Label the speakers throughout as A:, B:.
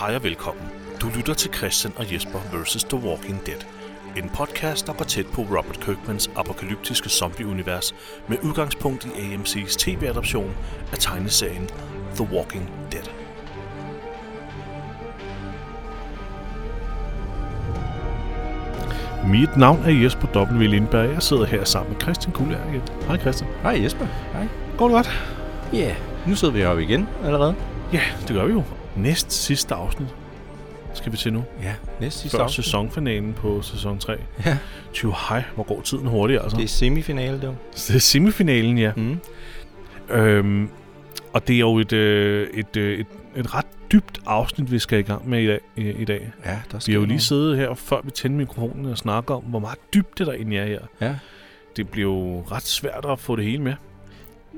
A: Hej og velkommen. Du lytter til Christian og Jesper vs. The Walking Dead. En podcast, der går tæt på Robert Kirkmans apokalyptiske zombieunivers med udgangspunkt i AMC's tv-adoption af tegneserien The Walking Dead. Mit navn er Jesper W. Lindberg, jeg sidder her sammen med Christian Kuller igen. Hej Christian.
B: Hej Jesper. Hej.
A: Går det godt?
B: Ja, yeah. nu sidder vi heroppe igen allerede.
A: Ja, det gør vi jo. Næst sidste afsnit skal vi til nu.
B: Ja, næste sidste
A: Før
B: afsnit.
A: sæsonfinalen på sæson 3.
B: Ja.
A: 20 hej, hvor går tiden hurtigt altså.
B: Det er semifinale, det var.
A: Det er semifinalen, ja.
B: Mm.
A: Øhm, og det er jo et, øh, et, øh, et, et ret dybt afsnit, vi skal i gang med i dag. øh, I dag.
B: Ja, der
A: Vi
B: sker
A: har jo lige
B: noget.
A: siddet her, før vi tændte mikrofonen, og snakker om, hvor meget dybt det der egentlig er her.
B: Ja.
A: Det bliver jo ret svært at få det hele med.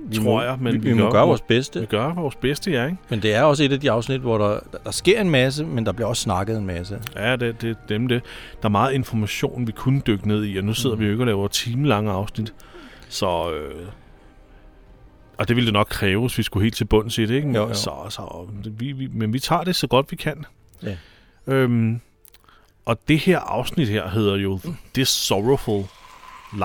B: Vi
A: tror
B: må,
A: jeg, men
B: vi,
A: vi
B: vi
A: gør
B: må gøre
A: vores-
B: vores bedste.
A: Vi gør vores bedste, ja, ikke?
B: Men det er også et af de afsnit, hvor der, der, der sker en masse, men der bliver også snakket en masse.
A: Ja, det, det er dem det. Der er meget information, vi kunne dykke ned i, og nu sidder mm.
B: Mhm.
A: vi jo ikke og laver timelange afsnit. Så... Øh, og det ville det nok kræve, hvis vi skulle helt til bunds i det, ikke? Men,
B: Jo, jo.
A: Så, så, vi, vi, men vi tager det så godt vi kan.
B: Ja.
A: Øhm, og det her afsnit her hedder jo
B: Mm.
A: This Sorrowful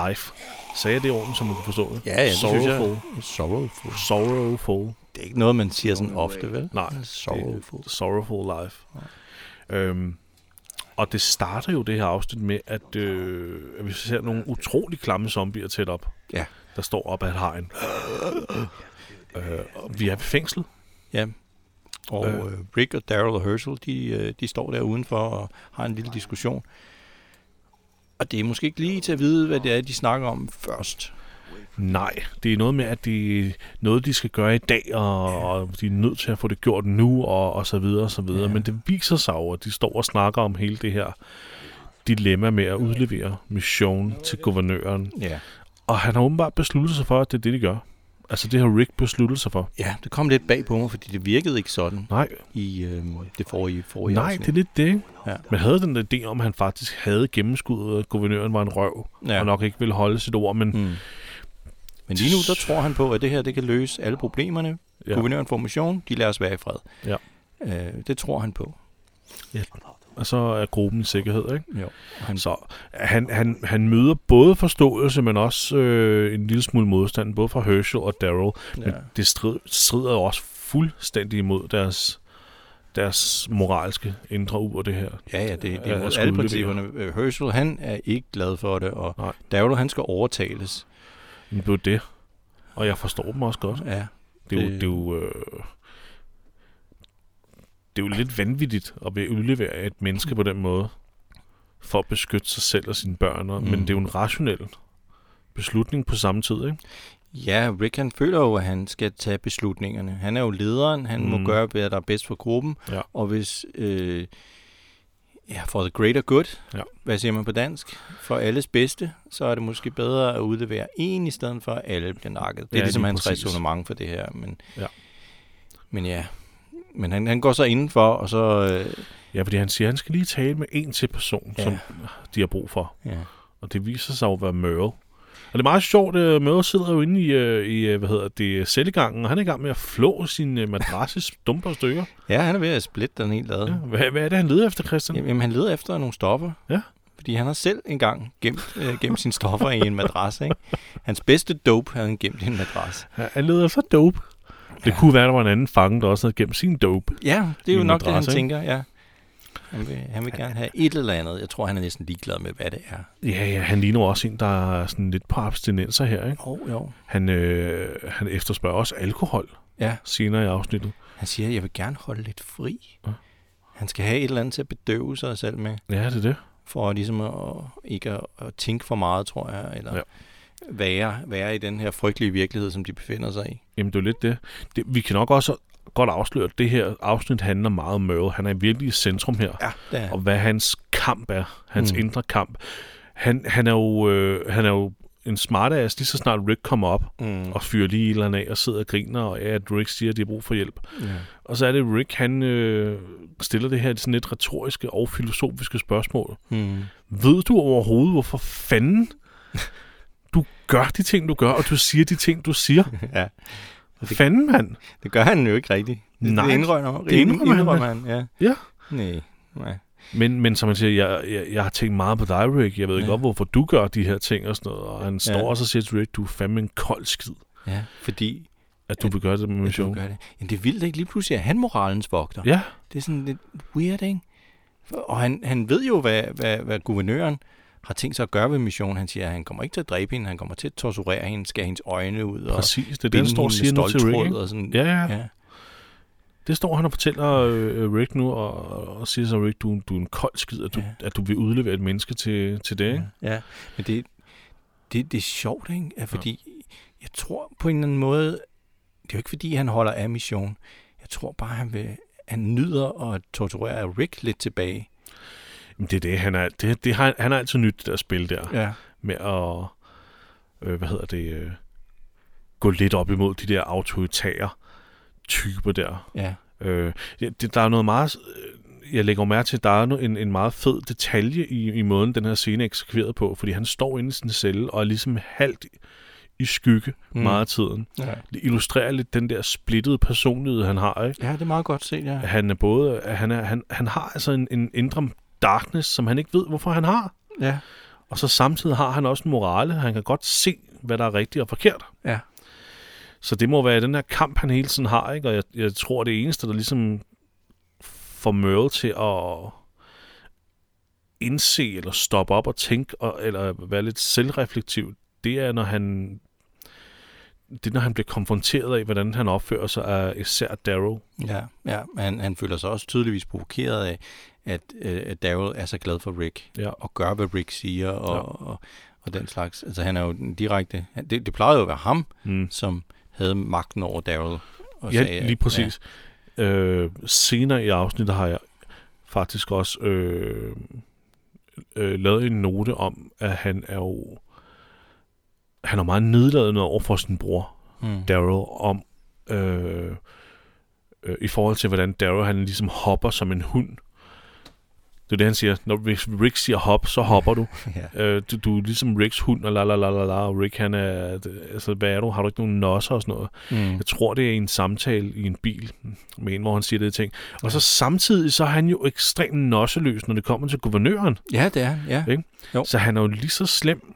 A: Life. Sagde jeg det ordentligt, som man kunne forstå det?
B: Ja, ja, det synes jeg.
A: Sorrowful.
B: Sorrowful.
A: Sorrowful.
B: Det er ikke noget, man siger sådan ofte, vel?
A: Nej,
B: Sorrowful.
A: Sorrowful Life. Øhm, og det starter jo det her afsnit med, at, øh, at vi ser nogle utrolig klamme zombier tæt op,
B: Ja.
A: der står op ad et hegn. øh, og vi er ved fængsel.
B: Ja. Og øh. Rick og Daryl og Herschel, de, øh, de står der udenfor og har en lille diskussion. Og det er måske ikke lige til at vide, hvad det er, de snakker om først.
A: Nej, det er noget med, at det er noget, de skal gøre i dag, og, og de er nødt til at få det gjort nu, og, og så videre, og så videre.
B: Ja.
A: Men det viser sig jo, at de står og snakker om hele det her dilemma med at udlevere missionen til guvernøren.
B: Ja.
A: Og han har åbenbart besluttet sig for, at det er det, de gør. Altså, det har Rick besluttet sig for.
B: Ja, det kom lidt bag på mig, fordi det virkede ikke sådan
A: Nej,
B: i øh, det forrige, forrige
A: nej det er lidt det, ikke?
B: Ja.
A: Man havde den der idé om, at han faktisk havde gennemskuddet, at guvernøren var en røv, ja. og nok ikke ville holde sit ord, men
B: Mm. Men lige nu, der tror han på, at det her det kan løse alle problemerne.
A: Ja.
B: Ja. Guvernøren får motion, de lader os være i fred.
A: Ja.
B: Øh, det tror han på.
A: og så er gruppen i sikkerhed, ikke?
B: Jo. Han,
A: Så han, han, han møder både forståelse, men også øh, en lille smule modstand, både fra Herschel og Daryl. Ja. Men
B: ja.
A: det strid, strider jo også fuldstændig imod deres, deres moralske indre ur, det her.
B: ja, ja, det, det
A: Ja,
B: er mod
A: skulle
B: alle
A: udlevere.
B: principperne. Øh, Herschel, han er ikke glad for det, og
A: Nej.
B: Davlo, han skal overtales.
A: Men det er jo det. Og jeg forstår dem også godt.
B: Ja,
A: Det er jo,
B: Det-
A: det er jo, øh, det er jo lidt vanvittigt at blive udlevere af et menneske på den måde, for at beskytte sig selv og sine børn. Mm.
B: Mm.
A: Men det er jo en rationel beslutning på samme tid, ikke?
B: ja Rick, han føler jo, at han skal tage beslutningerne. Han er jo lederen, han mm.
A: Mm.
B: må gøre, hvad der er bedst for gruppen.
A: Ja.
B: Og hvis... Øh, Ja, for the greater good.
A: Ja.
B: Hvad siger man på dansk? For alles bedste, så er det måske bedre at udlevere en i stedet for, at alle bliver nakket. Det
A: Ja,
B: er ja, ligesom
A: lige
B: hans
A: præcis.
B: resonemang for det her. Men
A: Ja.
B: Men ja, men han, han går så indenfor, og så... Øh,
A: Ja, fordi han siger, at han skal lige tale med en til person, ja.
B: Ja.
A: som de har brug for.
B: ja.
A: Og det viser sig jo at være Merle. Og det er meget sjovt, at Merle sidder jo inde i, øh, i øh, hvad hedder det, cellegangen, og han er i gang med at flå sin øh, madras i stumper og stykker.
B: ja, han er ved at splitte den helt ad.
A: Ja. Hvad, hvad er det, han leder efter, Christian?
B: Jamen, han leder efter nogle stoffer.
A: Ja.
B: Fordi han har selv engang gemt, øh, gemt sine stoffer i en madras, ikke? Hans bedste dope havde han gemt i en madras.
A: Ja, Han leder efter dope. Det
B: Ja.
A: kunne være, der var en anden fange, der også havde gemt sin dope.
B: Ja, det
A: I
B: er jo
A: en
B: nok det, han
A: madras, ikke?
B: tænker, ja. Han vil, han vil gerne have et eller andet. Jeg tror, han er næsten ligeglad med, hvad det er.
A: Ja, ja, han ligner jo også en, der er sådan lidt på abstinenser her. Ikke?
B: Jo, jo.
A: Han, øh, han efterspørger også alkohol
B: Ja,
A: senere i afsnittet.
B: han siger, jeg vil gerne holde lidt fri.
A: Ja.
B: Han skal have et eller andet til at bedøve sig selv med,
A: Ja, det er det.
B: for ligesom at, ikke at, at tænke for meget, tror jeg, eller
A: Ja.
B: ja. være, være i den her frygtelige virkelighed, som de befinder sig i.
A: Jamen, det er jo lidt det. det. Vi kan nok også godt afsløre, at det her afsnit handler meget om Merle. Han er virkelig i centrum her.
B: Ja, det er.
A: Og hvad hans kamp er. Hans mm.
B: Mm.
A: indre kamp. Han, han, er jo, øh, han er jo en smartass, lige så snart Rick kommer op
B: Mm.
A: og fyrer lige et eller andet af og sidder og griner, og ja, at Rick siger, at de har brug for hjælp.
B: Ja.
A: Og så er det Rick, han øh, stiller det her sådan lidt retoriske og filosofiske spørgsmål.
B: Mm.
A: Ved du overhovedet, hvorfor fanden du gør de ting, du gør, og du siger de ting, du siger?
B: ja. Det-
A: Fanden, mand.
B: Det gør han jo ikke rigtigt. Det,
A: Nej,
B: det indrømmer,
A: det indrømmer han
B: han. Ja.
A: Ja.
B: Nej, nej.
A: Men, men som man siger, jeg, jeg, jeg har tænkt meget på dig, Rick. Jeg ved ikke
B: Ja.
A: godt, hvorfor du gør de her ting og sådan noget. Og han står
B: Ja.
A: også og siger til Rick, du er fandme en kold skid,
B: Ja, fordi...
A: at du vil gøre det med min
B: At du
A: show.
B: gør det. Jamen, det er vildt, ikke? Lige pludselig er han moralens vogter.
A: Ja,
B: Det er sådan lidt weird, ikke? Og han, han ved jo, hvad, hvad, hvad guvernøren har tænkt sig at gøre ved missionen. Han siger, at han kommer ikke til at dræbe hende, han kommer til at torturere hende, skære hendes øjne ud og
A: præcis. Det er det, han
B: binde
A: står og
B: hende
A: siger
B: med
A: nu til Rick.
B: stoltråd
A: Ikke?
B: og sådan.
A: Ja, ja,
B: ja.
A: Det står han og fortæller øh, øh, Rick nu, og, og siger så, Rick, du, du er en kold skid, at du,
B: Ja.
A: at du vil udlevere et menneske til, til det. Ikke?
B: Ja, men det, det, det er sjovt, ikke? Ja, fordi jeg tror på en eller anden måde, det er jo ikke fordi, han holder af mission. Jeg tror bare, han vil han nyder at torturere Rick lidt tilbage.
A: Jamen, det er det, han er, det, det har, han har altid nyt det der spil der.
B: Ja.
A: med at, øh, hvad hedder det, øh, gå lidt op imod de der autoritære typer der.
B: ja.
A: Øh, det, det- der er noget meget, øh, jeg lægger jo mærke til, der er no- en, en meget fed detalje i, i måden, den her scene er eksekveret på, fordi han står inde i sin celle og er ligesom halvt i- i skygge mm.
B: Mm.
A: meget af tiden.
B: ja.
A: Det illustrerer lidt den der splittede personlighed, han har, ikke?
B: Ja, det er meget godt set, ja.
A: Han er både, han, er, han, han har altså en, en indre darkness, som han ikke ved, hvorfor han har.
B: Ja.
A: Og så samtidig har han også en morale. Han kan godt se, hvad der er rigtigt og forkert.
B: Ja.
A: Så det må være den her kamp, han hele tiden har. Ikke? Og jeg, jeg tror, det eneste, der ligesom får Merle til at indse eller stoppe op og tænke, og, eller være lidt selvreflektiv, det er, når han det er, når han bliver konfronteret af, hvordan han opfører sig af især Darrow.
B: Ja, ja. Han, han føler sig også tydeligvis provokeret af, at, øh, at Daryl er så glad for Rick,
A: Ja.
B: og gør, hvad Rick siger, og,
A: Ja.
B: og, og den slags. Altså, han er jo den direkte... han- Det, det plejede jo at være ham,
A: Mm.
B: som havde magten over Daryl. Og
A: Ja,
B: sagde, at-
A: lige præcis. Ja. Øh, senere i afsnittet har jeg faktisk også øh, øh, lavet en note om, at han er jo han er meget nedladende over for sin bror,
B: Ja. Mm.
A: Daryl, om øh, øh, i forhold til, hvordan Daryl han ligesom hopper som en hund. Det er det, han siger. Når hvis Rick siger hop, så hopper du.
B: ja.
A: Øh, du, du er ligesom Ricks hund, og la la la la la, og Rick han er, altså hvad er du, har du ikke nogen nosser og sådan noget.
B: Mm.
A: Jeg tror, det er en samtale i en bil med en, hvor han siger det ting. Og
B: Ja.
A: så samtidig, så er han jo ekstremt nosseløs, når det kommer til guvernøren.
B: ja, det er ja.
A: Ikke?
B: Jo.
A: Så han er jo lige så slem.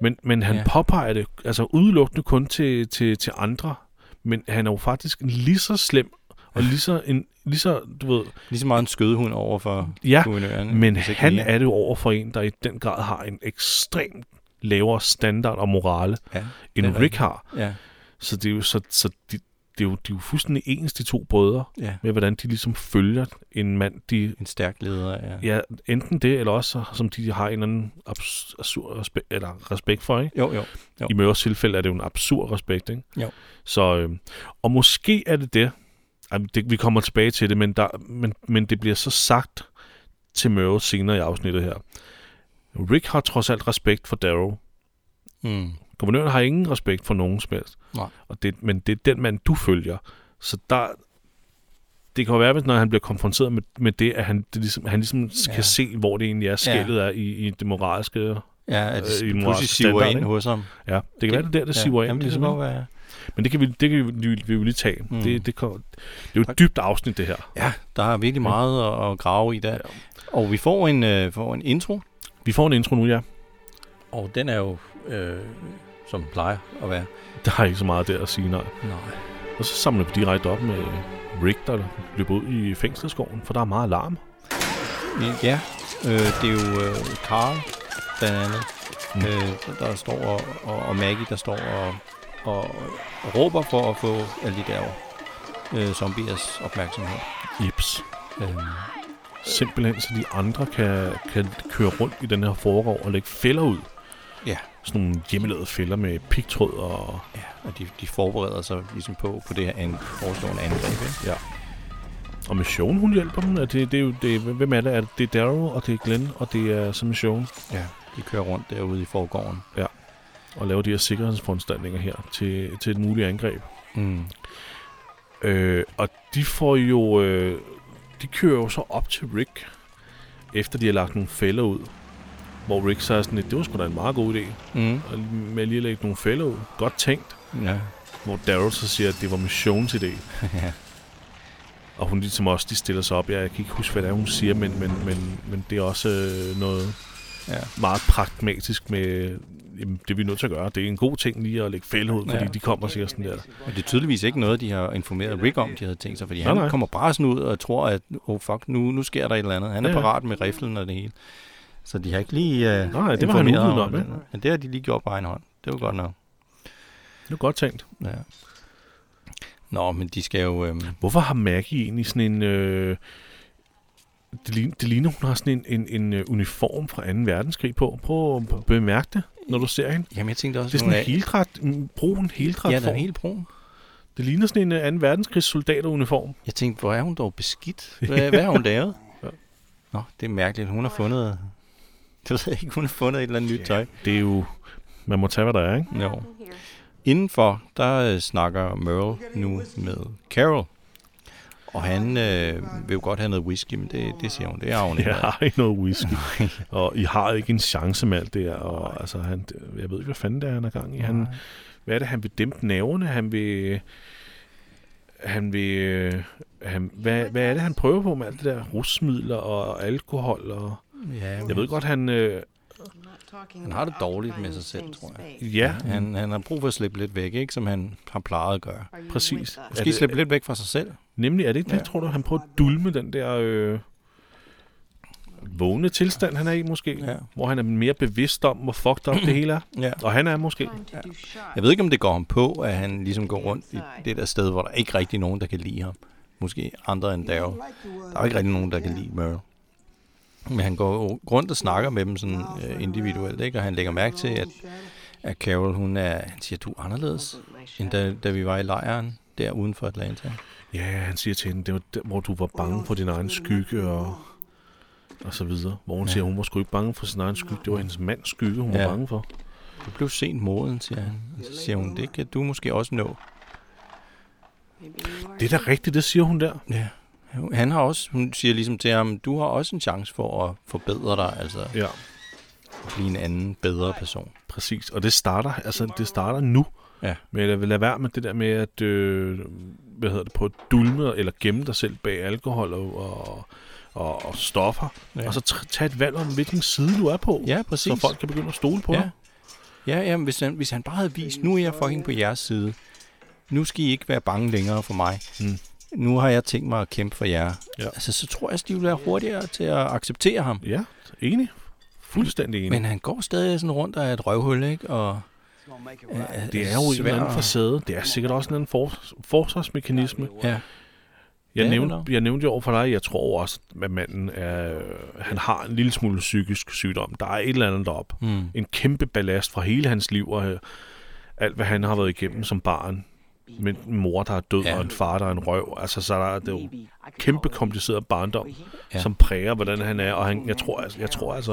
A: Men, men han ja.
B: Ja.
A: påpeger det altså udelukkende kun til, til, til andre. Men han er jo faktisk lige så slem, og lige så, en, lige så du ved,
B: Lige så meget en skødehund over for
A: ja,
B: guvernøren.
A: men
B: hvis ikke
A: han
B: mere.
A: er det jo over for en, der i den grad har en ekstremt lavere standard og morale,
B: Ja,
A: end
B: det er
A: Rick har.
B: ja,
A: Så det er jo, så, så de, det er jo, de er jo fuldstændig ens, de to brødre.
B: ja.
A: med, hvordan de ligesom følger en mand, de
B: En stærk leder, ja.
A: ja, enten det, eller også som de har en eller anden abs- absurd respekt, eller respekt for, ikke?
B: Jo, jo. Jo.
A: I Møres tilfælde er det jo en absurd respekt, ikke?
B: Jo.
A: Så, øh, og måske er det det, Ej, men det vi kommer tilbage til det, men, der, men, men det bliver så sagt til Møre senere i afsnittet her. Rick har trods alt respekt for Darrow.
B: Mm.
A: Guvernøren har ingen respekt for nogen som helst.
B: Nej.
A: Og det, men det er den mand, du følger. Så der, det kan jo være, hvis når han bliver konfronteret med, med det, at han, det ligesom, han ligesom ja.
B: Ja.
A: kan se, hvor det egentlig er, skældet ja. er i, i det moralske.
B: Ja,
A: Øh, i
B: at det øh, pludselig
A: moralsk
B: siver
A: standard,
B: ind
A: ikke?
B: hos ham.
A: Ja, det kan det, være, det er der, der ja, siver ind.
B: Jamen, det
A: ligesom,
B: kan
A: ikke?
B: godt være.
A: Men det kan vi, det kan vi, vi, vi jo lige tage. Mm.
B: Mm.
A: Det, det, kan, det er jo
B: Tak.
A: et dybt afsnit, det her.
B: Ja, der er virkelig meget at, at grave i der.
A: Ja.
B: Og vi får en, øh, får en intro,
A: Vi får en intro nu, ja.
B: og den er jo, øh, som den plejer at være.
A: Der er ikke så meget der at sige nej.
B: Nej.
A: Og så samler vi direkte op med Rick, der løber ud i fængselsgården, for der er meget larm.
B: Ja, øh, det er jo øh, Carl, blandt andet,
A: Mm.
B: mm. øh, der står, og, og, og Maggie, der står og, og, og råber for at få alle de der øh, zombiers opmærksomhed.
A: Jeps.
B: Øh,
A: Simpelthen, så de andre kan, kan køre rundt i den her forgård og lægge fælder ud.
B: Ja.
A: Sådan nogle hjemmelavede fælder med pigtråd og...
B: ja, og de, de forbereder sig ligesom på, på det her an, forestående angreb. Ikke?
A: Og Mission, hun hjælper dem. Er det, det er jo, det, hvem er det? Er det, det er Darrow, og det er Glenn, og det er så Mission.
B: Ja. De kører rundt derude i forgården.
A: Og laver de her sikkerhedsforanstaltninger her til, til et muligt angreb.
B: Mm.
A: Øh, og de får jo... Øh, de kører jo så op til Rick, efter de har lagt nogle fælder ud. Hvor Rick så er sådan lidt, det var sgu da en meget god idé,
B: Mm.
A: at- med lige at lægge nogle fælder ud. Godt tænkt.
B: Ja.
A: Hvor Daryl så siger, at det var missions idé.
B: ja.
A: Og hun ligesom også, de stiller sig op. Jeg, jeg kan ikke huske, hvad det er, hun siger, men, men, men, men det er også øh, noget
B: Ja.
A: meget pragmatisk med, øh, jamen, det vi er nødt til at gøre. Det er en god ting lige at lægge fælde ud, fordi
B: Ja.
A: de kommer og siger sådan der.
B: Men det er tydeligvis ikke noget, de har informeret Rick om, de havde tænkt sig, fordi
A: Nej,
B: han
A: nej.
B: kommer brasen ud og tror, at oh fuck, nu, nu sker der et eller andet. Han er
A: Ja,
B: ja.
A: ja.
B: parat med riflen og det hele. Så de har ikke lige uh,
A: Nej, det var han uviden om, ikke?
B: Men det har de lige gjort på egen hånd. Det var godt nok.
A: Det er godt tænkt.
B: Ja. Nå, men de skal jo... Øhm,
A: Hvorfor har Maggie egentlig sådan en... Øh, det, ligner, det ligner, hun har sådan en, en, en øh, uniform fra 2. verdenskrig på. Prøv at b- bemærke det, når du ser hende.
B: jamen, jeg tænkte også...
A: Det er sådan en heldræt, en brun heldræt
B: Ja,
A: ja,
B: den er
A: form.
B: helt brun.
A: Det ligner sådan en øh, 2. verdenskrigs soldateruniform.
B: Jeg tænkte, hvor er hun dog beskidt? Hvad, hvad har hun lavet?
A: Ja.
B: Nå, det er mærkeligt. Hun har fundet... Det ved jeg ikke, hun har fundet et eller andet nyt tøj.
A: Det er jo... Man må tage, hvad der er, ikke?
B: Jo. Indenfor, der øh, snakker Merle nu med Carol. Og han øh, vil jo godt have noget whisky, men det, det siger hun, det har hun ikke.
A: Jeg har ikke noget whisky. og I har ikke en chance med alt det her. Og altså, han, jeg ved ikke, hvad fanden det er, han er gang i. Han, hvad er det, han vil dæmpe nerverne? Han vil... Han vil... øh, Han, hvad, hvad er det, han prøver på med alt det der rusmidler og alkohol? Og,
B: Ja,
A: jeg ved godt, han... Øh,
C: Han har det dårligt med sig selv, tror jeg.
A: ja, han,
B: Han, han har brug for at slippe lidt væk, ikke? Som han har plejet at gøre.
A: præcis. Er
B: Måske
A: det-
B: slippe lidt væk fra sig selv.
A: Nemlig, er det ikke det,
B: Ja.
A: tror du? Han prøver at dulme den der... Øh, vågne tilstand, han er i måske.
B: Ja.
A: Hvor han er mere bevidst om, hvor fucked up det hele er.
B: Ja.
A: Og han er måske.
B: Jeg ved ikke, om det går ham på, at han ligesom går rundt i det der sted, hvor der ikke rigtig er nogen, der kan lide ham. Måske andre end Daryl. Der er jo ikke rigtig nogen, der kan lide Merle. Men han går jo rundt og snakker med dem sådan øh, individuelt, ikke? og han lægger mærke til, at, at Carol, hun er, han siger, du er
A: altså,
B: anderledes, end da, da vi var i lejren der uden for Atlanta.
A: Ja, han siger til hende, det var der, hvor du var bange for din egen skygge og, og så videre. Hvor hun
B: Ja.
A: ja. siger, hun var sgu ikke bange for sin egen skygge. Det var hendes mands skygge, hun ja.
B: Ja.
A: var bange for.
B: Du blev sent moden, siger han. Og så siger hun, det kan du måske også nå.
A: Det er da rigtigt, det siger hun der.
B: Ja. Han har også, hun siger ligesom til ham, du har også en chance for at forbedre dig, altså
A: Ja,
B: blive en anden, bedre person.
A: præcis. Og det starter, altså, det starter nu.
B: Ja.
A: Men lad, lad være med det der med at, øh, hvad hedder det, på at dulme eller gemme dig selv bag alkohol og, og, og, og stoffer.
B: Ja.
A: Ja. Og så tr- tage et valg om, hvilken side du er på.
B: Ja, præcis.
A: Så folk kan begynde at stole på
B: ja.
A: dig.
B: Ja, ja, men hvis han, hvis han bare havde vist, nu er jeg fucking på jeres side. Nu skal I ikke være bange længere for mig.
A: Mm.
B: Nu har jeg tænkt mig at kæmpe for jer.
A: Ja.
B: Altså, så tror jeg, at de vil være hurtigere til at acceptere ham.
A: Ja, enig. Fuldstændig enig.
B: Men han går stadig sådan rundt og er et røvhul, ikke? Og, øh,
A: Det er jo en
B: svær-
A: eller anden facade. Det er sikkert også en eller anden for, forsvarsmekanisme.
B: Ja,
A: Jeg,
B: Ja,
A: nævnte,
B: eller-
A: jeg nævnte jo over for dig, jeg tror også, at manden er, han har en lille smule psykisk sygdom. Der er et eller andet deroppe.
B: mm.
A: En kæmpe ballast fra hele hans liv og øh, alt, hvad han har været igennem som barn. Med en mor, der er død,
B: Ja.
A: ja. og en far, der er en røv. Altså, så er der, det er jo kæmpe
C: Kæmpe kompliceret.
A: kompliceret barndom,
B: Ja.
A: ja. som præger, hvordan han er. Og han, jeg, tror, altså, jeg tror altså...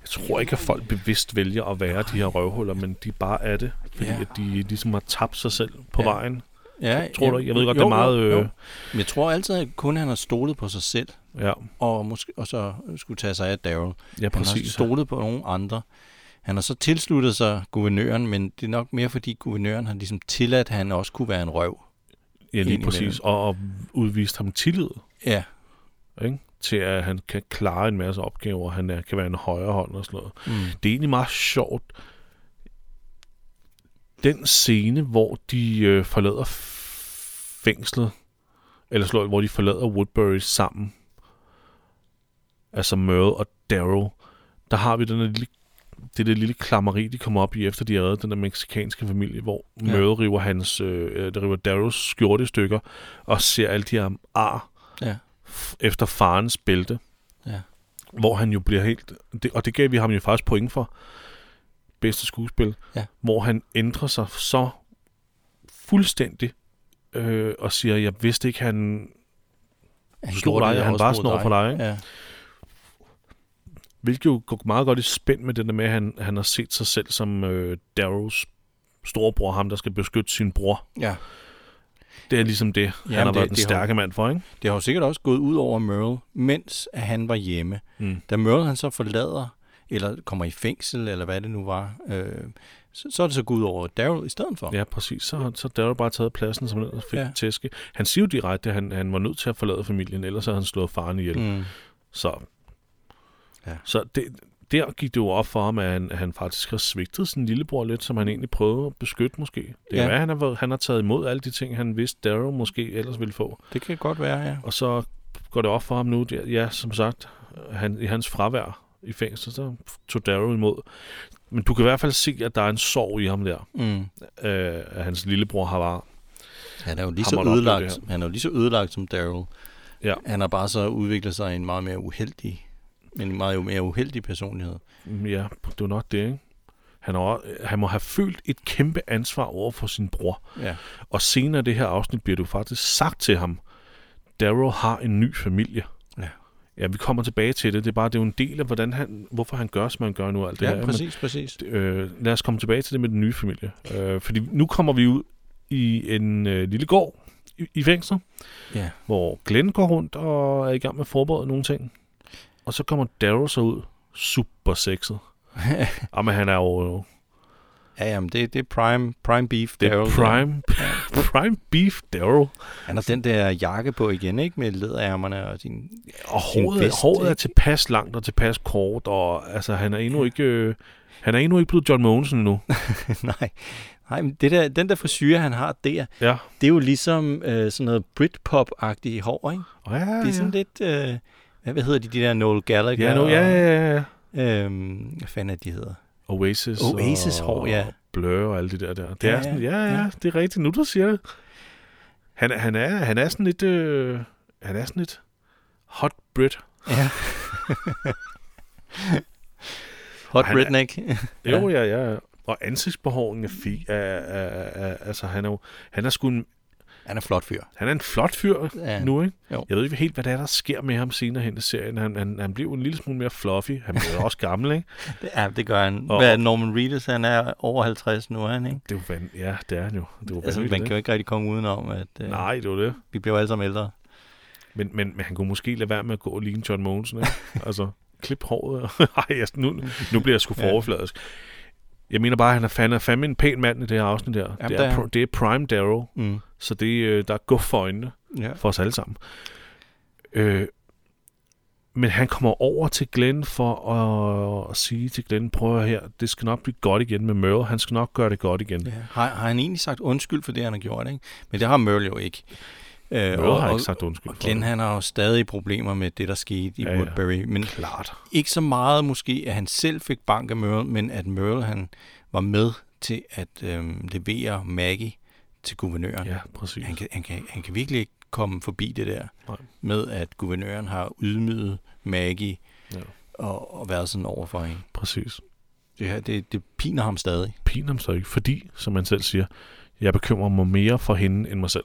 A: Jeg tror ikke, at folk bevidst vælger at være de her røvhuller, men de bare er det, fordi
B: Ja.
A: ja. at de ligesom har tabt sig selv på
B: Ja.
A: ja. vejen.
B: ja
A: Tror du
B: ja.
A: ikke? Jeg ved godt, det er meget...
B: Jo, jo.
A: Øh,
B: Men jeg tror altid, at kun han har stolet på sig selv,
A: ja,
B: og, måske, og så skulle tage sig af Daryl.
A: ja,
B: Han har
A: præcis.
B: stolet på nogen andre. Han har så tilsluttet sig guvernøren, men det er nok mere, fordi guvernøren har ligesom tilladt, at han også kunne være en røv.
A: Ja, lige
B: ind
A: præcis.
B: imellem.
A: Og, og udvist ham tillid
B: Ja,
A: ikke? til, at han kan klare en masse opgaver. Han er, kan være en højre hånd og sådan noget.
B: mm.
A: Det er egentlig meget sjovt. Den scene, hvor de øh, forlader f- fængslet, eller slår, hvor de forlader Woodbury sammen, altså Merle og Daryl, der har vi den her lille, det der lille klammeri, de kommer op i, efter de har reddet den der meksikanske familie, hvor
B: Ja.
A: ja. Merle river, hans, øh, øh, der river Daryls skjorte i stykker, og ser alle de her ar
B: ja.
A: f- efter farens bælte.
B: Ja.
A: Hvor han jo bliver helt... Det, og det gav vi ham jo faktisk point for. Bedste skuespil.
B: Ja.
A: Hvor han ændrer sig så fuldstændig øh, og siger, jeg vidste ikke, han
B: Han
A: slog
B: gjorde
A: dig,
B: det,
A: og han
B: også
A: bare
B: mod
A: snor på dig, ikke?
B: Ja.
A: Hvilket jo går meget godt i spænd med det der med, at han, han har set sig selv som øh, Darrows storebror, ham der skal beskytte sin bror.
B: ja.
A: Det er ligesom det, han har
B: det-
A: været den
B: det har-
A: stærke mand for, ikke?
B: Det har jo sikkert også gået ud over Merle, mens at han var hjemme.
A: Mm.
B: Da Merle han så forlader, eller kommer i fængsel, eller hvad det nu var, øh, så, så er det så gået over Daryl i stedet for.
A: Ja, præcis. Så har så har Daryl bare taget pladsen, som han ellers fik
B: Ja.
A: ja. tæske. Han siger jo direkte, at han, han var nødt til at forlade familien, ellers havde han slået faren ihjel. Mm.
B: Mm.
A: Så,
B: Ja.
A: så det, der gik det jo op for ham, at han, at han faktisk har svigtet sin lillebror lidt, som han egentlig prøvede at beskytte måske. Det
B: Ja.
A: er ja. han har, været- han har taget imod alle de ting, han vidste, Daryl måske ellers ville få.
B: Det kan godt være, ja.
A: Og så går det op for ham nu, det- ja, som sagt, han, i hans fravær i fængslet, så tog Daryl imod. Men du kan i hvert fald se, at der er en sorg i ham der,
B: Mm.
A: øh, at hans lillebror har var.
B: Han er jo lige
A: Han
B: så
A: måtte opleve det
B: ødelagt, han er jo lige så ødelagt som Daryl.
A: Ja.
B: Han har bare så udviklet sig i en meget mere uheldig, men en meget mere uheldig personlighed.
A: Mm, Ja, det var nok det, ikke? Han, har, også- han må have følt et kæmpe ansvar over for sin bror.
B: Ja.
A: Og senere i det her afsnit bliver du faktisk sagt til ham, Daryl har en ny familie.
B: Ja.
A: Ja, vi kommer tilbage til det. Det er bare det er jo en del af, hvordan han, hvorfor han gør, som han gør nu. og Alt det
B: ja,
A: her. Men-
B: præcis, præcis.
A: øh, lad os komme tilbage til det med den nye familie. Øh, fordi nu kommer vi ud i en øh, lille gård i, i fængslet,
B: Ja.
A: hvor Glenn går rundt og er i gang med at forberede nogle ting. Og så kommer Daryl så ud, super sexet. Jamen, han er jo
B: Ja, jamen, det, det er prime, prime beef,
A: det
B: Daryl.
A: er prime, prime beef Daryl.
B: Han har den der jakke på igen, ikke? Med læderærmerne og sin...
A: Og
B: Sin
A: håret,
B: vest,
A: håret er
B: ikke?
A: tilpas langt og tilpas kort, og altså, han er endnu ikke... Øh, han er endnu ikke blevet John Mogensen endnu.
B: Nej, Nej men det der, den der frisyr, han har der,
A: Ja.
B: det er jo ligesom øh, sådan noget Britpop-agtigt hår, ikke?
A: Og ja,
B: Det er
A: Ah,
B: sådan
A: ja.
B: lidt... Øh, hvad, hvad hedder de, de der Noel Gallagher?
A: Ja, nu, ja, ja, ja.
B: Og, øhm, hvad fanden er de hedder?
A: Oasis.
B: Oasis hår, ja.
A: Og Blur og alle de der der. Det
B: Ja,
A: ja,
B: ja.
A: er sådan, ja, ja,
B: Ja.
A: ja, det er rigtigt. Nu du siger det. Han, er- han, er, han er sådan lidt... Øh, han er sådan lidt hot brit.
B: Ja. Hot
A: Han er-
B: redneck. Ja.
A: Jo, ja, ja. ja. Og ansigtsbehåringen er fi... Er, er, er, er, altså, han er jo... Han er sgu en,
B: Han er flot fyr.
A: han er en flot fyr
B: Ja.
A: nu, ikke?
B: Jo.
A: Jeg ved ikke helt, hvad det er, der sker med ham senere hen i serien. Han, han, han bliver jo en lille smule mere fluffy. Han bliver også gammel, ikke?
B: Ja, det gør han.
A: Og-
B: Hvad er det, Norman Reedus, han er over 50 nu, er han, ikke?
A: Det er jo vand... Ja, det er han jo. Det er jo
B: Altså, man
A: vanvittigt,
B: kan jo ikke rigtig komme udenom, at øh,
A: ikke? Nej, det er jo det.
B: vi bliver jo alle sammen ældre.
A: Men, men, men han kunne måske lade være med at gå og ligne John Mogensen, ikke? altså, klip håret. Ej, jeg, nu, nu bliver jeg sgu for
B: Ja.
A: overfladisk. Jeg mener bare, at han er fandme, fandme en pæn mand i det her afsnit der.
B: Jamen,
A: det,
B: det er
A: er,
B: han.
A: pro- det er prime Darrow,
B: Mm.
A: så det, øh, der er guf for øjnene
B: Ja.
A: for os alle sammen. Øh, men han kommer over til Glenn for at, at sige til Glenn, prøv at høre her, det skal nok blive godt igen med Merle. Han skal nok gøre det godt igen.
B: Ja. Har, har han egentlig sagt undskyld for det, han har gjort, ikke? Men det har Merle jo ikke. Øh,
A: Merle har
B: og,
A: ikke sagt undskyld
B: og
A: for
B: Glenn,
A: det.
B: han har jo stadig problemer med det, der skete i
A: Ja,
B: ja,
A: ja.
B: Woodbury. Men
A: Klart.
B: ikke så meget måske, at han selv fik bank af Merle, men at Merle, han var med til at øhm, levere Maggie til guvernøren.
A: Ja, præcis.
B: Han kan, han, kan, han kan virkelig ikke komme forbi det der
A: Nej.
B: med, at guvernøren har ydmyget Maggie
A: Ja.
B: og, og været sådan over for hende.
A: Præcis.
B: Det, her, det, det piner ham stadig.
A: piner ham så ikke, fordi, som man selv siger, jeg bekymrer mig mere for hende end mig selv.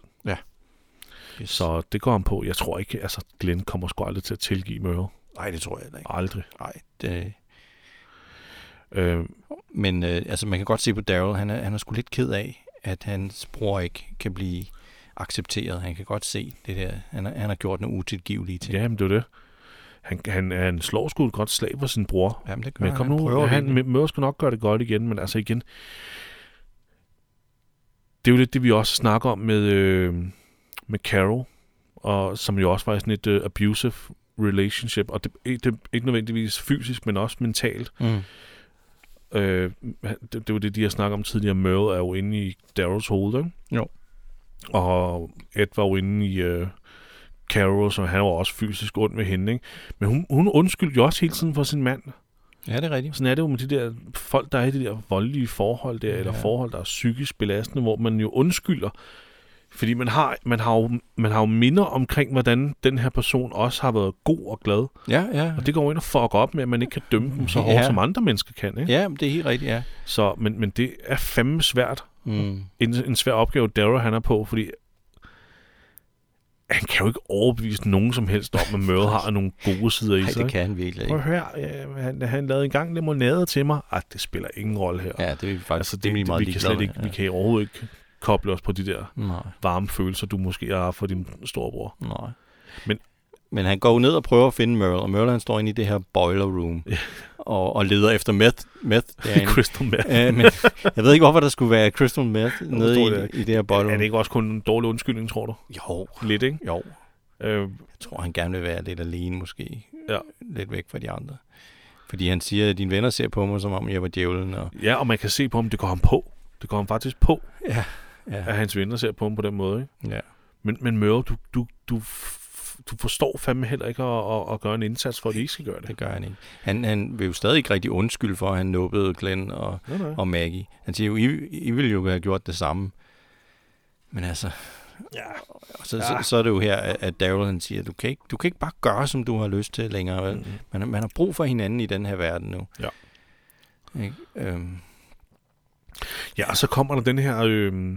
B: Yes.
A: Så det går han på. Jeg tror ikke, altså Glenn kommer sgu aldrig til at tilgive Merle.
B: Nej, det tror jeg heller ikke.
A: Aldrig.
B: Nej, det,
A: Øh,
B: men øh, altså, man kan godt se på Daryl, han er, han er sgu lidt ked af, at hans bror ikke kan blive accepteret. Han kan godt se det der. Han, har- han har gjort nogle utilgivelige ting.
A: ja, men det er det. Han, han, han slår sgu et godt slag på sin bror.
B: Jamen, det gør
A: Men
B: han.
A: kom
B: Han
A: nu,
B: prøver
A: han,
B: virkelig.
A: Merle skal nok gøre det godt igen, men altså igen, det er jo lidt det, vi også snakker om med, øh, med Carol, og, som jo også var i sådan et øh, abusive relationship, og det, det, ikke nødvendigvis fysisk, men også mentalt.
B: Mm.
A: Øh, han- det, det var det, de har snakket om tidligere. Merle er jo inde i Daryls hoved, ikke?
B: Jo.
A: Og Ed var jo inde i øh, Carol, så han var også fysisk ond ved hende, ikke? Men hun, hun undskyldte jo også hele tiden for sin mand.
B: Ja, det er rigtigt.
A: Sådan er det jo med de der folk, der er i de der voldelige forhold der, ja. eller
B: Ja.
A: forhold, der er psykisk belastende, hvor man jo undskylder. Fordi man har, man, har jo, man har jo minder omkring, hvordan den her person også har været god og glad.
B: Ja, ja.
A: Og det går jo ind og fucker op med, at man ikke kan dømme dem så hårdt,
B: Ja.
A: ja. som andre mennesker kan. Ikke?
B: Ja, men det er helt rigtigt, ja.
A: Så, men, men det er fandme svært.
B: Mm.
A: En, en svær opgave, Daryl han er på, fordi han kan jo ikke overbevise nogen som helst om, at Merle har nogle gode sider i
B: Nej,
A: sig.
B: det
A: ikke?
B: kan han virkelig
A: Prøv at
B: ikke.
A: høre, ja, han, han lavede engang limonade til mig. Ej, det spiller ingen rolle her.
B: Ja, det er vi faktisk
A: altså, det,
B: er vi
A: det,
B: meget
A: vi, kan
B: ligeglade
A: slet ikke,
B: med,
A: vi kan overhovedet ikke koble os på de der
B: Ja. Nej,
A: varme følelser, du måske har for din storebror.
B: nej.
A: Men-
B: Men han går jo ned og prøver at finde Merle, og Merle han står inde i det her boiler room. og, og leder efter meth, meth derinde.
A: Crystal Meth.
B: Øh, men jeg ved ikke, hvorfor der skulle være crystal meth nede
A: forstår jeg
B: i, i det her bottle.
A: Er det ikke også kun en dårlig undskyldning, tror du?
B: Jo,
A: Lidt, ikke?
B: jo.
A: Øh,
B: Jeg tror, han gerne vil være lidt alene måske.
A: Ja.
B: Lidt væk fra de andre. Fordi han siger, at dine venner ser på mig, som om jeg var djævlen. Og,
A: ja, og man kan se på ham, det går ham på. Det går ham faktisk på,
B: ja, ja,
A: at hans venner ser på ham på den måde, ikke?
B: ja.
A: Men, men Møre, du, du, du, f- du forstår fandme heller ikke at, at, at gøre en indsats for, at de ikke skal gøre det.
B: Det gør han ikke. Han, han vil jo stadig ikke rigtig undskylde for, at han nubbede Glenn og,
A: Nej, nej.
B: og Maggie. Han siger jo, I, I ville jo have gjort det samme. Men altså,
A: Ja.
B: og så, ja.
A: Ja.
B: så, så er det jo her, at at Daryl han siger, du kan, ikke, du kan ikke bare gøre, som du har lyst til længere. Vel?
A: Mhm.
B: Man, har- man har brug for hinanden i den her verden nu.
A: Ja.
B: Ikke? Øhm,
A: Ja, og så kommer der den her... Øh,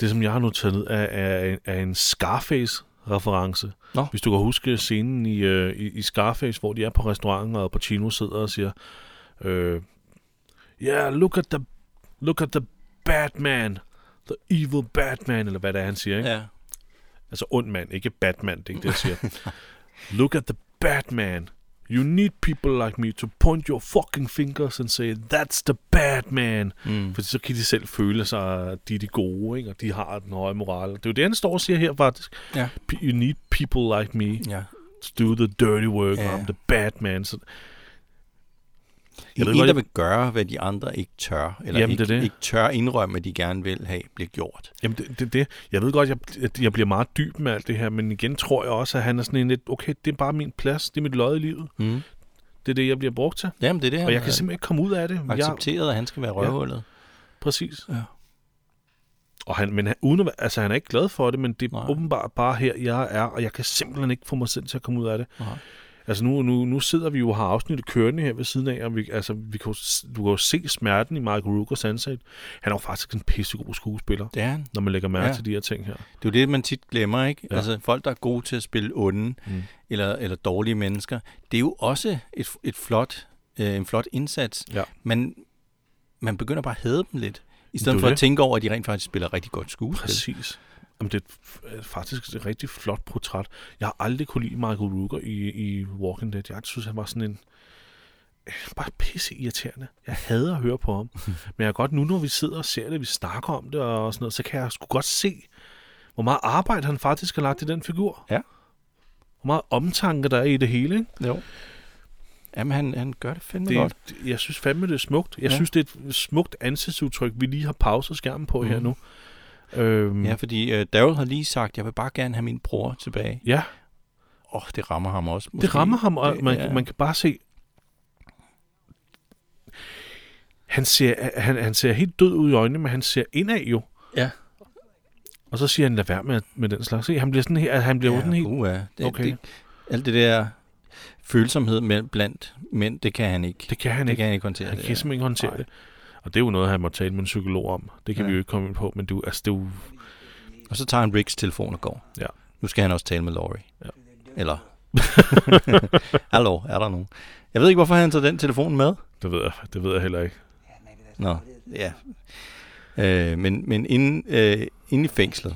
A: det, som jeg har noteret ned, er, er, er en Scarface-reference.
B: Nå.
A: Hvis du kan huske scenen i, øh, i, i Scarface, hvor de er på restauranten, og Pacino sidder og siger, øh, Yeah, look at the, look at the Batman. The evil Batman, eller hvad det er, han siger, ikke?
B: ja.
A: Altså ond mand, ikke Batman, det er ikke det, jeg siger. Look at the Batman. You need people like me to point your fucking fingers and say, that's the Batman.
B: Mm.
A: For så kan de selv føle sig, at de er de gode, ikke? og de har den høje moral. Det er jo det, han står og siger her faktisk.
B: Ja.
A: P- You need people like me
B: ja.
A: to do the dirty work,
B: Ja.
A: ja. I'm the Batman. Så,
B: Jeg
A: ved
B: en,
A: godt,
B: der
A: jeg-
B: vil gøre, hvad de andre ikke tør, eller
A: Jamen,
B: ikke,
A: det er det.
B: ikke tør indrømme, at de gerne vil have, bliver gjort.
A: jamen, det, det, det. Jeg ved godt, jeg, at jeg bliver meget dyb med alt det her, men igen tror jeg også, at han er sådan en lidt, okay, det er bare min plads, det er mit lod i livet.
B: Mm.
A: Det er det, jeg bliver brugt til.
B: Jamen, det er det, han
A: Og jeg kan
B: har
A: simpelthen ikke komme ud af det. Jeg,
B: accepteret, at han skal være røvhullet.
A: Præcis.
B: Ja.
A: Og han, men han, uden at, være- altså, han er ikke glad for det, men det er
B: Nej.
A: Nej. åbenbart bare her, jeg er, og jeg kan simpelthen ikke få mig selv til at komme ud af det.
B: Nej.
A: Altså nu, nu, nu sidder vi jo og har afsnittet kørende her ved siden af, og vi, altså, vi kan, jo s- du kan jo se smerten i Mark Rugers ansigt. Han er jo faktisk en pissegod skuespiller,
B: Det er han.
A: når man lægger mærke
B: Ja.
A: ja. til de her ting her.
B: Det er jo det, man tit glemmer, ikke? Ja.
A: Ja.
B: Altså, folk, der er gode til at spille onde mm.
A: Mm.
B: eller, eller dårlige mennesker, det er jo også et, et flot, øh, en flot indsats.
A: Ja.
B: Men man begynder bare at hade dem lidt, i
A: Det er
B: stedet
A: jo
B: for at
A: det.
B: tænke over, at de rent faktisk spiller rigtig godt skuespil.
A: Præcis. Jamen, det er f- øh, faktisk et rigtig flot portræt. Jeg har aldrig kunne lide Michael Rooker i, i Walking Dead. Jeg synes, han var sådan en... øh, Bare pisse irriterende. Jeg hader at høre på ham. Men jeg kan godt nu, når vi sidder og ser det, vi snakker om det og sådan noget, så kan jeg sgu godt se, hvor meget arbejde han faktisk har lagt i den figur.
B: Ja.
A: Hvor meget omtanke der er i det hele. Ikke?
B: Jo. Jamen, han, han gør det fandme det...
A: Det,
B: godt.
A: det- jeg synes fandme, det er smukt. Jeg
B: Ja.
A: ja. synes, det er et smukt ansigtsudtryk, vi lige har pauset skærmen på mm. her
B: Mhm.
A: nu. Øhm,
B: Ja, fordi øh, Daryl har lige sagt, jeg vil bare gerne have min bror tilbage.
A: ja.
B: Åh, oh, det rammer ham også.
A: Det rammer ham, og
B: Det-
A: man,
B: ja.
A: ja. man kan bare se... Han ser, han, han ser helt død ud i øjnene, men han ser indad jo.
B: Ja.
A: Og så siger han, lad være med, med den slags. Se, han bliver sådan her, han bliver ja, sådan helt...
B: Uh, ja. det, okay.
A: Okay.
B: det, alt det der følsomhed mellem, blandt mænd, det kan han ikke.
A: Det kan han
B: det
A: ikke.
B: kan han ikke håndtere.
A: Han
B: det
A: kan
B: der.
A: simpelthen ikke håndtere
B: Nej.
A: det. Og det er jo noget, han må tale med en psykolog om. Det kan
B: Ja.
A: ja. vi jo ikke komme ind på, men du, altså, det er jo...
B: Og så tager han Ricks telefon og går.
A: Ja.
B: Nu skal han også tale med Laurie.
A: Ja.
B: Eller... Hallo, er der nogen? Jeg ved ikke, hvorfor han tager den telefon med.
A: Det ved jeg, det ved jeg heller ikke.
B: Nå, ja. Øh, men men inde, øh, inde i fængslet,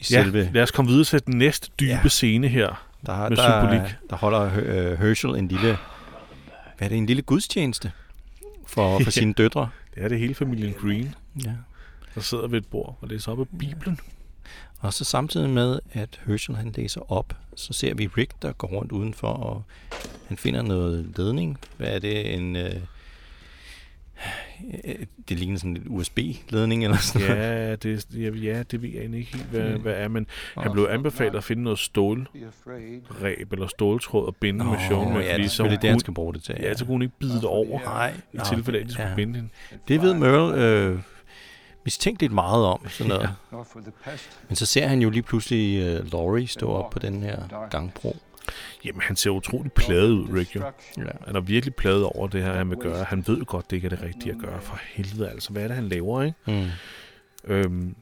B: i
A: Ja,
B: selve,
A: lad os komme videre til den næste dybe
B: Ja.
A: ja. scene her.
B: der, har-
A: med
B: der,
A: symbolik.
B: der holder Hø- øh, Herschel en lille, hvad er det, en lille gudstjeneste for, for sine døtre.
A: Det er det hele familien Green,
B: Ja.
A: der sidder ved et bord og læser op af Bibelen.
B: Og så samtidig med, at Herschel han læser op, så ser vi Rick, der går rundt udenfor, og han finder noget ledning. Hvad er det? En, øh, øh, det ligner sådan en USB-ledning eller sådan noget.
A: Ja, det, ja, ja, det ved jeg egentlig ikke helt, hvad,
B: Mm.
A: hvad er, men
B: Nå.
A: han blev anbefalet at finde noget stålreb eller ståltråd og binde med sjov med,
B: ja, det
A: fordi så kunne,
B: er selvfølgelig det, han skal bruge det til.
A: ja, så kunne hun ikke bide det over,
B: Nej,
A: i tilfælde af, at de skulle
B: ja.
A: binde hende.
B: det ved Merle øh, mistænkeligt meget om. Sådan noget. Men så ser han jo lige pludselig øh, Laurie stå op på den her gangbro.
A: Jamen, han ser utrolig plaget ud, Rick, jo.
B: Ja.
A: Han er virkelig plaget over det her, han vil gøre. Han ved godt, det ikke er det rigtige at gøre. For helvede, altså. Hvad er det, han laver, ikke?
B: Mm.
A: Øhm,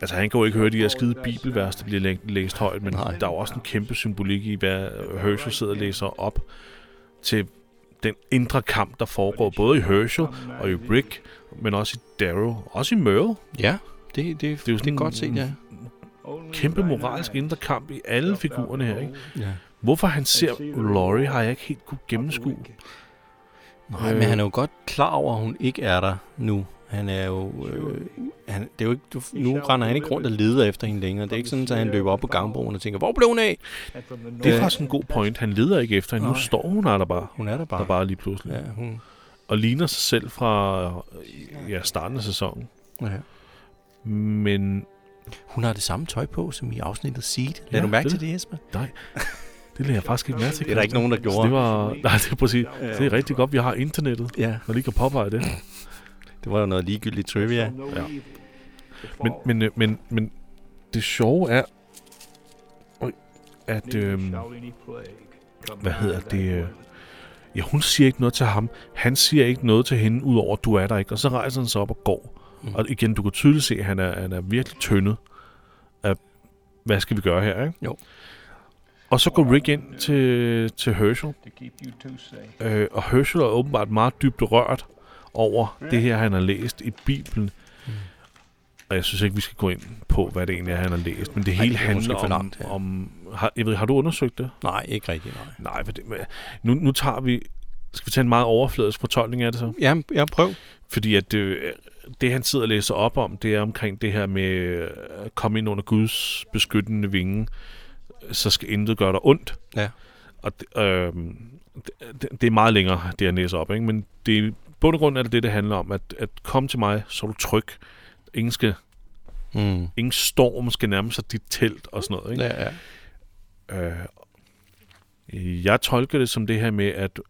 A: altså, han kan jo ikke høre de her skide bibelvers, der bliver læ- læst højt, men
B: Nej.
A: Nej. der er jo også en kæmpe symbolik i, hvad Herschel sidder og læser op til den indre kamp, der foregår både i Herschel og i Rick, men også i Darrow, også i Merle.
B: Ja, det, det, det,
A: er jo
B: det er
A: sådan
B: godt set, ja.
A: Kæmpe moralsk indre kamp i alle figurerne her, ikke?
B: ja.
A: Hvorfor han ser Laurie, har jeg ikke helt kunne gennemskue.
B: Nej, øh. men han er jo godt klar over, at hun ikke er der nu. Han er jo... Øh, han, det er jo ikke, du, nu render han ikke rundt og leder efter hende længere. Det er ikke sådan, at han løber op på gangbroen og tænker, hvor blev hun af?
A: Det er faktisk en god point. Han leder ikke efter hende. Nu står hun her der bare.
B: Hun er der bare.
A: Der bare lige pludselig.
B: Ja, hun,
A: Og ligner sig selv fra ja, starten af sæsonen.
B: ja.
A: Men
B: hun har det samme tøj på, som i afsnittet Seed. Lad
A: Ja,
B: du mærke
A: det-
B: til det, Jesper?
A: nej, det lader jeg faktisk ikke mærke til.
B: Det er der ikke nogen, der
A: Så
B: gjorde.
A: det var, nej, det er præcis. Det er rigtig godt, vi har internettet,
B: Ja,
A: der lige kan påpege det.
B: det var jo noget ligegyldigt trivia.
A: Ja. Men, men, øh, men, men det sjove er, Øj, at øh,
D: hvad hedder det? øh,
A: ja, hun siger ikke noget til ham. Han siger ikke noget til hende, udover du er der ikke. Og så rejser han sig op og går.
B: Mm.
A: Mm. Og igen, du kan tydeligt se, at han er, han er virkelig tyndet af, hvad skal vi gøre her, ikke?
B: Jo.
A: Og så går Rick ind til, til Herschel, øh, og Herschel er åbenbart meget dybt rørt over det her, han har læst i Bibelen.
B: Mm.
A: Og jeg synes ikke, vi skal gå ind på, hvad det egentlig er, han har læst, men det
B: Nej,
A: hele
B: det er måske
A: handler
B: for
A: om...
B: langt, ja.
A: om har, jeg ved, har du undersøgt det?
B: Nej, ikke rigtigt, nej.
A: Nej, for det, men nu, nu tager vi... Skal vi tage en meget overfladisk fortolkning af det så?
B: Ja, jeg prøv.
A: Fordi at det, det, han sidder og læser op om, det er omkring det her med øh, at komme ind under Guds beskyttende vinge, så skal intet gøre dig ondt.
B: Ja.
A: Og det, øh, det, det er meget længere, det jeg læser op, ikke? men det er i bund og grund er det det, det handler om, at, at komme til mig, så er du tryg. Ingen, skal,
B: Mm.
A: ingen storm skal nærme sig dit telt og sådan noget. Ikke?
B: Ja, ja.
A: Øh, jeg tolker det som det her med, at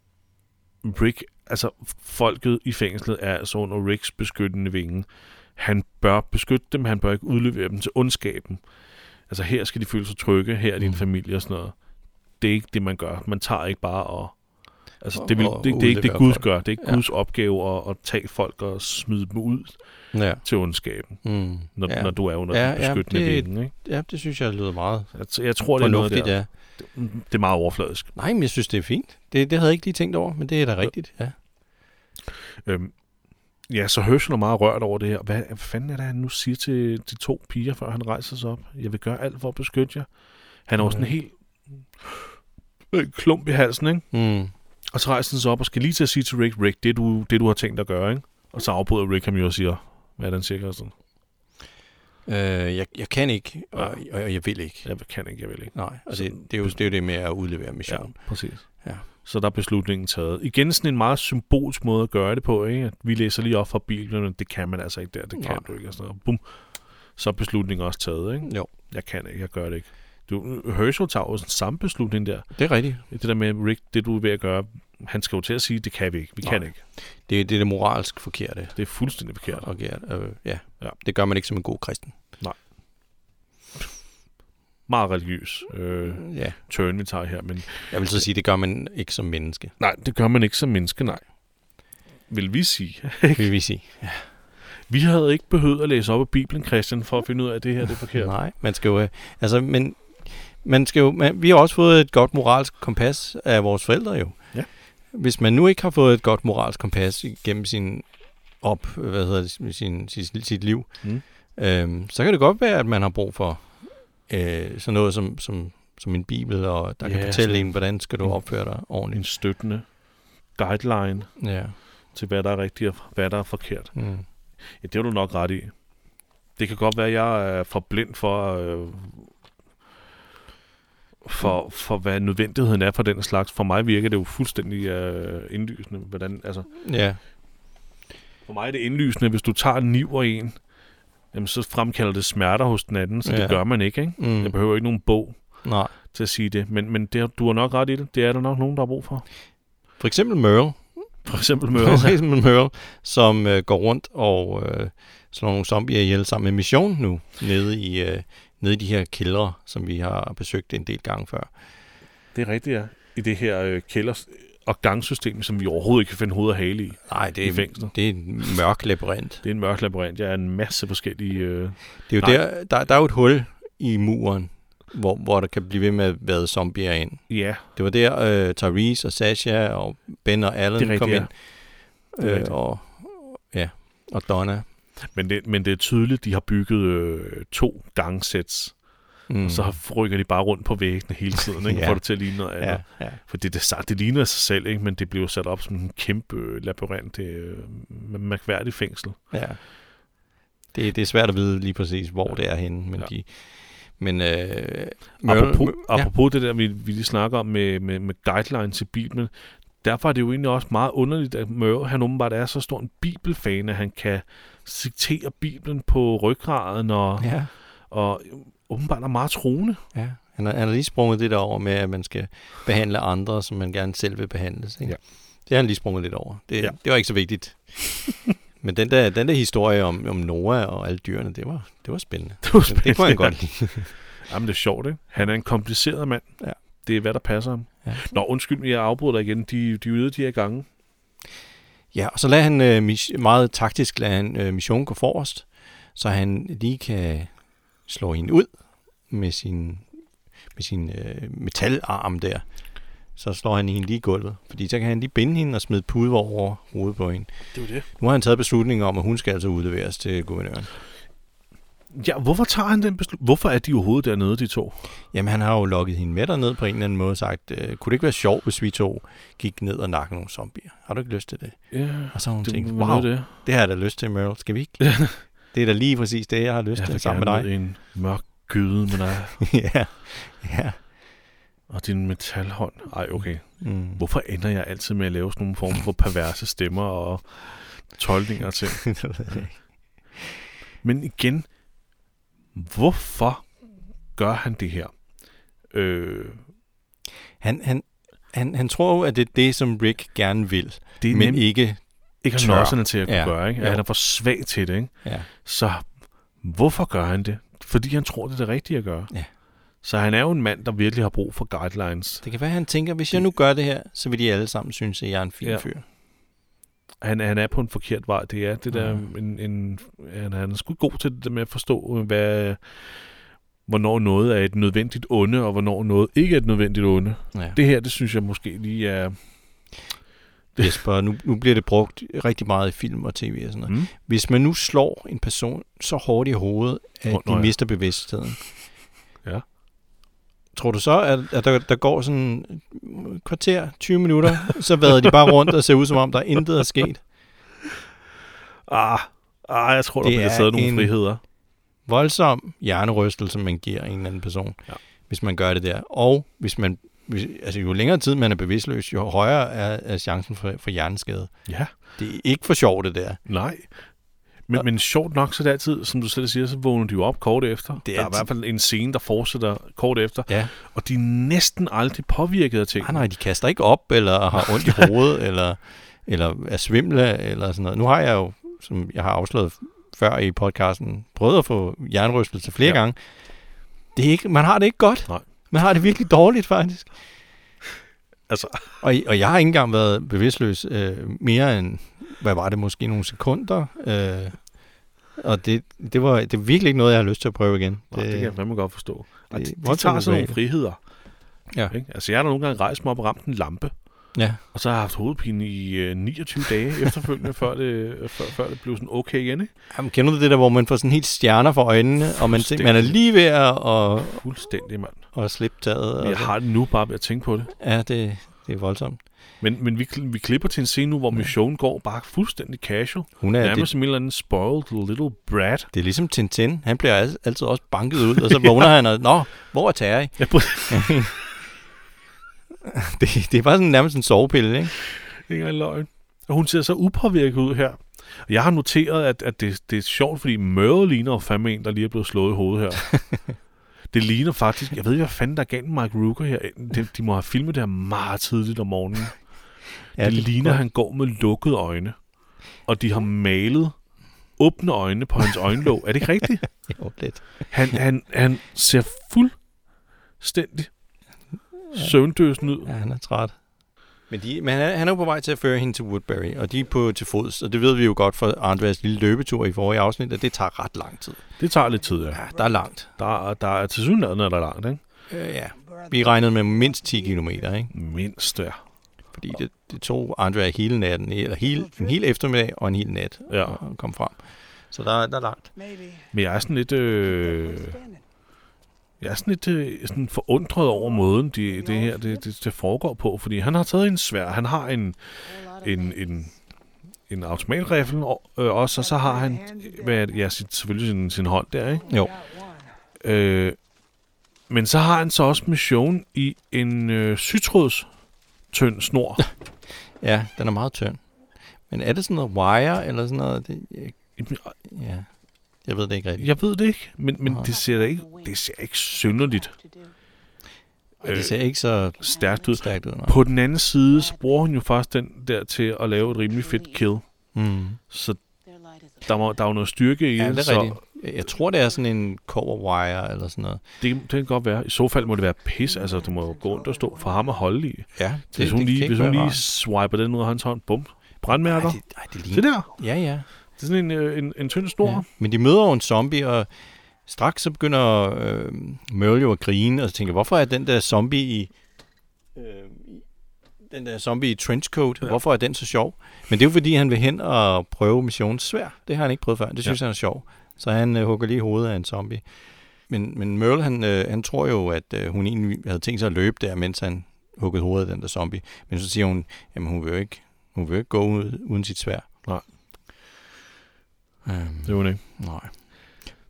A: Rick, altså folket i fængslet er altså under Ricks beskyttende vinge. Han bør beskytte dem, han bør ikke udlevere dem til ondskaben. Altså her skal de føle sig trygge, her er din
B: Mm.
A: familie og sådan noget. Det er ikke det, man gør. Man tager ikke bare og... Altså,
B: Og-
A: det, vil,
B: og
A: det, det er ikke det,
B: udlevere
A: Gud
B: folk.
A: gør. Det er ikke
B: Ja.
A: Guds opgave at, at tage folk og smide dem ud
B: Ja.
A: til ondskaben,
B: Mm.
A: når,
B: ja.
A: ja. når du er under
B: Ja,
A: ja,
B: ja,
A: den beskyttende ja,
B: det-
A: vinge. Ikke?
B: ja, det synes jeg lyder meget
A: Altså, jeg tror, det er noget
B: fornuftigt,
A: der.
B: ja.
A: Det er meget overfladisk.
B: Nej, men jeg synes, det er fint. Det, det havde jeg ikke lige tænkt over, men det er da rigtigt, ja.
A: Øhm, ja, så Herschel er meget rørt over det her. Hvad, hvad fanden er det, han nu siger til de to piger, før han rejser sig op? Jeg vil gøre alt for at beskytte jer. Han er jo sådan
B: Ja.
A: helt øh, klump i halsen, ikke?
B: Mm.
A: Og så rejser han sig op og skal lige til at sige til Rick, Rick, det du, det du har tænkt at gøre, ikke? Og så afbryder Rick ham jo og siger, hvad er det, han siger, Christian?
B: Øh, jeg, jeg kan ikke, og, og, og jeg vil ikke.
A: Jeg kan ikke, jeg vil ikke.
B: Nej, og
A: Så-
B: det, det, er jo, det er jo det med at udlevere mission.
A: præcis.
B: Ja.
A: Så der er beslutningen taget. Igen sådan en meget symbolsk måde at gøre det på, ikke? At vi læser lige op fra Bibelen, men det kan man altså ikke der, det kan
B: Nej.
A: du ikke, og sådan noget. Bum. Så er beslutningen også taget, ikke?
B: Jo,
A: jeg kan ikke, jeg gør det ikke. Du, Herschel tager jo den samme beslutning der.
B: det er rigtigt.
A: Det der med, Rick, det du er ved at gøre, han skal jo til at sige, det kan vi ikke, vi
B: Nej.
A: kan ikke.
B: Det, det er det moralsk forkerte.
A: Det er fuldstændig forkert.
B: Og, gært- øh, ja.
A: Ja.
B: ja, det gør man ikke som en god kristen.
A: Meget religiøs øh,
B: Ja.
A: turn, vi tager her, men
B: Jeg vil så sige, det gør man ikke som menneske,
A: nej, det gør man ikke som menneske, nej. Vil vi sige.
B: vil vi sige.
A: Vi havde ikke behøvet at læse op af Bibelen, Christian, for at finde ud af, at det her det er forkert.
B: Nej, man skal jo... øh, Altså, men, man skal jo man, vi har også fået et godt moralsk kompas af vores forældre jo.
A: Ja.
B: Hvis man nu ikke har fået et godt moralsk kompas gennem sin op, hvad hedder det, sin, sit, sit liv,
A: Mm.
B: øhm, så kan det godt være, at man har brug for øh, sådan noget som, som, som en bibel, og der
A: Ja,
B: kan fortælle
A: sådan-
B: en, hvordan skal du
A: Mm.
B: opføre dig
A: En
B: ordentligt.
A: støttende guideline
B: Ja.
A: til, hvad der er rigtigt og hvad der er forkert.
B: Mm.
A: Ja, det har du nok ret i. Det kan godt være, at jeg er for blind for, øh, for, for hvad nødvendigheden er for den slags. For mig virker det jo fuldstændig øh, indlysende. Hvordan, altså,
B: Ja.
A: for mig er det indlysende, hvis du tager en kniv og en, jamen, så fremkalder det smerter hos den anden, så ja.
B: Ja.
A: det gør man ikke. ikke?
B: Mm.
A: Jeg behøver ikke nogen bog
B: Nej.
A: til at sige det. Men, men det, har- du har nok ret i det. Det er der nok nogen, der har brug for.
B: For eksempel Merle,
A: For eksempel
B: For
A: møder.
B: eksempel Merle, som øh, går rundt og øh, slår nogle zombier ihjel sammen med Mission nu, nede i, øh, nede i de her kældre, som vi har besøgt en del gange før.
A: det er rigtigt, ja. I det her øh, kælder- og gangsystem, som vi overhovedet ikke kan finde hoved og hale i.
B: Nej, det
A: I fængslet.
B: det er en mørk labyrint.
A: Det er en mørk labyrint. Jeg er en masse forskellige... Øh,
B: Det er jo
A: Nej.
B: der, der, der er jo et hul i muren, hvor, hvor der kan blive ved med at være zombier ind.
A: ja,
B: Det var der, øh, Tyrese og Sasha og Ben og Allen
A: Det er rigtigt,
B: kom
A: ja.
B: ind. Øh,
A: Det er rigtigt.
B: og, ja, og Donna.
A: Men det, men det er tydeligt, de har bygget øh, to gangsets.
B: Mm.
A: mm. så rykker de bare rundt på væggene hele tiden, ikke?
B: Ja.
A: ja. får det til at ligne noget andet.
B: ja, ja.
A: For det, det, sa- det ligner sig selv, ikke? men det bliver jo sat op som en kæmpe øh, labyrint, det, øh, mærkværdigt fængsel.
B: Ja. Det, det er svært at vide lige præcis, hvor
A: Ja.
B: ja. det er henne, men ja.
A: Ja.
B: de... Men, øh, Møller-
A: Apropos,
B: Mø- ja.
A: apropos det der, vi, vi lige snakker om med, med, med guidelines til Bibelen, derfor er det jo egentlig også meget underligt, at Møre, han åbenbart er så stor en bibelfan, at han kan citere Bibelen på ryggraden, og, ja.
B: ja,
A: og åbenbart er meget troende.
B: ja. Han, har, han har lige sprunget det der over med, at man skal behandle andre, som man gerne selv vil behandles. Ikke?
A: Ja.
B: Det har han lige sprunget lidt over. Det, ja.
A: Ja.
B: det var ikke så vigtigt. men den der, den der historie om, om Noah og alle dyrene, det var, det var spændende.
A: Det, var
B: Det, det kunne
A: spændende.
B: han godt lide.
A: Jamen, det er sjovt, ikke? Han er en kompliceret mand.
B: Ja.
A: Det er, hvad der passer ham.
B: Ja.
A: Ja. Nå, undskyld, jeg afbryder dig igen. De, de ydede de her gange.
B: Ja, og så lader han øh, mis- meget taktisk lader han øh, missionen gå forrest, så han lige kan slå hende ud med sin, med sin øh, metalarm der. Så slår han hende lige i gulvet, fordi så kan han lige binde hende og smide puder over hovedet på hende.
A: Det var det.
B: Nu har han taget beslutningen om, at hun skal altså udleveres til guvernøren.
A: Ja, hvorfor tager han den beslutning? Hvorfor er de overhovedet dernede, de to?
B: Jamen, han har jo lokket hende med derned på en eller anden måde og sagt, øh, kunne det ikke være sjovt, hvis vi to gik ned og nakkede nogle zombier? Har du ikke lyst til det?
A: Ja,
B: Og så har hun
A: det
B: tænkt,
A: var
B: wow,
A: noget
B: det.
A: det.
B: det har jeg da lyst til, Meryl. Skal vi ikke? det er da lige præcis det, jeg har lyst
A: Jeg
B: til
A: vil
B: sammen
A: gerne
B: med dig.
A: ned i en mørk gyde med dig
B: ja, ja.
A: og din metalhånd. Ej, okay.
B: Mm.
A: Hvorfor ender jeg altid med at lave sådan nogle form for perverse stemmer og tolkninger og ting?
B: Det ved jeg ikke.
A: Men igen, hvorfor gør han det her? Øh,
B: han, han, han, han tror jo, at det er det, som Rick gerne vil,
A: det er
B: men
A: nemlig
B: ikke...
A: ikke har
B: tør.
A: nødserne til at kunne
B: Ja,
A: gøre. Ikke?
B: jo.
A: At han er for svag til det. Ikke?
B: Ja.
A: Så hvorfor gør han det? Fordi han tror, det er det rigtige at gøre.
B: Ja.
A: Så han er jo en mand, der virkelig har brug for guidelines.
B: Det kan være, at han tænker, hvis jeg nu gør det her, så vil de alle sammen synes, at jeg er en fin ja.
A: Ja.
B: fyr.
A: Han, han er på en forkert vej. Det er det der,
B: Mhm.
A: en, en, han, han er sgu god til det der med at forstå, øh, hvad, hvornår noget er et nødvendigt onde, og hvornår noget ikke er et nødvendigt onde.
B: Ja.
A: Det her, det synes jeg måske lige er...
B: Det. Jesper, nu, nu bliver det brugt rigtig meget i film og tv og sådan noget.
A: Mm.
B: Hvis man nu slår en person så hårdt i hovedet, at
A: Nå,
B: oh,
A: nå
B: de
A: ja.
B: mister bevidstheden.
A: Ja.
B: Tror du så, at, at der, der går sådan et kvarter, 20 minutter, så vader de bare rundt og ser ud, som om der intet er sket?
A: Ah, ah, jeg tror, der
B: Det
A: bliver
B: er
A: taget nogle
B: en-
A: friheder.
B: voldsom hjernerystelse, man giver en eller anden person, ja.
A: Ja.
B: hvis man gør det der. Og hvis man, hvis, altså jo længere tid man er bevidstløs, jo højere er, er chancen for, for hjerneskade.
A: Ja,
B: Det er ikke for sjovt, det der.
A: nej. Men,
B: Og-
A: men sjovt nok, så er det altid, som du selv siger, så vågner de jo op kort efter.
B: Det er
A: der er i
B: altid-
A: hvert fald en scene, der fortsætter kort efter,
B: Ja.
A: og de er næsten aldrig påvirket af ting.
B: Ah, Nej, nej, de kaster ikke op, eller har ondt i hovedet, eller, eller er svimle, eller sådan noget. Nu har jeg jo, som jeg har afsløret før i podcasten, prøvet at få hjernerystelse flere ja.
A: Ja.
B: gange. Det er ikke, man har det ikke godt.
A: Nej.
B: Man har det virkelig dårligt, faktisk.
A: Altså,
B: Og, og jeg har ikke engang været bevidstløs øh, mere end, hvad var det, måske nogle sekunder. Øh, og det, det, var, det er virkelig ikke noget, jeg har lyst til at prøve igen.
A: nej, det, det kan jeg fandme godt forstå. Og
B: det
A: de,
B: er
A: de
B: voldsomt
A: tager sådan nogle
B: ubehageligt.
A: friheder.
B: Ja.
A: Ikke? Altså, jeg har da nogle gange rejst mig op og ramt en lampe,
B: Ja,
A: og så har jeg haft hovedpine i øh, 29 dage efterfølgende, før, det, før, før det blev sådan okay igen. Ikke?
B: Jamen, kender du det der, hvor man får sådan helt stjerner for øjnene, og man, tænker, man er lige ved at og,
A: Fuldstændig, mand.
B: og slippe taget? Og
A: Jeg har det nu bare ved at tænke på det.
B: Ja, det, det er voldsomt.
A: Men, men vi, kl- vi klipper til en scene nu, hvor missionen går bare fuldstændig casual.
B: Hun er,
A: Ja, Nærmest
B: det,
A: som en eller anden spoiled little brat.
B: det er ligesom Tintin. Han bliver al- altid også banket ud, og så vågner han og, Nå, hvor er Terry?
A: Ja, på-
B: Det, det er bare sådan, nærmest en sovepille, ikke?
A: Det er ikke engang løgn. Og hun ser så upåvirket ud her. Og Jeg har noteret, at, at det, det er sjovt, fordi Møre ligner jo fandme en, der lige er blevet slået i hovedet her. det ligner faktisk... Jeg ved ikke, hvad fanden der er galt med Mike Rooker her. De, de må have filmet det her meget tidligt om morgenen. Ja, det, det ligner, at han går med lukkede øjne. Og de har malet åbne øjne på hans øjenlåg. Er det ikke rigtigt?
B: Jo, lidt.
A: Han, han, han ser fuldstændig søvndøsen ud.
B: Ja, han er træt. Men, de, men han, er, han er jo på vej til at føre hende til Woodbury, og de er på til fods, og det ved vi jo godt fra Andreas lille løbetur i forrige afsnit, at det tager ret lang tid.
A: Det tager lidt tid, ja.
B: Ja, der er langt.
A: Der, er- der er til synligheden, der er langt, ikke?
B: Øh, ja. Vi regnede med mindst 10 km, ikke?
A: Mindst der.
B: Fordi det, det tog Andrea hele natten, eller hele, en hel eftermiddag og en hel nat
A: Ja.
B: at komme frem. Så der, er- der er langt.
C: Maybe.
A: Men jeg er sådan lidt... Øh, Jeg er sådan lidt øh, sådan forundret over måden, de, det her det, det, det foregår på, fordi han har taget en svær, han har en, en, en, en automatrifle og, øh, også, og så har han øh, hvad, er det? ja, sit, selvfølgelig sin, sin hånd der, ikke?
B: Jo.
A: Øh, men så har han så også mission i en øh, sytråds tynd snor.
B: Ja, den er meget tynd. Men er det sådan noget wire, eller sådan noget? Det, jeg,
A: Jamen,
B: ja. Jeg ved det ikke rigtigt.
A: Jeg ved det ikke, men, men
B: Nej.
A: det ser da ikke, det ser ikke synderligt øh,
B: Ja, det ser ikke så
A: stærkt ud.
B: stærkt ud. Nej.
A: På den anden side, så bruger hun jo faktisk den der til at lave et rimelig fedt kill.
B: Mm.
A: Så der, må, der er jo noget styrke i
B: Ja,
A: det,
B: det er
A: så
B: rigtigt. Jeg- Jeg tror, det er sådan en cover wire eller sådan noget.
A: det, det kan godt være. I så fald må det være pis, altså det må jo gå rundt og stå for ham at holde i.
B: Ja, det,
A: Hvis hun
B: det
A: lige,
B: kan
A: hvis hun
B: ikke være
A: lige
B: rart.
A: swiper den ud af hans hånd, bum, brandmærker.
B: Ej, det, ej, det
A: Se
B: ligner...
A: der,
B: Ja, ja.
A: det er sådan en, øh, en, en tynd snor.
B: ja. Men de møder jo en zombie, og straks så begynder øh, Merle jo at grine, og så tænker, hvorfor er den der zombie i... Øh, i- den der zombie i trenchcoat, ja. hvorfor er den så sjov? Men det er jo fordi, han vil hen og prøve missionen svær. Det har han ikke prøvet før. Det synes ja. han er sjov. Så han øh, hugger lige hovedet af en zombie. Men, men Merle, han, øh, han tror jo, at øh, hun egentlig havde tænkt sig at løbe der, mens han huggede hovedet af den der zombie. Men så siger hun, jamen hun vil jo ikke, hun vil jo ikke gå ud, uden sit svær.
A: Nej.
B: Øhm,
A: Det er hun ikke.
B: Nej.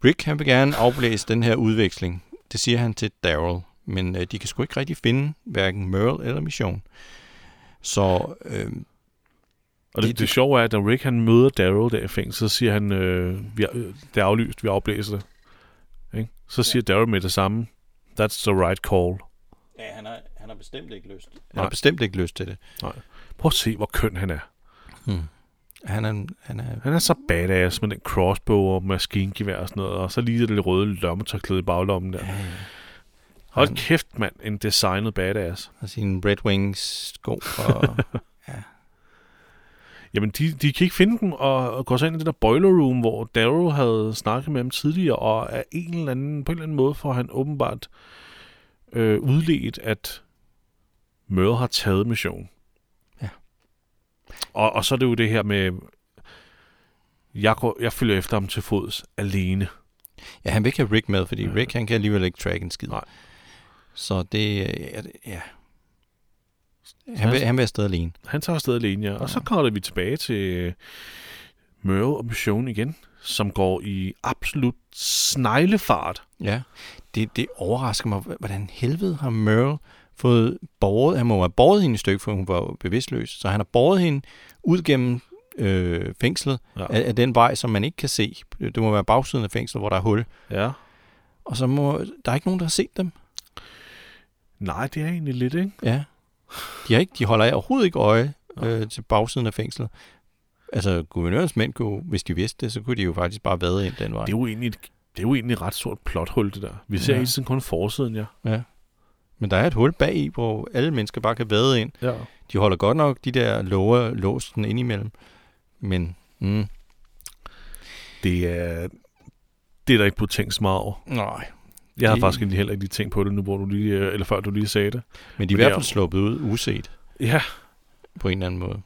B: Rick han vil gerne afblæse den her udveksling. Det siger han til Daryl. Men øh, de kan sgu ikke rigtig finde hverken Merle eller Mission. Så øh,
A: Og det,
B: Det-
A: det,
B: det-
A: det sjove er, at da Rick han møder Daryl der i fængsel, så siger han, øh, vi er, øh, det er aflyst, vi afblæser det. Ikke? Så siger Daryl med det samme, that's the right call.
B: ja, han, har, han har bestemt ikke lyst. Han
A: Nej.
B: har bestemt ikke lyst til det.
A: Prøv at se, hvor køn han er.
B: Hmm. Han er, han er,
A: Han er så badass med den crossbow og maskingevær og sådan noget, og så lige det røde lommetørklæde i baglommen der.
B: ja, ja.
A: Hold
B: Han-
A: kæft, mand, en designet badass.
B: Og sine Red Wings sko. Og,
A: Jamen, de, de kan ikke finde dem, og og går så ind i det der boiler room, hvor Darrow havde snakket med ham tidligere, og af en eller anden, på en eller anden måde får han åbenbart øh, udledt, at Møre har taget mission.
B: Ja.
A: Og, og så er det jo det her med, jeg, går, jeg følger efter ham til fods alene.
B: ja, han vil ikke have Rick med, fordi
A: Ja.
B: Rick han kan alligevel ikke track en skid.
A: Nej.
B: Så det øh, ja, det- ja. Han vil, han vil afsted alene.
A: Han tager afsted alene, ja. Og så
B: Ja.
A: kommer vi tilbage til Møre og missionen igen, som går i absolut sneglefart
B: Ja, det, det overrasker mig, hv- hvordan helvede har Merle fået borget, han må have borget hende et stykke, for hun var jo bevidstløs, så han har borget hende ud gennem øh, fængslet
A: Ja.
B: ja. af, af den vej, som man ikke kan se. Det må være bagsiden af fængslet, hvor der er hul.
A: ja.
B: Og så må, der er ikke nogen, der har set dem.
A: Nej, det er egentlig lidt, ikke?
B: Ja. De, har ikke, de holder overhovedet ikke øje øh, til bagsiden af fængslet. Altså, guvernørens mænd kunne, hvis de vidste det, så kunne de jo faktisk bare vade ind den vej.
A: Det er jo egentlig et, det er jo egentlig et ret stort plothul, det der. Vi ser
B: Ja.
A: hele tiden kun forsiden, ja.
B: Men der er et hul bag i, hvor alle mennesker bare kan vade ind.
A: ja.
B: De holder godt nok de der låger låsen ind imellem. Men mm,
A: Det er... Det er der ikke blevet tænkt så meget over.
B: nej.
A: Jeg har
B: Det-
A: faktisk egentlig heller ikke lige tænkt på det nu, hvor du lige, øh, eller før du lige sagde det.
B: Men de er i
A: det
B: hvert
A: er-
B: fald sluppet ud uset
A: Ja,
B: på en eller anden måde.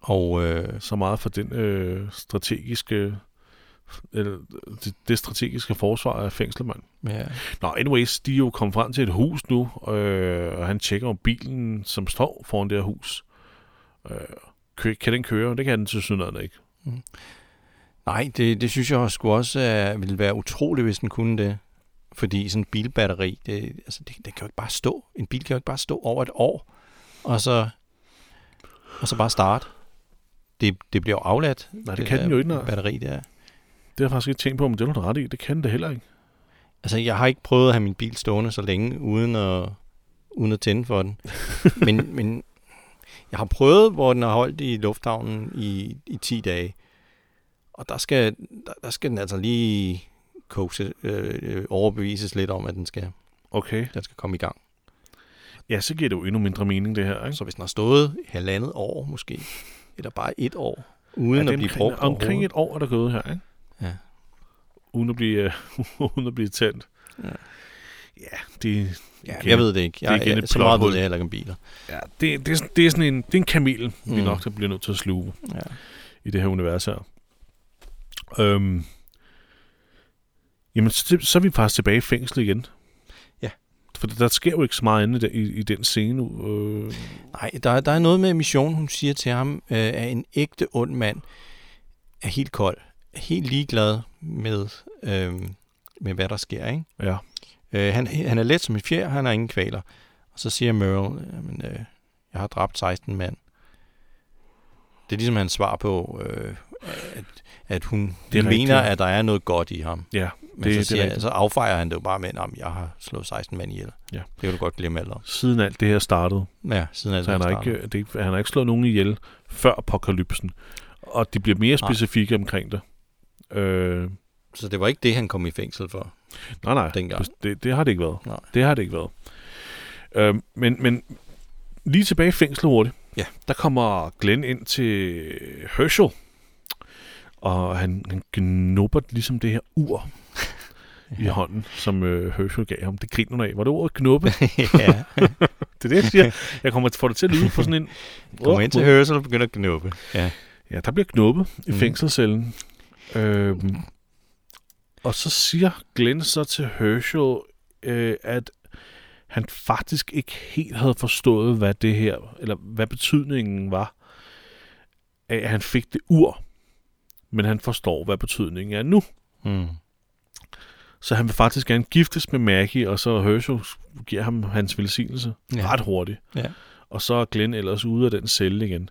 B: Og øh,
A: så meget for den øh, strategiske eller øh, det, det strategiske forsvar af fængslemand.
B: ja,
A: Nå, anyways, de er jo kommet frem til et hus nu, øh, og han tjekker om bilen, som står foran det her hus. Øh, kø- kan den køre? Det kan den til synligheden ikke.
B: nej, det, det synes jeg sgu også øh, ville være utroligt, hvis den kunne det. Fordi sådan en bilbatteri, det, altså, det, det kan jo ikke bare stå. En bil kan jo ikke bare stå over et år, og så, og så bare starte. Det, det bliver jo afladt.
A: Nej, det kan den
B: der
A: jo ikke, nej.
B: Batteri der.
A: Det har jeg faktisk ikke tænkt på, men det er du da ret i. Det kan det heller ikke.
B: Altså, jeg har ikke prøvet at have min bil stående så længe, uden at, uden at tænde for den. men, men jeg har prøvet, hvor den har holdt i lufthavnen i, i 10 dage. Og der skal, der, der skal den altså lige kokse, øh, øh, overbevises lidt om, at den skal,
A: Okay.
B: den skal komme i gang.
A: Ja, så giver det jo endnu mindre mening, det her. Ikke?
B: Så hvis den har stået halvandet år måske, eller bare et år, uden
A: Ja,
B: at
A: det
B: blive
A: er
B: brugt
A: omkring, omkring et år er der gået her, ikke?
B: Ja.
A: Uden at blive, uh, uden at blive tændt.
B: Ja.
A: Ja, det,
B: Ja,
A: igen.
B: jeg ved det ikke.
A: er
B: Jeg,
A: igen
B: jeg,
A: et
B: så meget ved
A: plothul.
B: jeg heller ikke om biler.
A: ja, det, det, er sådan- det, er sådan en, det er en kamel, mm. vi
B: Mm.
A: nok der bliver nødt til at sluge
B: Ja.
A: i det her univers her. Øhm, jamen, så, så er vi faktisk tilbage i fængsel igen, For der sker jo ikke så meget andet i, i den scene. Øh.
B: Nej, der, er- der er noget med missionen, hun siger til ham, øh, at en ægte ond mand er helt kold, er helt ligeglad med, øh, med hvad der sker. Ikke?
A: Ja.
B: Øh, han, han er let som en fjer, han har ingen kvaler. Og så siger Merle, jamen, øh, jeg har dræbt 16 mænd. Det er ligesom hans svar på, øh, at, at hun
A: Det er
B: det mener,
A: rigtigt.
B: at der er noget godt i ham.
A: Ja, det-
B: Men det,
A: det er
B: så, siger,
A: rigtigt.
B: det så affejer han det jo bare med, at jeg har slået 16 mænd ihjel.
A: Ja.
B: Det kan du godt glemme alt om.
A: siden alt det her startede.
B: Ja, siden altså,
A: Så han har, ikke, øh, det er ikke, han har ikke slået nogen ihjel før apokalypsen. Og de bliver mere
B: Nej.
A: specifikke omkring det. Øh,
B: så det var ikke det, han kom i fængsel for.
A: nej, nej.
B: Dengang.
A: bes- Det, det har det ikke været.
B: Nej.
A: Det har det ikke været. Øh, men, men lige tilbage i fængslet hurtigt.
B: Ja.
A: Der kommer Glenn ind til Herschel. Og han, han gnubber ligesom det her ur i hånden, som øh, Herschel gav ham. Det griner hun af. Var det ordet knuppe?
B: ja,
A: Det er det, jeg siger. Jeg kommer til at få det til at lyde på sådan en...
B: kommer ind til hørsel og begynder at knuppe. Ja.
A: Ja, der bliver knuppet i
B: Mhm.
A: fængselscellen. Øhm, og så siger Glenn så til Herschel, øh, at han faktisk ikke helt havde forstået, hvad det her, eller hvad betydningen var, af at han fik det ur. Men han forstår, hvad betydningen er nu.
B: Mm.
A: Så han vil faktisk gerne giftes med Maggie, og så Herschel giver ham hans velsignelse ja.
B: Ja.
A: ret hurtigt.
B: Ja.
A: Og så er Glenn ellers ude af den celle igen.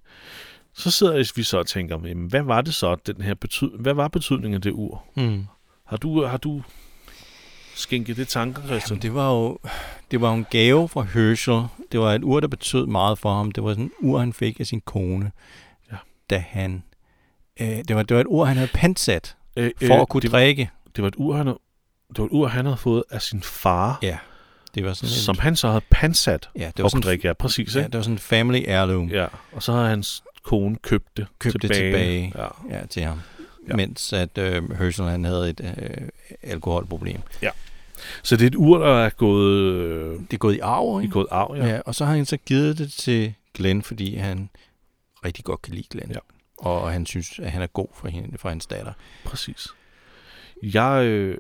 A: Så sidder vi så og tænker, jamen, hvad var det så, den her betyd- hvad var betydningen af det ur?
B: Mm.
A: Har du, har du skænket det tanker, Christian?
B: Jamen, det var jo det var jo en gave fra Herschel. Det var et ur, der betød meget for ham. Det var sådan et ur, han fik af sin kone,
A: Ja.
B: ja. da han... Øh, det, var, det var et ur, han havde pantsat
A: det,
B: for øh, at kunne
A: det,
B: drikke.
A: det, var et ur, han, havde- det var et ur, han havde fået af sin far,
B: Ja, det var sådan
A: som
B: et,
A: han så havde pansat
B: ja,
A: det
B: det var
A: var og
B: sådan,
A: drikke. Ja, præcis.
B: ja,
A: Ikke?
B: det var sådan en family heirloom ja.
A: Ja, og så havde hans kone købt det
B: Købt det
A: tilbage.
B: tilbage.
A: Ja.
B: Ja, til ham.
A: Ja.
B: Ja. Mens at øh, Herschel han havde et øh, alkoholproblem.
A: Så det er et ur, der er gået, øh,
B: Det er gået i arv,
A: i
B: ikke?
A: gået arv, ja.
B: Ja, og så har han så givet det til Glenn, fordi han rigtig godt kan lide Glenn.
A: Ja.
B: Ja. Og han synes, at han er god for, hende, for hans datter.
A: Præcis. Jeg, øh,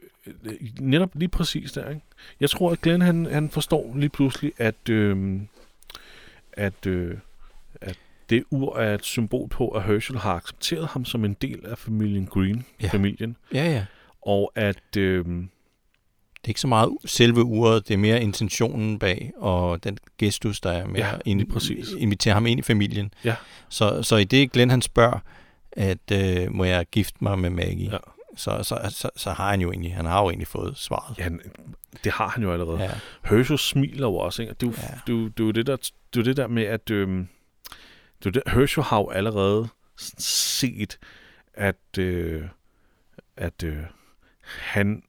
A: netop lige præcis der, ikke? Jeg tror, at Glenn, han, han forstår lige pludselig, at, øh, at, øh, at det ur er et symbol på, at Herschel har accepteret ham som en del af familien Green, ja.
B: Ja.
A: familien,
B: Ja, ja.
A: og at, øh,
B: Det er ikke så meget selve uret, det er mere intentionen bag, og den gestus, der er med
A: Ja,
B: at
A: lige præcis.
B: invitere ham ind i familien.
A: Ja.
B: Så, så i det, Glenn han spørger, at øh, må jeg gifte mig med Maggie,
A: Ja.
B: ja. så, så, så, så har han jo egentlig, han har jo egentlig fået svaret.
A: ja, han, det har han jo allerede. Ja.
B: Ja,
A: Herschel smiler jo også, ikke? Og Det er jo, ja.
B: Ja.
A: det, er jo, det, er jo det, der, det er jo det der med, at øh, det er jo det, Herschel har jo allerede sådan set, at, øh, at øh, han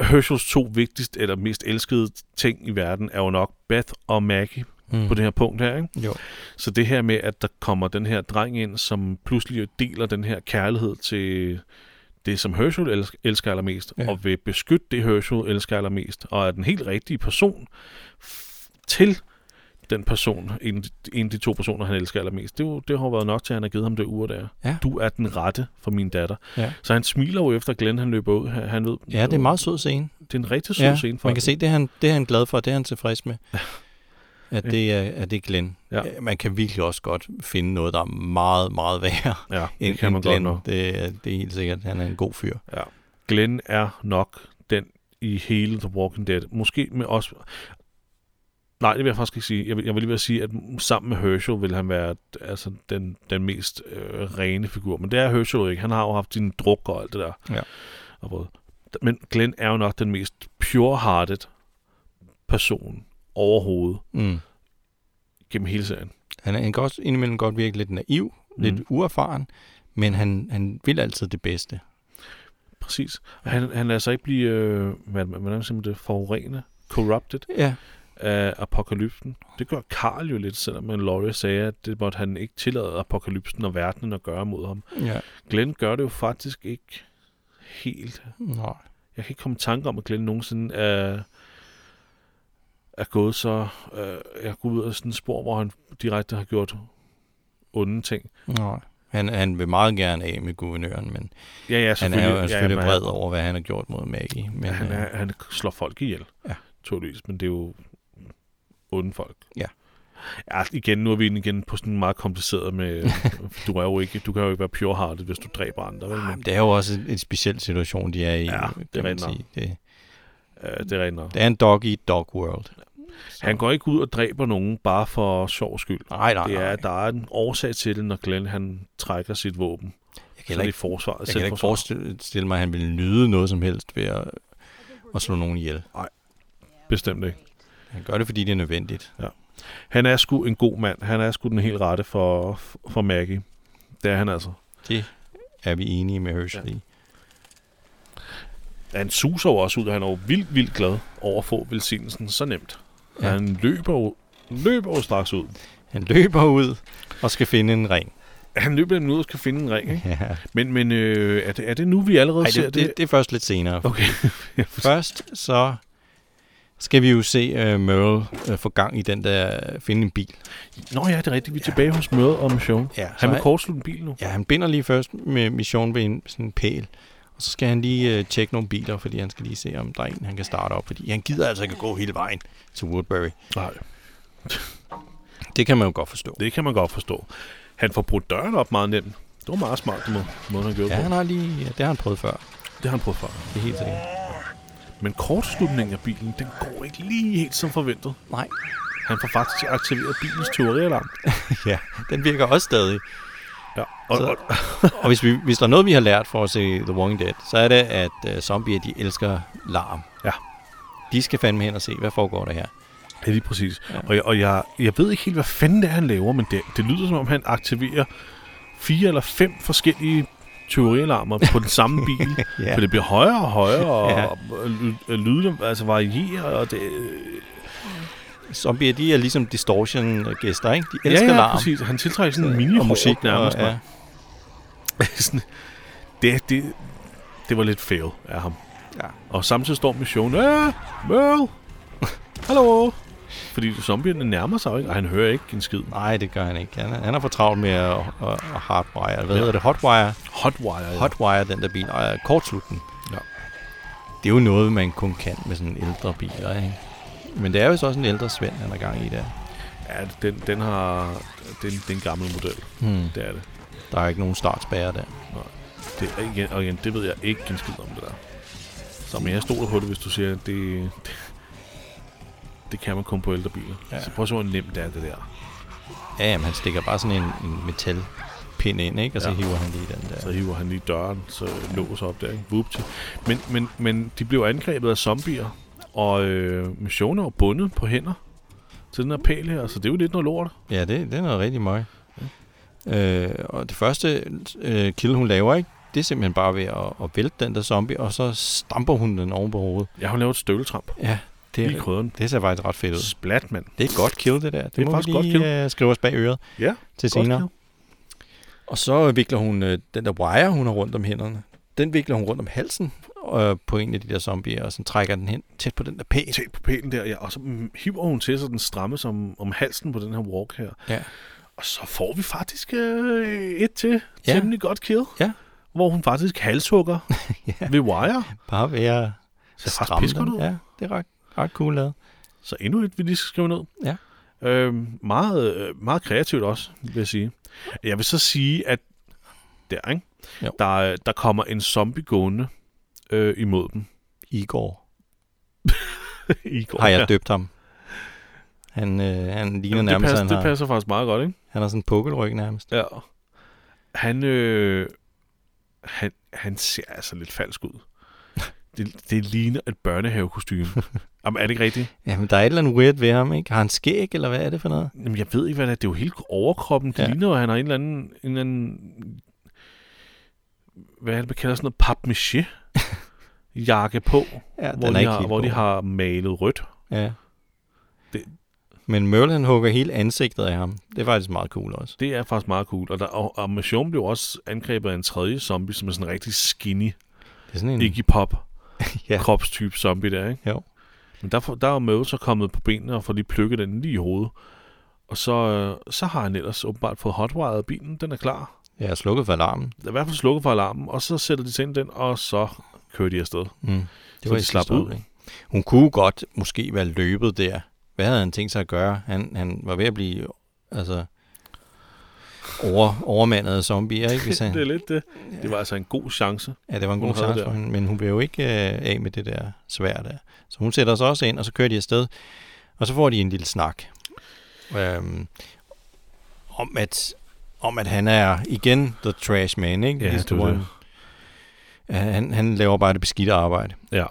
A: Herschels to vigtigste eller mest elskede ting i verden er jo nok Beth og Maggie mm.
B: mm.
A: på det her punkt her. Ikke?
B: Jo.
A: Så det her med, at der kommer den her dreng ind, som pludselig deler den her kærlighed til det, som Herschel elsk- elsker allermest, ja.
B: Ja.
A: og vil beskytte det, Herschel elsker allermest, og er den helt rigtige person f- til den person, en, en af de to personer, han elsker allermest. Det, er jo- det har jo været nok til, at han har givet ham det ur der.
B: Ja.
A: Du er den rette for min datter.
B: Ja.
A: Så han smiler jo efter Glenn, han løber ud. Han, han ved,
B: ja, det er en meget sød scene.
A: det er en rigtig sød
B: Ja,
A: scene.
B: man kan
A: faktisk.
B: se, det er, han, det er han glad for, det er han tilfreds med. At det er, at det er Glenn.
A: Ja.
B: Øh, Man kan virkelig også godt finde noget, der er meget, meget værre
A: Ja,
B: end,
A: det kan man
B: end
A: godt
B: Glenn.
A: nok.
B: Det, er- det er helt sikkert, han er en god fyr.
A: Ja. Glenn er nok den i hele The Walking Dead. Måske med os... Nej, det vil jeg faktisk ikke sige. Jeg vil, jeg vil lige ved at sige, at sammen med Herschel vil han være altså, den, den mest øh, rene figur. Men det er Herschel jo ikke. Han har jo haft sin druk og alt det der.
B: Ja.
A: Og både. Men Glenn er jo nok den mest pure-hearted person overhovedet
B: Mm.
A: gennem hele serien.
B: Han, er, han kan også indimellem godt virke lidt naiv, mm. lidt
A: Mhm.
B: uerfaren, men han, han vil altid det bedste.
A: Præcis. Og han, han lader sig ikke blive, øh, hvad, hvordan siger man det, forurene, corrupted.
B: Ja,
A: af apokalypsen. Det gør Karl jo lidt, selvom Laurie sagde, at det måtte han ikke tillade apokalypsen og verdenen at gøre mod ham.
B: ja.
A: Glenn gør det jo faktisk ikke helt.
B: Nå.
A: Jeg kan ikke komme i tanke om, at Glenn nogensinde er, er gået så... Øh, er gået ud af sådan en spor, hvor han direkte har gjort onde ting.
B: Nå. Han, han vil meget gerne af med guvernøren, men
A: Ja, ja,
B: han er jo
A: ja,
B: selvfølgelig
A: men
B: vred over, hvad han har gjort mod Maggie. Men,
A: han,
B: øh,
A: er, han slår folk ihjel,
B: Ja.
A: naturligvis, men det er jo onde folk.
B: Ja.
A: Ja, igen, nu er vi inde igen på sådan meget kompliceret med, du er jo ikke, du kan jo ikke være pure-hearted, hvis du dræber andre, vel?
B: ah,
A: Men,
B: men det er jo også en, en speciel situation, de er i.
A: Ja,
B: kan
A: det er
B: man
A: rigtig nok.
B: sige. det,
A: øh, det er rent nok.
B: det er en dog-eat-dog world. Så-
A: Han går ikke ud og dræber nogen bare for sjov skyld.
B: Nej, nej,
A: Det er,
B: nej.
A: at der er en årsag til det, når Glenn han trækker sit våben.
B: Jeg
A: Så
B: kan
A: det
B: heller
A: er
B: ikke,
A: forsvar,
B: jeg kan heller ikke
A: selvforsvar.
B: forestille mig, at han ville nyde noget som helst ved at, at slå nogen ihjel.
A: Bestemt ikke.
B: Han gør det, fordi det er nødvendigt.
A: Han er sgu en god mand. Han er sgu den helt rette for, for Maggie. Det er han altså.
B: Er vi enige med Hershey? Ja.
A: Han suser jo også ud, og han er jo vildt, vildt glad over at få velsignelsen så nemt. Ja.
B: Ja.
A: Han løber jo, løber jo straks ud.
B: Han løber ud og skal finde en ring.
A: Han løber nemlig ud og skal finde en ring. Ikke?
B: Ja.
A: Men, men øh, er, det, er det nu, vi allerede
B: Ej,
A: Ej, ser
B: det, det, det er først lidt senere.
A: Okay.
B: Først så skal vi jo se uh, Merle uh, få gang i den der, finde en bil.
A: Nå ja, det er rigtigt. Vi er tilbage hos mødet om show.
B: Ja, så
A: Han må
B: han-
A: kortslutte en bil nu.
B: Ja, han binder lige først med mission ved en sådan en pæl. Og så skal han lige øh, tjekke nogle biler, fordi han skal lige se, om der er en, han kan starte op. Fordi han gider altså ikke at gå hele vejen til Woodbury.
A: Nej,
B: Det kan man jo godt forstå.
A: det kan man godt forstå. Han får brudt døren op meget nemt. Det var meget smart, den måde, måden han gjorde
B: Ja,
A: ja. på.
B: han har lige, ja, det har han prøvet før.
A: Det har han prøvet før.
B: Det er helt sikkert.
A: Men kortslutningen af bilen, den går ikke lige helt som forventet.
B: Nej.
A: Han får faktisk aktiveret bilens teorialarm.
B: Ja, den virker også stadig.
A: Ja. Og,
B: Så-
A: og,
B: Og hvis, vi, hvis der er noget, vi har lært for at se The Walking Dead, så er det, at øh, zombier, de elsker larm.
A: Ja.
B: De skal fandme hen og se, hvad foregår der her.
A: Ja, lige præcis. Ja.
B: Ja.
A: Og, jeg, og jeg, jeg ved ikke helt, hvad fanden det er, han laver, men det, det lyder som om, han aktiverer fire eller fem forskellige teorialarmer på den samme bil.
B: Ja.
A: For det bliver højere og højere, og,
B: Ja.
A: ja. og, ly- og lyden altså varierer. Og det, øh,
B: Zombier, de er ligesom distortion-gæster, ikke? De elsker
A: ja, ja,
B: larm.
A: præcis. Han tiltrækker sådan en mini
B: og musik
A: nærmest.
B: og, ja.
A: Og, ja. det, det, det var lidt fail af ham.
B: Ja.
A: Og samtidig står missionen, Øh, Merle! Hallo! Fordi zombierne nærmer sig jo ikke, og han hører ikke en skid.
B: Nej, det gør han ikke. Han, er- han har for travlt med at, at, at hardwire. Hvad hedder det? Hotwire?
A: Hotwire. ja.
B: Hotwire, den der bil. Og øh, kortslutten.
A: Ja.
B: Det er jo noget, man kun kan med sådan ældre biler, ikke? Men det er jo så også en ældre Svend, han er gang i der.
A: Ja, den, den har... Den, den gamle model,
B: Hmm.
A: det er det.
B: Der er ikke nogen startspærre der.
A: det er igen, og igen, det ved jeg ikke en skid om det der. Så men jeg stoler på det, hvis du siger, at det, det, det kan man kun på ældre biler. Ja.
B: Ja.
A: Så prøv at se, hvor nemt det er, det der.
B: Ja, jamen, han stikker bare sådan en, en metalpind ind, ikke? Og så
A: Ja.
B: ja. hiver han lige den der.
A: Så hiver han lige døren, så låser op der. ikke? Vupti. Men, men, men de blev angrebet af zombier, og øh, missioner er jo bundet på hænder til den her pæl her, så det er jo lidt noget lort.
B: Ja, det, det er noget rigtig møg. Øh, og det første øh, kill, hun laver, ikke? Det er simpelthen bare ved at, at vælte den der zombie, og så stamper hun den oven på hovedet.
A: Jeg har lavet et støvletramp
B: Ja, det,
A: i
B: er,
A: krydderen.
B: det ser faktisk ret fedt ud.
A: Splat, mand.
B: Det er et godt kill, det der. Det,
A: er
B: det må vi
A: faktisk godt
B: lige øh, skrive os bag øret
A: Ja,
B: til
A: godt
B: senere. Og så vikler hun øh, den der wire, hun har rundt om hænderne. Den vikler hun rundt om halsen øh, på en af de der zombier, og så trækker den hen tæt på den der pæl.
A: tæt på pælen der, ja, og så mm, hiver hun til, så den strammes om, om halsen på den her walk her.
B: Ja.
A: Og så får vi faktisk øh, et til, ja.
B: Ja.
A: temmelig godt kill,
B: Ja.
A: hvor hun faktisk halshugger
B: Ja.
A: ved wire.
B: Bare ved at
A: Så det er faktisk
B: stramme
A: pisse godt
B: den.
A: ud.
B: Ja, det er ret, ret cool lavet.
A: Så endnu et, vi lige skal skrive ned.
B: Ja.
A: Øhm, meget, øh, meget kreativt også, vil jeg sige. Jeg vil så sige, at der, ikke?
B: Jo.
A: Der, øh, der kommer en zombie gående øh, imod dem.
B: Igor
A: I går.
B: har
A: Ja.
B: jeg døbt ham. Han, øh, han ligner
A: Jamen, det,
B: nærmest,
A: passer,
B: han,
A: det
B: har,
A: passer faktisk meget godt, ikke?
B: han har sådan en pukkelryg nærmest.
A: Ja. Han, øh, han, han ser altså lidt falsk ud. Det, det ligner et børnehavekostyme. Jamen, er det ikke rigtigt?
B: Jamen, der er et eller andet weird ved ham, ikke? Har han skæg, eller hvad er det for noget?
A: Jamen, jeg ved ikke, hvad det er. Det er jo hele overkroppen. Det ja.
B: Ja.
A: ligner jo, at han har en eller anden... En eller anden hvad er det, man kalder sådan noget papmaché jakke på,
B: Ja,
A: hvor,
B: er
A: de har,
B: helt
A: hvor de
B: god.
A: har malet rødt.
B: Ja.
A: Det-
B: Men Merle, han hugger hele ansigtet af ham. Det er faktisk meget cool også.
A: Det er faktisk meget cool. Og, der, og, og Mission blev også angrebet af en tredje zombie, som er sådan en rigtig skinny,
B: Det er sådan en...
A: mm. Iggy Pop
B: ja.
A: kropstype zombie der, ikke?
B: Jo.
A: Men der, får- der er Møde så kommet på benene og får lige plukket den lige i hovedet. Og så, øh, så har han ellers åbenbart fået hotwired bilen. Den er klar.
B: Jeg har slukket for alarmen.
A: I hvert fald slukker for alarmen, og så sætter de sig ind i den, og så kører de afsted.
B: Mm. Det
A: de
B: var i
A: slap
B: slap
A: ud.
B: ud. Ikke? Hun kunne godt måske være løbet der. Hvad havde han tænkt sig at gøre? Han, han var ved at blive altså, over, overmandet af zombier, ikke? Hvis han,
A: det er lidt det. Det var altså en god chance.
B: ja, det var en
A: hun
B: god
A: havde
B: chance
A: der.
B: for hende, men hun blev jo ikke øh, af med det der svær der. Så hun sætter sig også ind, og så kører de afsted, og så får de en lille snak. Øhm, om, at, om at han er igen the trash man, ikke?
A: Ja,
B: He's the
A: det var det.
B: one. Ja, Han, han laver bare det beskidte arbejde.
A: Ja.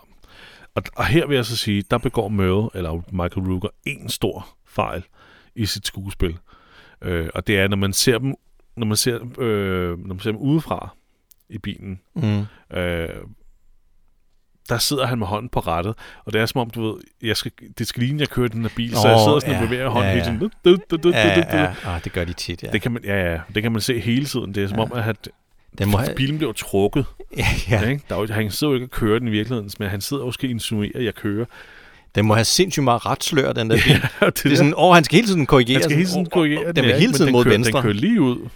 A: Og, og her vil jeg så sige, der begår Merle, eller Michael Rooker, en stor fejl i sit skuespil. Øh, og det er, når man ser dem, når man ser, øh, når man ser dem udefra i bilen,
B: Mm.
A: øh, der sidder han med hånden på rettet, og det er som om, du ved, jeg skal, det skal ligne, jeg kører den her bil, oh, så jeg
B: Åh,
A: sidder sådan og
B: ja,
A: bevæger hånden
B: ja,
A: hele
B: ja.
A: tiden. Du, du, du, du,
B: Ja,
A: du, du.
B: ja, ja. Ah, det gør de tit, ja.
A: Det kan man, ja, ja, det kan man se hele tiden. Det er som
B: Ja.
A: om, at han-
B: Den må have...
A: bilen bliver trukket.
B: Ja,
A: Ja.
B: ja.
A: Ikke? Der er jo, han sidder jo ikke og kører den i virkeligheden, men han sidder måske og insinuerer, at jeg kører.
B: Den må have sindssygt meget retslør, den der bil.
A: Ja, det,
B: Det er sådan, åh, han skal hele tiden korrigere.
A: han skal hele tiden
B: sådan, åh,
A: korrigere
B: Den
A: ja,
B: er hele
A: men
B: tiden
A: den
B: mod
A: kører,
B: venstre.
A: Den kører lige ud.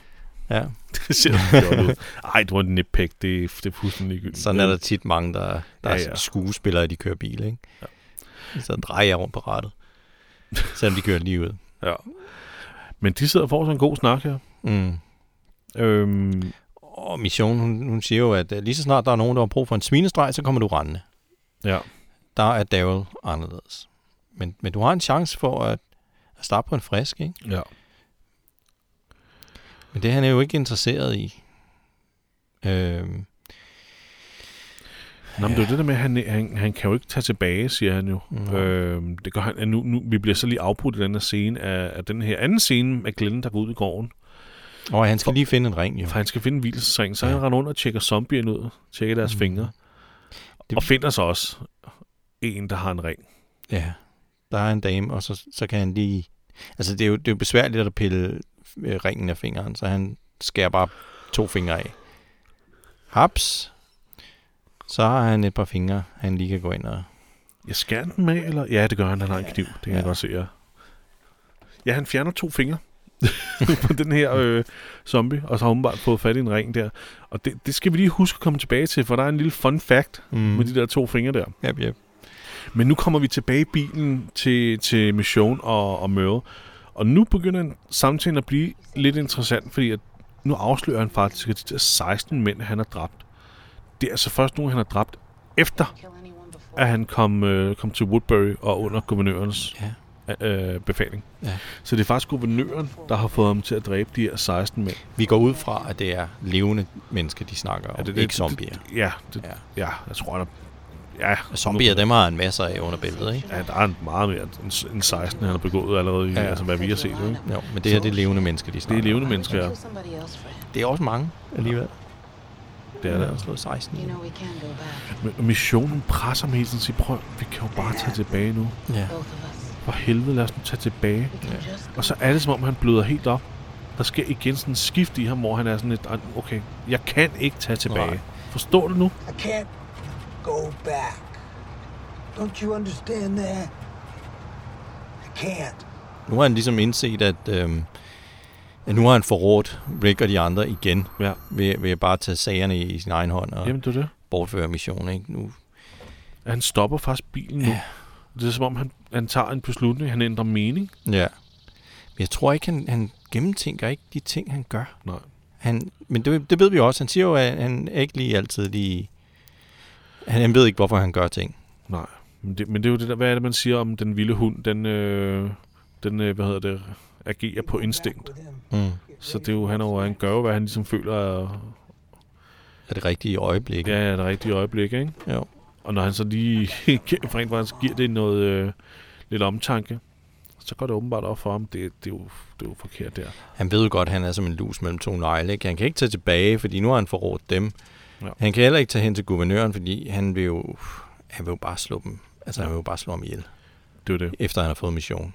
B: Ja,
A: Det ser fjollet ud. Ej, det var en nippick. Det, er- det er fuldstændig ligegyldigt.
B: sådan er der tit mange, der, der
A: Ja,
B: ja,
A: ja.
B: ja. er skuespillere, de kører bil, ikke? Ja. Så drejer jeg rundt på rattet. Selvom de kører lige ud.
A: Ja. Men de sidder og får sådan en god snak her.
B: Mm.
A: Øhm,
B: Og Mission, hun, hun siger jo, at øh, lige så snart der er nogen, der har brug for en svinestreg, så kommer du rendende.
A: ja.
B: Der er Daryl anderledes. Men, men du har en chance for at, at starte på en frisk, ikke?
A: ja.
B: Men det er han er jo ikke interesseret i. Øhm,
A: Nå, men det er jo det der med, at han, han, han kan jo ikke tage tilbage, siger han jo.
B: Mhm.
A: Øhm, det gør han, nu, nu, vi bliver så lige afbrudt i den her scene af, af den her anden scene med Glenn, der går ud i gården.
B: og han skal lige finde en ring, jo.
A: For han skal finde en hvilesesring, så ja.
B: Ja.
A: han render rundt og tjekker zombierne ud, tjekker deres mm.
B: Mhm.
A: fingre,
B: Det-
A: og finder så også en, der har en ring.
B: Ja, der er en dame, og så, så kan han lige... Altså, det er jo, det er jo besværligt at pille øh, ringen af fingeren, så han skærer bare to fingre af. Haps. Så har han et par fingre, han lige kan gå ind og...
A: Jeg skærer den med, eller? Ja, det gør han, han har en kniv, det kan ja. jeg
B: Ja.
A: godt se, ja. Ja, han fjerner to fingre på den her øh, zombie, og så har hun bare fået fat i en ring der. Og det, det skal vi lige huske at komme tilbage til, for der er en lille fun fact
B: Mm.
A: mm. med de der to fingre der.
B: Yep, yep.
A: Men nu kommer vi tilbage i bilen til, til Mission og, og Merle. Og nu begynder en- samtalen at blive lidt interessant, fordi at nu afslører han faktisk, at de der 16 mænd, han har dræbt, det er altså først nu, han har dræbt efter, at han kom, øh, kom til Woodbury og under guvernørens
B: Ja.
A: øh, befaling.
B: Ja.
A: Så det er faktisk guvernøren, der har fået ham til at dræbe de her 16 mænd.
B: Vi går ud fra, at det er levende mennesker, de snakker om,
A: det-
B: det,
A: det-
B: ikke zombier.
A: Ja, det, ja.
B: Ja.
A: ja jeg tror, der... Ja,
B: Zombier, dem har han masser af under bæltet, ikke?
A: Ja, der er en meget mere end- end 16, han har begået allerede, ja.
B: Ja.
A: altså hvad vi har set. Ikke?
B: Jo, men det her, det er levende mennesker, de
A: Det
B: snakker
A: er levende
B: om.
A: mennesker, ja.
B: Det er også mange alligevel.
A: Det er
B: Han
A: det. altså.
B: har slået 16.
C: You know we can go back,
A: Men missionen presser mig hele tiden og siger, prøv, vi kan jo bare tage tilbage nu.
B: Ja.
C: both of us.
A: For helvede, lad os nu tage tilbage.
C: We can just
A: Og så er det som om, han bløder helt op. Der sker igen sådan en skift i ham, hvor han er sådan lidt, "Ej, okay, jeg kan ikke tage tilbage.
B: Nej.
A: Forstår du nu?
E: I can't go back. Don't you understand that? I can't.
B: Nu har han ligesom indset, at, øhm, at nu har han forrådt Rick og de andre igen,
A: Ja.
B: ved, ved bare at tage sagerne i sin egen hånd og
A: Jamen, det er det.
B: bortføre missionen. Ikke? Nu,
A: At han stopper faktisk bilen nu.
B: Ja.
A: Det er som om, han, han tager en beslutning, han ændrer mening.
B: ja. Men jeg tror ikke, han, han gennemtænker ikke de ting, han gør.
A: Nej.
B: Han, men det, det ved vi også. Han siger jo, at han ikke lige altid lige... Han, han ved ikke, hvorfor han gør ting.
A: Nej. Men det, men det er jo det der, hvad er det, man siger om den vilde hund, den, øh, den øh, hvad hedder det, agerer på instinkt.
E: With him.
B: Mm.
A: Så det er jo, han, er jo, han gør jo, hvad han ligesom føler er,
B: Er det rigtige øjeblik?
A: ja, er det rigtige øjeblik, ikke?
B: Jo.
A: Og når han så lige rent faktisk giver det noget øh, lidt omtanke, så går det åbenbart op for ham. Det, det, er, jo, det er jo forkert der.
B: Han ved jo godt, at han er som en lus mellem to negle. Ikke? Han kan ikke tage tilbage, fordi nu har han forrådt dem.
A: Ja.
B: Ja. Han kan heller ikke tage hen til guvernøren, fordi han vil jo, han vil jo bare slå dem. Altså, ja. han vil jo bare slå ham ihjel,
A: Det er jo det.
B: efter han har fået mission.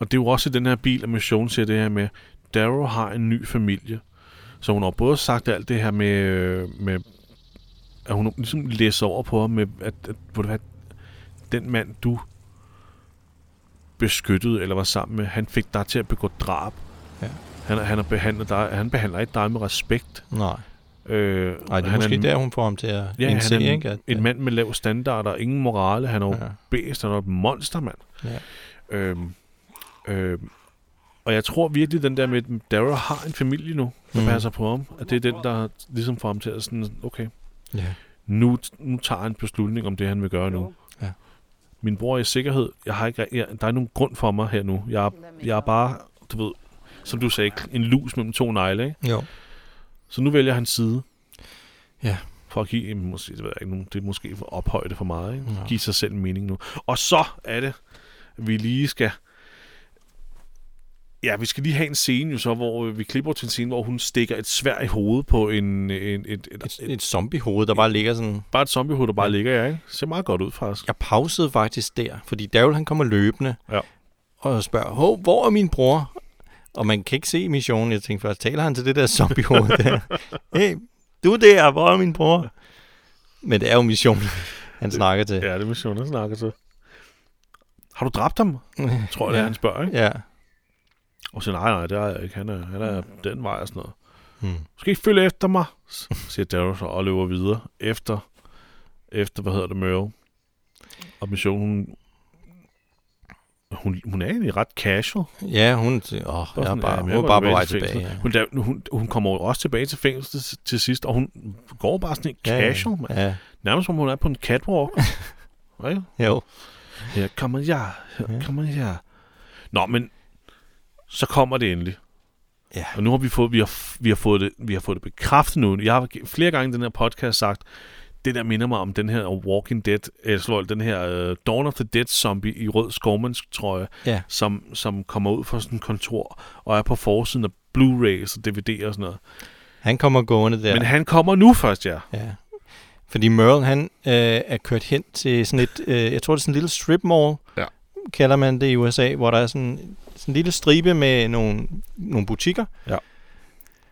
A: Og det er jo også i den her bil, at Mission siger det her med, Darrow har en ny familie. Så hun har både sagt alt det her med, øh, med at hun ligesom læser over på ham med, at, at, at, at den mand, du beskyttede eller var sammen med, han fik dig til at begå drab.
B: Ja.
A: Han, han, har behandlet dig, han behandler ikke dig med respekt.
B: Nej.
A: Øh,
B: Nej, det er
A: han
B: måske
A: en-
B: der, hun får ham til at
A: Ja,
B: indse,
A: han er
B: ikke? At,
A: en mand med lav standard og ingen morale. Han er jo
B: Ja.
A: ja. bæst, han er jo et monster, mand.
B: Ja.
A: Øhm, øhm, og jeg tror virkelig, den der med, at Dara har en familie nu, der
B: Mm.
A: mm. passer på ham, at det er den, der ligesom får ham til at sådan, okay,
B: Ja.
A: nu, nu tager han en beslutning om det, han vil gøre nu.
B: Ja.
A: Min bror er i sikkerhed. Jeg har ikke, jeg, der er nogen grund for mig her nu. Jeg, er- jeg er bare, du ved, som du sagde, en lus mellem to negle, ikke?
B: Jo.
A: Så nu vælger han side.
B: Ja.
A: For at give, måske, det, ved jeg ikke, nu- det er måske for ophøjde for meget. Ikke?
B: Ja.
A: Give sig selv en mening nu. Og så er det, at vi lige skal... Ja, vi skal lige have en scene, jo så, hvor øh, vi klipper til en scene, hvor hun stikker et svær i hovedet på en, en, en, et, et,
B: Et, et zombiehoved, der bare ligger sådan...
A: bare et zombiehoved, der bare ligger jeg, ikke? Ser meget godt ud, faktisk.
B: Jeg pausede faktisk der, fordi Daryl han kommer løbende
A: Ja.
B: og spørger, Hov, hvor er min bror? Og man kan ikke se missionen. Jeg tænkte først, taler han til det der zombiehoved der? hey, du der, hvor er min bror? Men det er jo missionen, han snakker til.
A: Ja, det vil Sjone snakke til. Har du dræbt ham? Tror jeg, det
B: ja.
A: er, han spørger, ikke?
B: Ja.
A: Og siger, nej, nej, det har jeg ikke. Han er, han er
B: Mm.
A: den vej og sådan noget.
B: Hmm.
A: Skal I følge efter mig? s- siger Daryl så og løber videre efter, efter hvad hedder det, Merle. Og Michonne, hun, hun, hun er egentlig ret casual.
B: Ja, hun, t-
A: Bare
B: åh, jeg er
A: sådan,
B: bare,
A: "Ja,
B: hun
A: jeg
B: er
A: går
B: bare på vej
A: til
B: tilbage.
A: fængslet."
B: Ja.
A: Hun, der, hun, hun kommer jo også tilbage til fængslet til, til sidst, og hun går bare sådan en
B: Ja, ja.
A: casual, ja,
B: Ja,
A: Nærmest som hun er på en catwalk. right?
B: jo.
A: Her kommer jeg,
B: Ja.
A: her kommer jeg. Nå, men så kommer det endelig.
B: Ja.
A: Og nu har vi fået, vi har, f- vi har fået, det, vi har fået det bekræftet nu. Jeg har ge- flere gange i den her podcast sagt, det der minder mig om den her Walking Dead, eller slår den her uh, Dawn of the Dead zombie i rød skovmands trøje,
B: Ja.
A: som, som kommer ud fra sådan en kontor og er på forsiden af Blu-rays og DVD'er og sådan noget.
B: Han kommer gående der.
A: Ja. Men han kommer nu først, ja.
B: Ja. Fordi Merle, han øh, er kørt hen til sådan et, øh, jeg tror det er sådan en lille strip mall,
A: Ja.
B: kalder man det i USA, hvor der er sådan, sådan en lille stribe med nogle, nogle butikker.
A: Ja.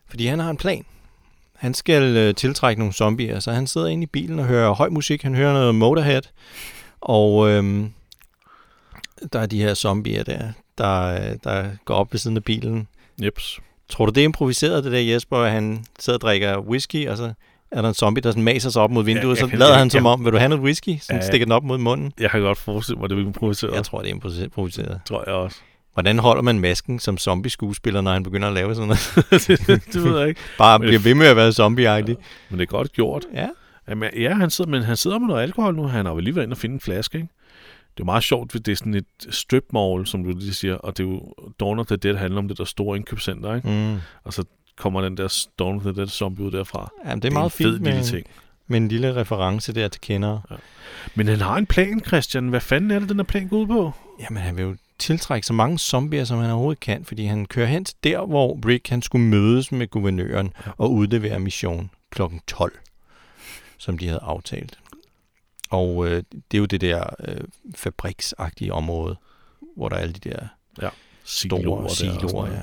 B: Fordi han har en plan. Han skal øh, tiltrække nogle zombier, så han sidder inde i bilen og hører høj musik. Han hører noget Motorhead, og øhm, der er de her zombier der, der, øh, der går op ved siden af bilen.
A: Jeps.
B: Tror du, det er improviseret, det der Jesper, at han sidder og drikker whisky, og så er der en zombie, der sådan maser sig op mod vinduet,
A: jeg
B: ja, så
A: kan-
B: lader
A: jeg-
B: han som
A: jeg-
B: om, vil du have noget whisky? Så
A: Ja, ja.
B: stikker den op mod munden.
A: Jeg kan godt forestille mig, det bliver improviseret.
B: Jeg tror, det er improvise- improviseret.
A: tror jeg også.
B: Hvordan holder man masken som zombie-skuespiller, når han begynder at lave sådan noget?
A: det, det ved jeg ikke.
B: Bare
A: Men-
B: bliver ved med at være zombie-agtig.
A: Men det er godt gjort.
B: Ja.
A: Jamen, ja, han sidder, men han sidder med noget alkohol nu. Han har vel lige været inde og finde en flaske, ikke? Det er meget sjovt, for det er sådan et strip mall, som du lige siger, og det er jo Dawn of the Dead handler om det der store indkøbscenter, ikke?
B: Mm.
A: Og så kommer den der Dawn of the Dead zombie ud derfra.
B: Jamen, det er meget
A: en fed
B: fint med,
A: lille ting.
B: med en lille reference der til kendere.
A: Men han har en plan, Christian. Hvad fanden er det, den her plan går ud på?
B: Jamen, han vil jo tiltrække så mange zombier, som han overhovedet kan, fordi han kører hen til der, hvor Rick han skulle mødes med guvernøren og udlevere mission kl. 12, som de havde aftalt. Og øh, det er jo det der øh, fabriksagtige område, hvor der er alle de der
A: Siloer der
B: store
A: og sådan
B: siloer.
A: noget.
B: Ja.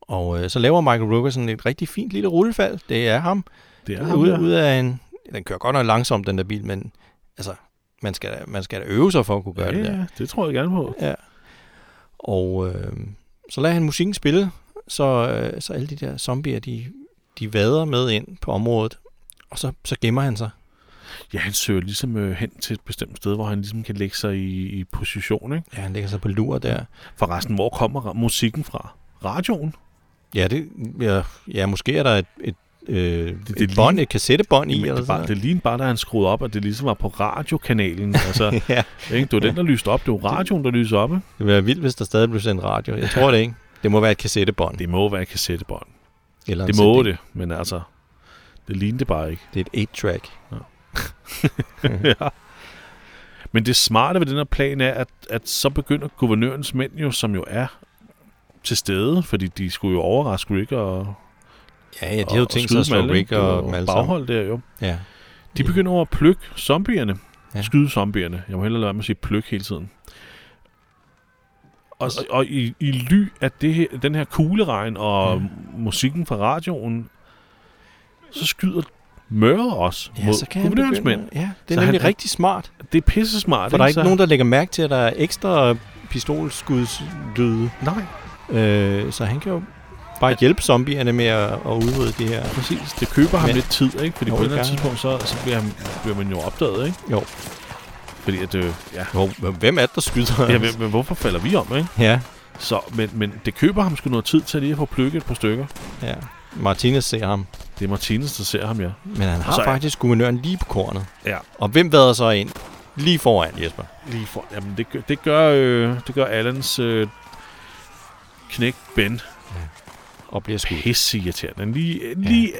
B: Og øh, så laver Michael Rooker sådan et rigtig fint lille rullefald. Det er ham.
A: Det er
B: Ja,
A: ham,
B: ude,
A: ude,
B: ja. ude af en... Den kører godt nok langsomt, den der bil, men altså, man skal, da- man skal da øve sig for at kunne gøre
A: Ja,
B: det der.
A: ja, det tror jeg gerne på.
B: Ja. Og øh, så lader han musikken spille, så, øh, så alle de der zombier, de, de vader med ind på området, og så, så gemmer han sig.
A: Ja, han søger ligesom øh, hen til et bestemt sted, hvor han ligesom kan lægge sig i, i position, ikke?
B: Ja, han lægger sig på lur der.
A: Forresten, hvor kommer ra- musikken fra? Radioen?
B: Ja, det, ja, ja måske er der et, et, øh, det,
A: det
B: et,
A: ligner-
B: bånd, et kassettebånd i,
A: Jamen,
B: eller
A: det, bare,
B: sådan
A: det lignede bare, da han skruede op, at det ligesom var på radiokanalen. altså,
B: noget. Ja,
A: ikke? Det var den, der lyste op. Det var radioen, der lyste op. Ikke?
B: det ville være vildt, hvis der stadig blev sendt radio. Jeg tror det ikke. Det må være et kassettebånd.
A: Det må være et kassettebånd.
B: eller en
A: Det må
B: CD.
A: det, men altså, det lignede det bare ikke.
B: Det er et 8-track.
A: ja. Men det smarte ved den her plan er, at, at så begynder guvernørens mænd jo, som jo er til stede, fordi de skulle jo overraske Rick og,
B: Ja, ja, de
A: og,
B: havde jo
A: og
B: tænkt sig
A: skyde
B: at slå
A: dem alle,
B: Rick
A: ikke? Det var
B: og
A: jo
B: dem alle sammen.
A: baghold der jo.
B: Ja.
A: De
B: Ja.
A: begynder over at plukke zombierne.
B: Ja.
A: Ja. Skyde zombierne. Jeg må hellere lade være med at sige pluk hele tiden. Og, og, og i, i ly af det her, den her kugleregn og
B: Ja.
A: ja. musikken fra radioen, så skyder Møre os ja,
B: Ja,
A: mod
B: så kan han
A: guvernørens
B: begynde-
A: mænd.
B: Ja, det er
A: Så
B: nemlig
A: han-
B: rigtig smart.
A: Det er pisse smart.
B: For der er ikke nogen, der lægger mærke til, at der er ekstra pistolskudslyde.
A: Nej.
B: Øh, så han kan jo bare hjælpe zombierne med at, at udrydde det her.
A: Præcis, det køber ham
B: Men-
A: lidt tid, ikke? Fordi
B: Jo,
A: på et
B: det
A: eller andet
B: gør
A: tidspunkt, så, så bliver, han, bliver man jo opdaget, ikke?
B: Jo.
A: Fordi at, øh, ja,
B: Hvor, hvem er det, der skyder
A: ja men, men, hvorfor falder vi om, ikke?
B: ja,
A: Så, men, men det køber ham sgu noget tid til lige at få plukket et par stykker.
B: ja. Martinez ser ham.
A: Det er Martinez, der ser ham, ja.
B: Men han har
A: Så-
B: så, faktisk guvernøren lige på kornet.
A: Ja.
B: Og hvem vader så ind? Lige foran, Jesper.
A: Lige for, jamen, det, gør- det gør, øh, det gør Allens øh, knæk Ben
B: Og bliver skudt.
A: pisse irriterende. Lige, lige,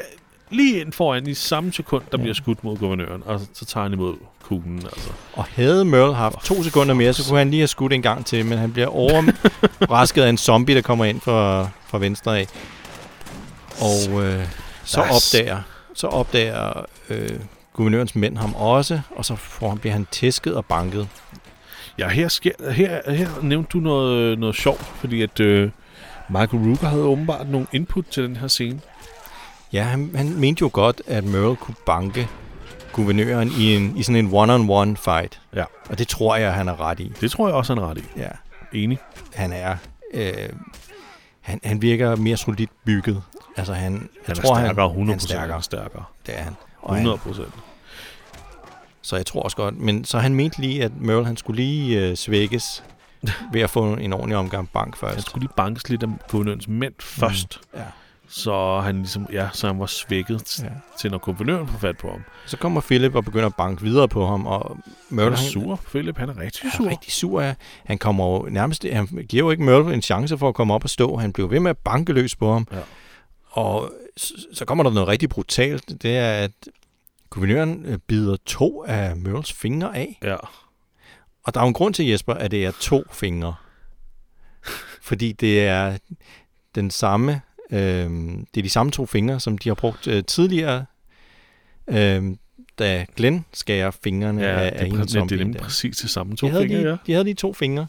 A: lige ind foran i samme sekund, der
B: Ja.
A: bliver skudt mod guvernøren, og så tager han imod kuglen, altså.
B: Og havde Merle haft to sekunder mere, så kunne han lige have skudt en gang til, men han bliver overrasket af en zombie, der kommer ind fra, fra venstre af. Og øh, så
A: Nice.
B: opdager, så opdager øh, guvernørens mænd ham også, og så får han, bliver han tæsket og banket.
A: Ja, her, sker, her, her nævnte du noget, øh, noget sjovt, fordi at øh, Michael Rooker havde åbenbart nogle input til den her scene.
B: Ja, han, han mente jo godt, at Merle kunne banke guvernøren i, en, i sådan en one-on-one fight.
A: Ja.
B: Og det tror jeg, han er ret i.
A: Det tror jeg også, han er ret i.
B: Ja.
A: Enig.
B: han er. Øh, han, han virker mere solidt bygget. Altså han, jeg
A: Han er
B: tror,
A: stærkere, 100%.
B: han stærkere.
A: stærkere.
B: Det er han. Og han
A: 100 procent.
B: så jeg tror også godt. Men så han mente lige, at Merle han skulle lige øh, svækkes ved at få en ordentlig omgang bank
A: Han
B: først. Mm.
A: skulle lige bankes lidt af guvernørens mænd først,
B: Ja.
A: så han ligesom, ja, så han var svækket ja.
B: ja.
A: til, når guvernøren får fat på ham.
B: Så kommer Philip og begynder at banke videre på ham, og
A: Han
B: Merle
A: er sur. Philip, han er rigtig
B: Han
A: sur.
B: er rigtig sur. Ja. Han kommer jo nærmest, han giver jo ikke Merle en chance for at komme op og stå. Han bliver ved med at banke løs på ham.
A: Ja.
B: Og så, så kommer der noget rigtig brutalt. Det er, at guvernøren øh, bider to af Merles fingre af.
A: Ja.
B: Og der er jo en grund til, Jesper, at det er to fingre. Fordi det er den samme, øh, det er de samme to fingre, som de har brugt øh, tidligere, øh, da Glenn skærer fingrene
A: Ja,
B: af,
A: det,
B: af
A: er,
B: en
A: præ- det, det
B: zombie
A: er nemlig
B: der.
A: præcis det samme to
B: To de, havde
A: fingre,
B: de,
A: ja.
B: de havde de to fingre,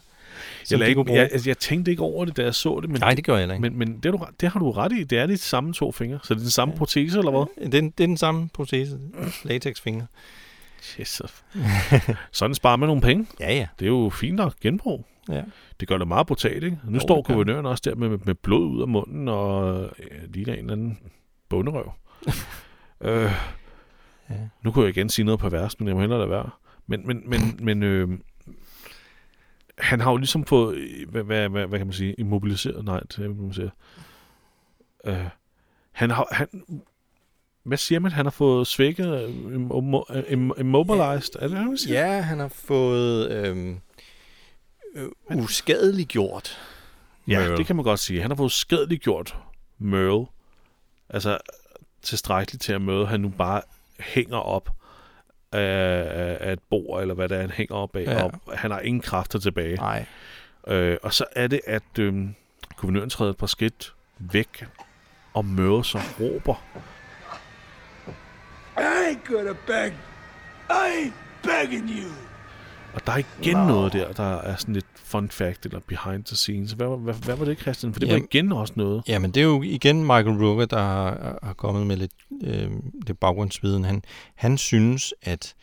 A: Jeg,
B: som
A: lagde,
B: de kunne
A: ikke-
B: bruge.
A: jeg, altså, jeg tænkte ikke over det, da jeg så det, men,
B: Nej, det gør jeg heller ikke.
A: men, men det, er du, ret- det har du ret i. Det er de samme to fingre. Så det er den samme
B: Ja.
A: protese, eller hvad?
B: Men, det, er, det er den samme protese. Latexfingre.
A: Jesus. Sådan sparer man nogle penge.
B: Ja, ja.
A: Det er jo fint nok genbrug.
B: ja.
A: Det gør det meget brutalt, ikke? Nu
B: Jo,
A: står
B: det gør det.
A: guvernøren også der med, med blod ud af munden og øh, ligner en eller anden bunderøv. øh,
B: Ja.
A: nu kunne jeg igen sige noget på værst, men jeg må hellere lade være. Men, men, men, men øh, han har jo ligesom fået, øh, hvad, hvad, hvad, hvad kan man sige, immobiliseret, nej, det er ikke, hvad man siger. Øh, han har, han, hvad siger man, han har fået svækket, øh, immo- øh, im- immobilized, er det hvad man siger?
B: ja, han har fået øhm, øh, uskadeliggjort.
A: Ja,
B: Merle.
A: det kan man godt sige. Han har fået skadeliggjort Merle. Altså tilstrækkeligt til at møde, han nu bare hænger op af, af- af et bord, eller hvad det er, han hænger op af. Ja.
B: Ja.
A: Og han har ingen kræfter tilbage.
B: Nej.
A: Øh, og så er det, at øh, guvernøren træder et par skridt væk, og Merle så råber.
E: I ain't gonna beg. I ain't begging you.
A: Og der er igen noget der, der er sådan lidt fun fact, eller behind the scenes. Hvad, var- hvad, hvad var det, Christian? For det var
B: Jamen-
A: igen også noget.
B: Jamen, det er jo igen Michael Rooker, der har, har kommet med lidt, øh, lidt baggrundsviden. Han, han synes, at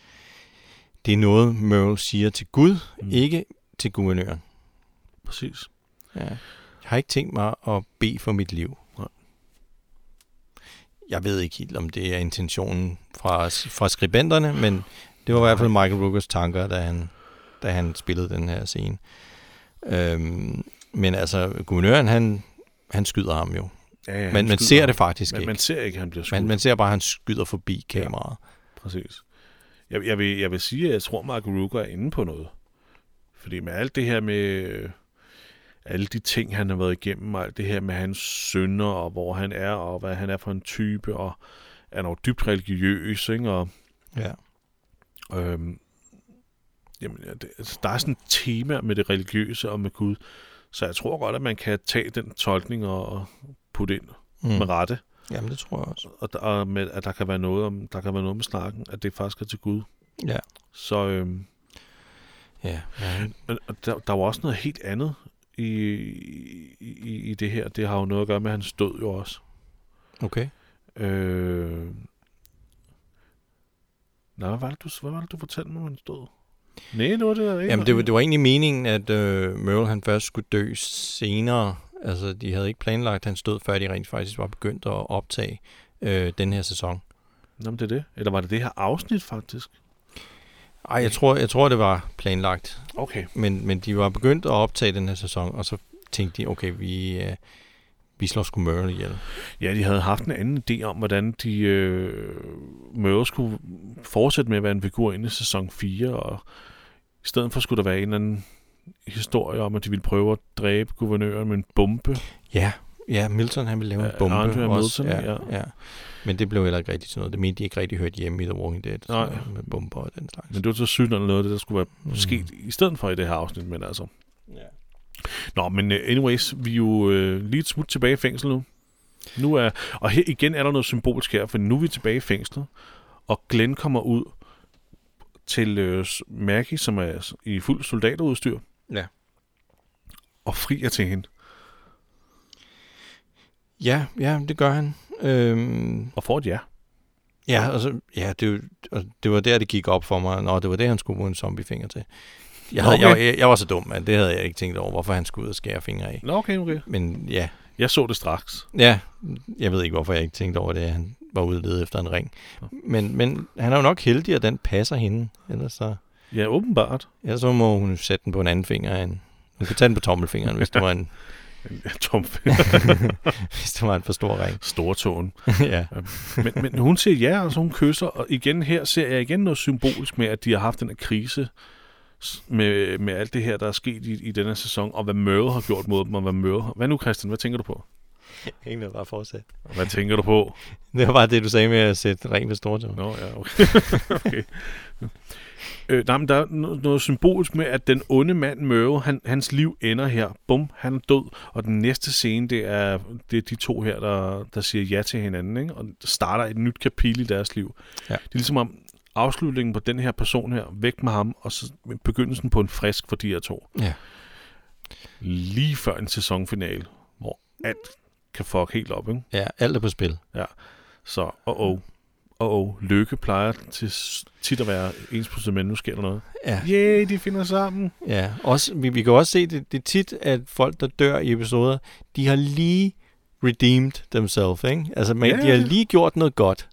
B: det er noget, Merle siger til Gud,
A: Mm.
B: mm. ikke til guvernøren.
A: Præcis.
B: Ja. Jeg har ikke tænkt mig at bede for mit liv.
A: Nej.
B: Jeg ved ikke helt, om det er intentionen fra, fra skribenterne, men det var i hvert fald Michael Rookers tanker, da han, da han spillede den her scene. Øhm, men altså, guvernøren, han, han skyder ham jo.
A: Ja, ja, han
B: Men man
A: skyder
B: ser
A: ham.
B: det faktisk
A: man,
B: ikke.
A: man ser ikke, at han bliver skudt.
B: Man, man ser bare, at han skyder forbi kameraet.
A: Præcis. Jeg, jeg, vil, jeg vil sige, at jeg tror, Mark Ruger er inde på noget. Fordi med alt det her med... øh, Alle de ting, han har været igennem, og alt det her med hans sønner, og hvor han er, og hvad han er for en type, og han er jo dybt religiøs, ikke? Og,
B: Ja.
A: øhm, jamen, ja, det, altså, der er sådan et tema med det religiøse og med Gud, så jeg tror godt, at man kan tage den tolkning og, og putte ind mm. med
B: Mm.
A: rette
B: Jamen, det tror jeg også.
A: og, der, og med, at der kan være noget om der kan være noget med snakken, at det faktisk er til Gud.
B: Ja.
A: Så øhm,
B: Ja. ja.
A: men- og der, der var også noget helt andet i, i, i- i det her. Det har jo noget at gøre med hans død jo også.
B: Okay.
A: Øh, nej, hvad var det, du, hvad var det, du fortalte mig om hans død? Nej, det var det der ikke.
B: Jamen, det var, det var egentlig meningen, at øh, Merle han først skulle dø senere, Altså, de havde ikke planlagt hans død, før de rent faktisk var begyndt at optage øh, den her sæson.
A: Nå, men det er det. Eller var det det her afsnit, faktisk?
B: Ej, jeg tror, jeg tror det var planlagt.
A: Okay.
B: Men, men de var begyndt at optage den her sæson, og så tænkte de, okay, vi, øh, vi slår sgu Merle ihjel.
A: Ja, de havde haft en anden idé om, hvordan de øh, Merle skulle fortsætte med at være en figur inde i sæson 4, og i stedet for skulle der være en eller anden historie om, at de ville prøve at dræbe guvernøren med en bombe.
B: Ja, ja Milton han ville lave en
A: Ja,
B: bombe
A: Andrea
B: også.
A: Milton, ja.
B: ja. Men det blev heller ikke rigtigt til noget. Det mente de ikke rigtig hørt hjemme i The Walking Dead. sådan
A: Nej.
B: noget Med bomber og den slags.
A: Men det var så sygt noget af det, der skulle være
B: Mm.
A: sket i stedet for i det her afsnit, men altså.
B: Ja.
A: Nå, men øh, anyways, vi er jo øh, lige et smut tilbage i fængsel nu. Nu er, og her igen er der noget symbolsk her, for nu er vi tilbage i fængslet, og Glenn kommer ud til øh, s- Maggie, som er s- i fuld soldaterudstyr,
B: Ja.
A: og frier til hende,
B: Ja, ja, det gør han. Øhm,
A: og får et ja.
B: ja, altså, ja det, er jo- og det var der, det gik op for mig. Nå, det var det, han skulle bruge en zombiefinger til. Jeg, havde,
A: Okay.
B: okay. jeg, jeg, jeg var så dum, at det havde jeg ikke tænkt over, hvorfor han skulle ud og skære fingre af.
A: Nå, okay, okay.
B: Men ja,
A: Jeg så det straks.
B: ja, jeg ved ikke, hvorfor jeg ikke tænkte over det, at han var ude og lede efter en ring. Men, men han er jo nok heldig, at den passer hende. Ellers så,
A: Ja, åbenbart.
B: ellers så må hun sætte den på en anden finger end... Hun kan tage den på tommelfingeren, hvis det var en,
A: Tom
B: hvis det var en for stor ring.
A: Stortåen.
B: ja.
A: men, men hun siger ja, og så hun kysser, og igen her ser jeg igen noget symbolisk med, at de har haft den her krise s- med, med alt det her, der er sket i, i denne her sæson, og hvad Møre har gjort mod dem, og hvad Møre har... Hvad nu, Christian? Hvad tænker du på?
B: Ingen noget bare fortsat.
A: Hvad tænker du på?
B: Det var bare det, du sagde med at sætte ring på stortåen.
A: Nå, ja, okay. okay. Øh, nej, men der er no- noget symbolisk med, at den onde mand Møre, han, hans liv ender her. Bum, han er død. Og den næste scene, det er, det er de to her, der, der siger ja til hinanden, ikke? og starter et nyt kapitel i deres liv.
B: Ja.
A: Det er ligesom om afslutningen på den her person her, væk med ham, og så begyndelsen på en frisk for de her to.
B: Ja.
A: Lige før en sæsonfinale, hvor alt kan fuck helt op, ikke?
B: Ja, alt er på spil.
A: Så, åh, oh, åh, oh, lykke plejer til s- tit at være ens på men nu sker der noget.
B: Ja.
A: Yeah, de finder sammen.
B: ja. Også, vi, vi kan også se, det, det er tit, at folk, der dør i episoder, de har lige redeemed themselves, ikke? Altså, man,
A: Ja,
B: yeah. de har
A: ja.
B: lige gjort noget godt,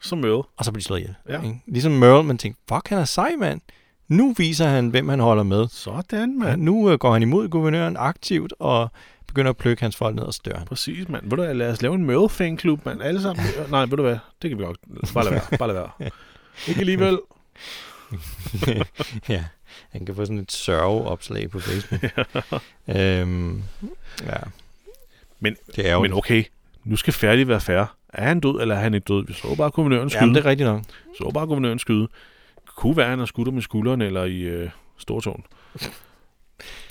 A: Som øde.
B: og så bliver de slået ihjel.
A: Ja.
B: Ikke? Ligesom Merle, man tænkte, fuck, han er sej, mand. Nu viser han, hvem han holder med.
A: Sådan,
B: Ja.
A: mand.
B: Nu øh, går han imod guvernøren aktivt, og begynder at plukke hans folk ned og støre ham.
A: Præcis, mand. Ved du hvad, lad os lave en møde fanklub, mand. Alle sammen. Nej, ved du hvad, det kan vi godt. Bare lad være, bare lad være. Ikke alligevel.
B: ja. Han kan få sådan et sørgeopslag på Facebook. øhm, ja.
A: Men-
B: det er jo
A: Men okay, nu skal færdig være færre. Er han død, eller er han ikke død? Vi så bare guvernøren skyde.
B: Jamen, det er rigtigt nok.
A: Så bare guvernøren skyde. Kunne være, han har skudt med skulderen eller i øh, stortåen.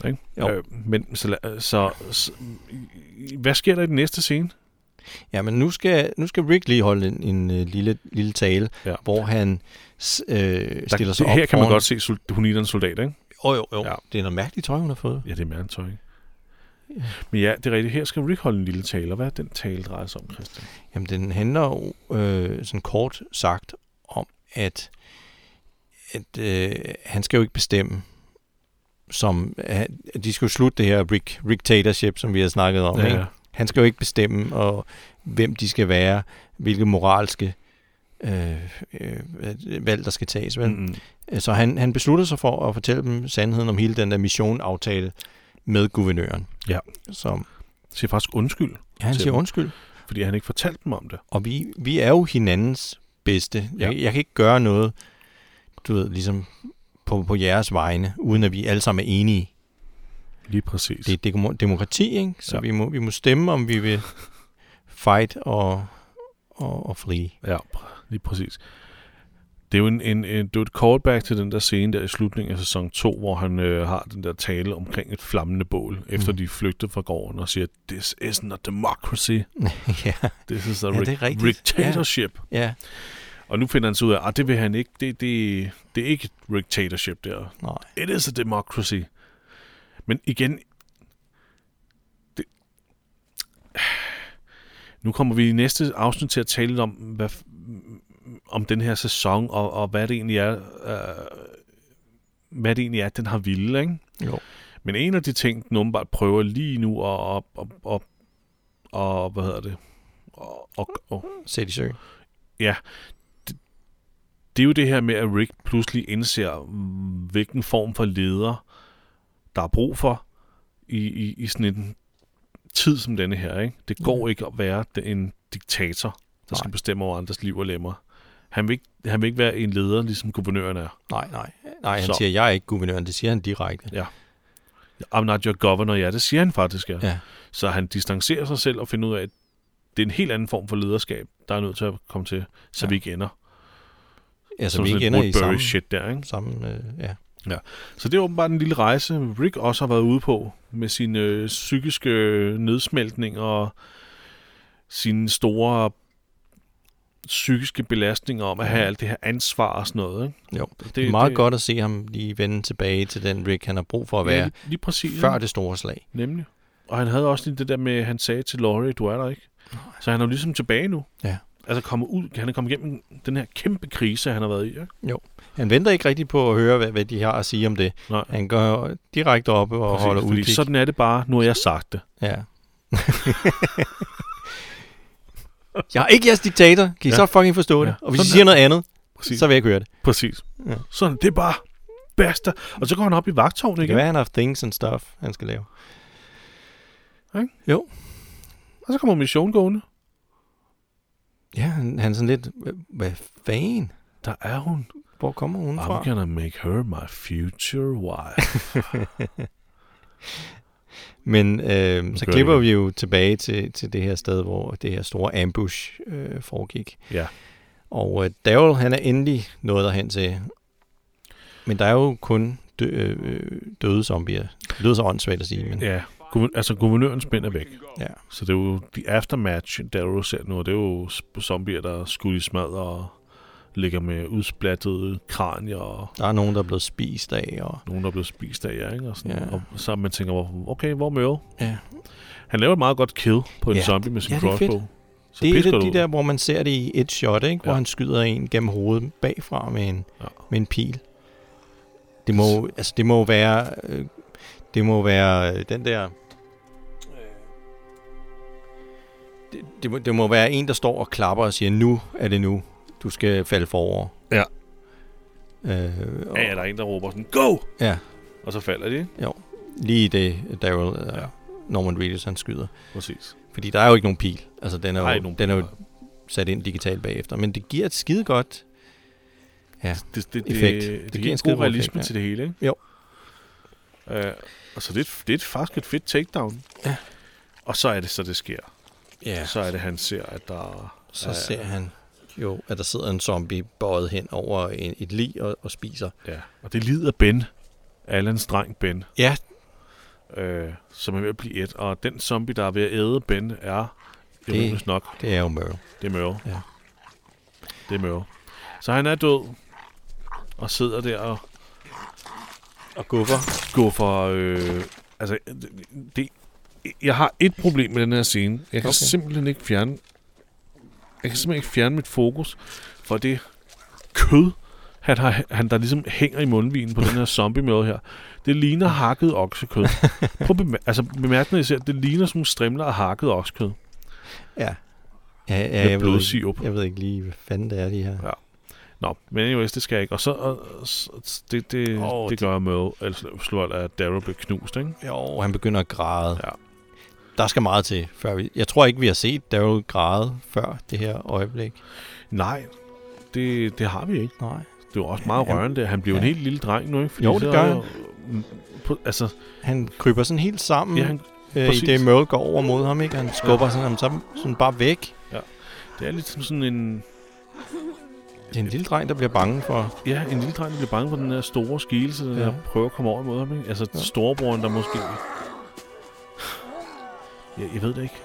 A: Ikke?
B: Jo.
A: Øh, men så, la- så, så, hvad sker der i den næste scene?
B: Ja, men nu skal, nu skal Rick lige holde en, en øh, lille, lille tale,
A: Ja.
B: ja. hvor han s- øh, stiller sig
A: der,
B: op
A: her kan man
B: foran-
A: godt se, sol- hun ligner en soldat, ikke?
B: Jo, jo, jo.
A: Ja.
B: Ja. Det er noget mærkeligt tøj, hun har fået.
A: Ja, det er mandtøj, ikke? Men ja, det er rigtigt. Her skal Rick holde en lille tale, og hvad er den tale drejer sig om, Christian?
B: Jamen, den handler jo øh, sådan kort sagt om, at, at øh, han skal jo ikke bestemme, som han- de skal jo slutte det her Rick, Rictatorship, som vi har snakket om. Ja. Ikke? Han skal jo ikke bestemme, og hvem de skal være, hvilke moralske øh, øh, valg, der skal tages. Vel?
A: Mm-hmm.
B: Så han, han beslutter sig for at fortælle dem sandheden om hele den der missionaftale med guvernøren.
A: Ja.
B: Som,
A: Siger faktisk undskyld,
B: ja, han
A: Til
B: siger
A: dem.
B: undskyld.
A: fordi han ikke fortalte dem om det.
B: Og vi, vi er jo hinandens bedste. Jeg,
A: Ja.
B: jeg kan ikke gøre noget, du ved, ligesom på, på jeres vegne, uden at vi alle sammen er enige.
A: Lige præcis.
B: Det er demo- demokrati, ikke? Så
A: Ja.
B: ja. vi, må, vi må stemme, om vi vil fight og, og, og flee.
A: Ja, pr- lige præcis. Det er jo en, en, en, det er jo et callback til den der scene der i slutningen af sæson 2, hvor han øh, har den der tale omkring et flammende bål, efter
B: Mm.
A: de flygtede fra gården og siger, this isn't a democracy,
B: ja,
A: this is a
B: Ja, det er
A: ric-
B: rigtigt.
A: dictatorship.
B: ja.
A: Og nu finder han så ud af, at det vil han ikke, det, det, det er ikke et dictatorship der.
B: Nej.
A: It is a democracy. Men igen, det, nu kommer vi i næste afsnit til at tale lidt om, hvad, f- om den her sæson, og, og hvad det egentlig er, øh, hvad det egentlig er, den har ville, ikke?
B: Jo.
A: Men en af de ting, den åbenbart prøver lige nu at, at, at, at, at hvad hedder det? At, at, at,
B: Sæt i søen.
A: ja, det, det er jo det her med, at Rick pludselig indser, hvilken form for leder, der er brug for i, i, i sådan en tid som denne her. Ikke? Det går ikke at være den- en diktator, der skal
B: Nej.
A: bestemme over andres liv og lemmer. Han vil, ikke, han vil ikke være en leder, ligesom guvernøren er.
B: Nej, nej. Nej, han
A: Så.
B: så. siger, jeg er ikke guvernøren. Det siger han direkte.
A: I'm not your governor, ja, det siger han faktisk, ja.
B: Ja.
A: Så han distancerer sig selv og finder ud af, at det er en helt anden form for lederskab, der er nødt til at komme til, så
B: Ja.
A: vi ikke ender.
B: Ja, så
A: Som
B: Altså, vi
A: sådan
B: ikke
A: et
B: ender i
A: Woodbury
B: samme...
A: shit der, ikke?
B: samme øh, ja.
A: Så det er åbenbart en lille rejse, Rick også har været ude på med sin øh, psykiske øh, nedsmeltning og sine store psykiske belastninger om at have alt det her ansvar og sådan noget. Ikke?
B: Mhm. Jo, det
A: det-
B: er meget
A: det-
B: det, godt at se ham lige vende tilbage til den Rick, han har brug for at
A: Ja,
B: være
A: lige, lige præcis.
B: før det store slag.
A: Nemlig. Og han havde også lige det der med, at han sagde til Laurie, du er der ikke. Så han er jo ligesom tilbage nu.
B: Ja.
A: Altså kommet ud, han er kommet igennem den her kæmpe krise, han har været i. Ikke?
B: Han venter ikke rigtig på at høre, hvad, hvad de har at sige om det.
A: Nej.
B: Han går direkte op og
A: Præcis,
B: holder
A: fordi
B: udkig.
A: sådan er det bare, nu har jeg sagt det.
B: Ja. jeg er ikke jeres diktator. Kan I
A: Ja.
B: så fucking forstå det?
A: Ja.
B: Og hvis I
A: Sådan
B: siger noget andet,
A: Præcis.
B: så vil jeg ikke høre det.
A: Præcis.
B: Ja.
A: Sådan, det er bare basta. Og så går han op i vagtårnet
B: Det kan
A: igen,
B: være, han har things and stuff, han skal lave.
A: og så kommer missionen gående.
B: Ja, han, han er sådan lidt, "Hva- hvad fanden?
A: Der er hun.
B: Hvor kommer hun fra?
A: I'm gonna make her my future wife.
B: Men øh, så
A: gør
B: klipper
A: det.
B: vi jo tilbage til, til det her sted, hvor det her store ambush øh, foregik.
A: ja,
B: Og øh, Daryl, han er endelig nået derhen til. Men der er jo kun dø, øh, døde zombier. Det lyder så åndssvagt at sige, men
A: ja. Guver- altså, guvernørens spænd er væk.
B: ja.
A: Så det er jo de aftermatch, Daryl ser nu, og det er jo sp- zombier, der er skudt i smad og ligger med udsplattede kranier og
B: der er nogen, der er blevet spist af. Og,
A: nogen, der er blevet spist af jer, ikke? Og, sådan,
B: Ja.
A: og så man tænker, hvor- okay, hvor med Earl?
B: ja.
A: Han laver et meget godt kill på en
B: Ja.
A: zombie med sin
B: Ja, det er fedt.
A: crossbow. Så
B: Det er et
A: pisker
B: af
A: du
B: de
A: ud.
B: der, hvor man ser det i et shot, ikke? hvor
A: Ja.
B: han skyder en gennem hovedet bagfra med en,
A: Ja.
B: ja. med en pil. Det må, altså, det må være, øh, det må være øh, den der... øh, Det, det, må, det må være en, der står og klapper og siger, nu er det nu, du skal falde forover.
A: Ja.
B: Øh, og,
A: Ja, ja, der er en, der råber sådan, go!
B: ja.
A: Og så falder de, ikke?
B: Lige i det, Daryl, øh,
A: Ja.
B: ja. Norman Reedus, han skyder.
A: Præcis.
B: Fordi der er jo ikke nogen pil. Altså, den er jo,
A: Nej, nogen
B: den er jo
A: pil,
B: sat ind digitalt bagefter. Men det giver et skide godt
A: det, det,
B: effekt.
A: Det, det,
B: Det
A: det
B: giver
A: giver
B: en
A: en
B: skidegod
A: god realisme
B: effekt, ja.
A: til det hele, ikke?
B: Jo.
A: Øh, og så det, er et- det er et, faktisk et fedt takedown.
B: Ja.
A: Og så er det så, det sker.
B: Ja,
A: Så er det, han ser, at der...
B: så
A: er-
B: ser han jo, at der sidder en zombie bøjet hen over en, et lig og, og spiser.
A: Ja, og det lider Ben. Allans dreng Ben,
B: Ja,
A: øh, som er ved at blive et. Og den zombie, der er ved at æde Ben, er...
B: Det-
A: Det nok,
B: det er jo Merle.
A: det er Merle.
B: Ja.
A: Det er Merle. Så han er død. Og sidder der og
B: Og guffer.
A: gå for... Øh, altså, det, det, jeg har et problem med den her scene. Jeg kan
B: Okay.
A: okay. simpelthen ikke fjerne... Jeg kan simpelthen ikke fjerne mit fokus for det kød, han, har, han der ligesom hænger i mundvinen på den her zombie mad her. Det ligner hakket oksekød. Prøv at bemær- altså, bemærk, når I ser, det ligner sådan nogle strimler af hakket oksekød.
B: Ja. Ja,
A: Med
B: ja jeg, ved ikke,
A: blodsirup.
B: jeg ved ikke lige, hvad fanden det er, de her.
A: Ja. Nå, men anyways, det skal jeg ikke. Og så... Og, s- det, det,
B: Åh,
A: oh, det,
B: det-
A: gør jeg med, altså, slår, at Daryl bliver knust, ikke?
B: Jo, han begynder at græde.
A: Ja.
B: Der skal meget til, før vi... Jeg tror ikke, vi har set Daryl græde før det her øjeblik.
A: Nej, det, det har vi ikke.
B: Nej.
A: Det var også meget
B: Ja, jamen-
A: rørende. Han blev ja. en
B: ja.
A: helt lille dreng nu, ikke?
B: Jo, det
A: så-
B: gør han.
A: Mm, på- Altså,
B: Han kryber sådan helt sammen,
A: ja,
B: ja,
A: han,
B: øh, i
A: præcis.
B: det Merle går over mod ham, ikke? Han skubber ja. sådan ham sammen, sådan bare væk.
A: det er lidt som sådan en...
B: Det er en lille dreng, der bliver bange for...
A: Ja, en lille dreng, der bliver bange for den der store skilelse, der
B: Ja.
A: ja. prøver at komme over imod ham, ikke? Altså,
B: Ja.
A: ja. storebroren, der måske... Ja, jeg ved det ikke.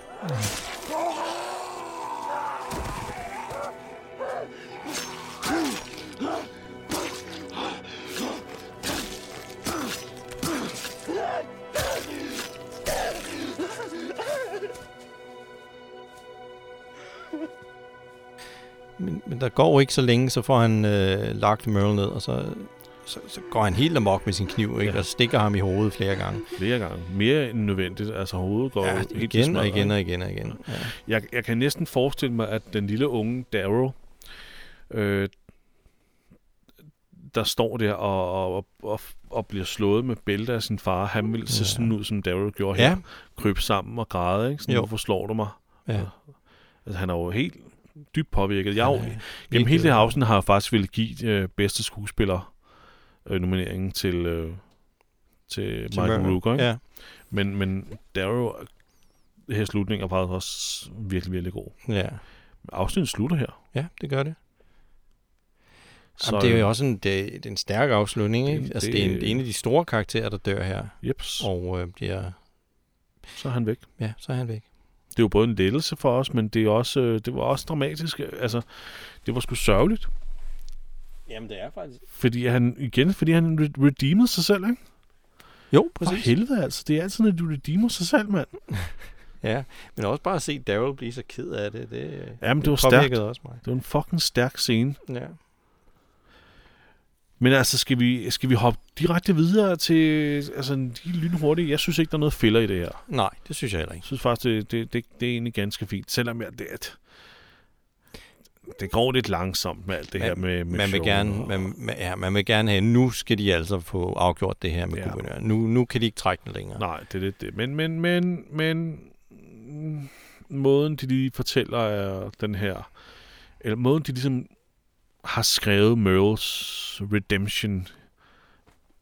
B: Men, men der går ikke så længe, så får han øh, lagt Merle ned, og så så, så går han helt amok med sin kniv, ikke?
A: Ja.
B: Ja. Og stikker ham i hovedet flere gange.
A: flere gange. Mere end nødvendigt. Altså hovedet går
B: Ja,
A: jo helt til
B: igen og
A: smadret.
B: igen og igen og igen. Ja.
A: Jeg, jeg kan næsten forestille mig, at den lille unge Darrow, øh, der står der og, og, og, og bliver slået med bælter af sin far, han ville se
B: Ja.
A: sådan ud, som Darrow gjorde her.
B: ja.
A: Krybe sammen og græde, ikke? Sådan,
B: Jo.
A: hvorfor slår du mig?
B: ja.
A: Altså, han er jo helt dybt påvirket. Jeg, er jo-
B: Han er
A: gennem
B: virkelig-
A: hele det her afsnit har jeg faktisk ville give øh, bedste skuespiller øh, nomineringen til, øh, til, til Michael
B: Mørk.
A: Rooker, ikke?
B: Ja.
A: Men, men Darrow, her slutning er faktisk også virkelig, virkelig god.
B: ja.
A: Afsnittet slutter her.
B: Ja, det gør det.
A: Så, øh,
B: Jamen, det er jo også en, det, det er en stærk afslutning, ikke?
A: Det-
B: Det, altså, det er en,
A: det-
B: en af de store karakterer, der dør her,
A: Jeps,
B: og øh, bliver...
A: så er han væk.
B: Ja, så er han væk.
A: Det er jo både en lettelse for os, men det, er også, øh, det var også dramatisk. Altså, det var sgu sørgeligt.
B: Jamen, det er faktisk...
A: Fordi han, igen, fordi han re- redeemede sig selv, ikke?
B: Jo,
A: For
B: præcis.
A: helvede altså. Det er altid, når du redeemer sig selv, mand.
B: Ja, men også bare at se Daryl blive så ked af det, det, øh,
A: Jamen, det var stærkt.
B: påvirkede også mig.
A: Det var en fucking stærk scene.
B: Ja.
A: Men altså, skal vi, skal vi hoppe direkte videre til altså, de lynhurtige? Jeg synes ikke, der er noget filler i det her.
B: Nej, det synes jeg heller
A: Jeg
B: ikke.
A: synes faktisk, det, det, det, det er egentlig ganske fint, selvom jeg, det, at det går lidt langsomt med alt det
B: Man-
A: her med, med
B: Man vil,
A: show
B: gerne,
A: og-
B: man, man- ja, man vil gerne have, nu skal de altså få afgjort det her med
A: Ja.
B: ja. guvernøren. Nu, nu kan de ikke trække den længere.
A: Nej, det er lidt det. Men, men, men, men mm, måden, de lige fortæller er den her, eller måden, de ligesom har skrevet Merles Redemption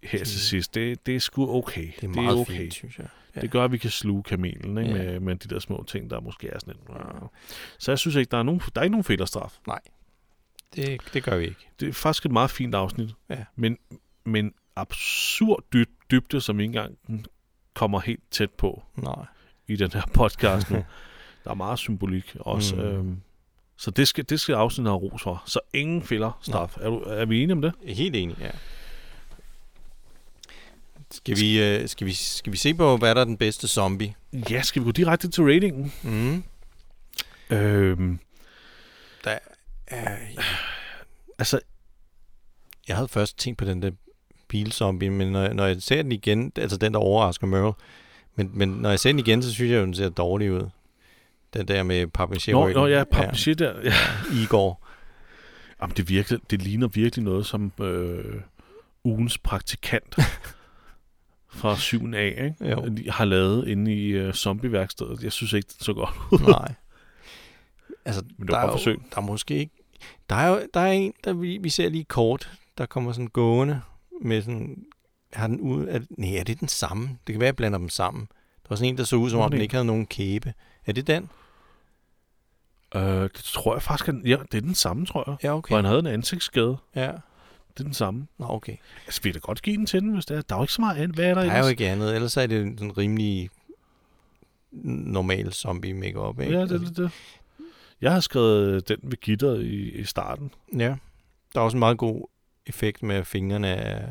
A: her til sidst, det, det er sgu okay.
B: Mm. Det er meget
A: okay.
B: fint, synes jeg. Ja.
A: Det gør, at vi kan sluge kamelen ikke?
B: Ja.
A: Med, med de der små ting, der måske er sådan lidt... Så jeg synes ikke, der er nogen, der er ikke nogen fælderstraf.
B: Det, det gør vi ikke.
A: Det er faktisk et meget fint afsnit.
B: Ja.
A: Men, men absurd dyb, dybde, som ikke engang kommer helt tæt på
B: Nej.
A: i den her podcast nu. der er meget symbolik også. Mm.
B: Mm.
A: Øhm, så det skal, det skal afsnittet have ros for. Så ingen fælderstraf. Er, du, er vi enige om det?
B: Helt enig, ja. Skal vi, øh, skal, vi, skal vi se på, hvad der er den bedste zombie?
A: Ja, skal vi gå direkte til ratingen?
B: Mm.
A: Øhm,
B: Der, øh,
A: altså,
B: jeg havde først tænkt på den der bilzombie, men når, når jeg ser den igen, altså den, der overrasker Merle, men, men når jeg ser den igen, så synes jeg, jo, den ser dårlig ud. Den der med papier
A: når, når jeg er ja. der... Ja.
B: Igor.
A: Jamen, det, virkelig, det ligner virkelig noget som øh, ugens praktikant fra 7. A, ikke?
B: Jo.
A: De har lavet inde i øh, zombieværkstedet. Jeg synes ikke, det så godt ud.
B: Nej. Altså,
A: var
B: der,
A: bare
B: er jo,
A: forsøg.
B: der er måske ikke... Der er, jo, der er en, der vi, vi ser lige kort, der kommer sådan gående med sådan... Har den ude... Er, nej, er det den samme? Det kan være, jeg blander dem sammen. Der var sådan en, der så ud, som
A: Hvad er
B: om den
A: det?
B: ikke havde nogen kæbe. Er det den?
A: Øh, det tror jeg faktisk, han, ja, det er den samme, tror jeg.
B: Ja,
A: Okay. For
B: okay.
A: han havde en ansigtsskade.
B: Ja.
A: Det er den samme.
B: Nå, okay.
A: Altså, vi kan da godt give den til den, hvis det er. Der er jo ikke så meget andet. Hvad er der,
B: Der er jo
A: ellers?
B: ikke andet, ellers er det en rimelig normal zombie makeup, ikke? Altså,
A: Ja, det er lidt det. Jeg har skrevet den ved gitteret i, i starten.
B: ja. Der er også en meget god effekt med fingrene af...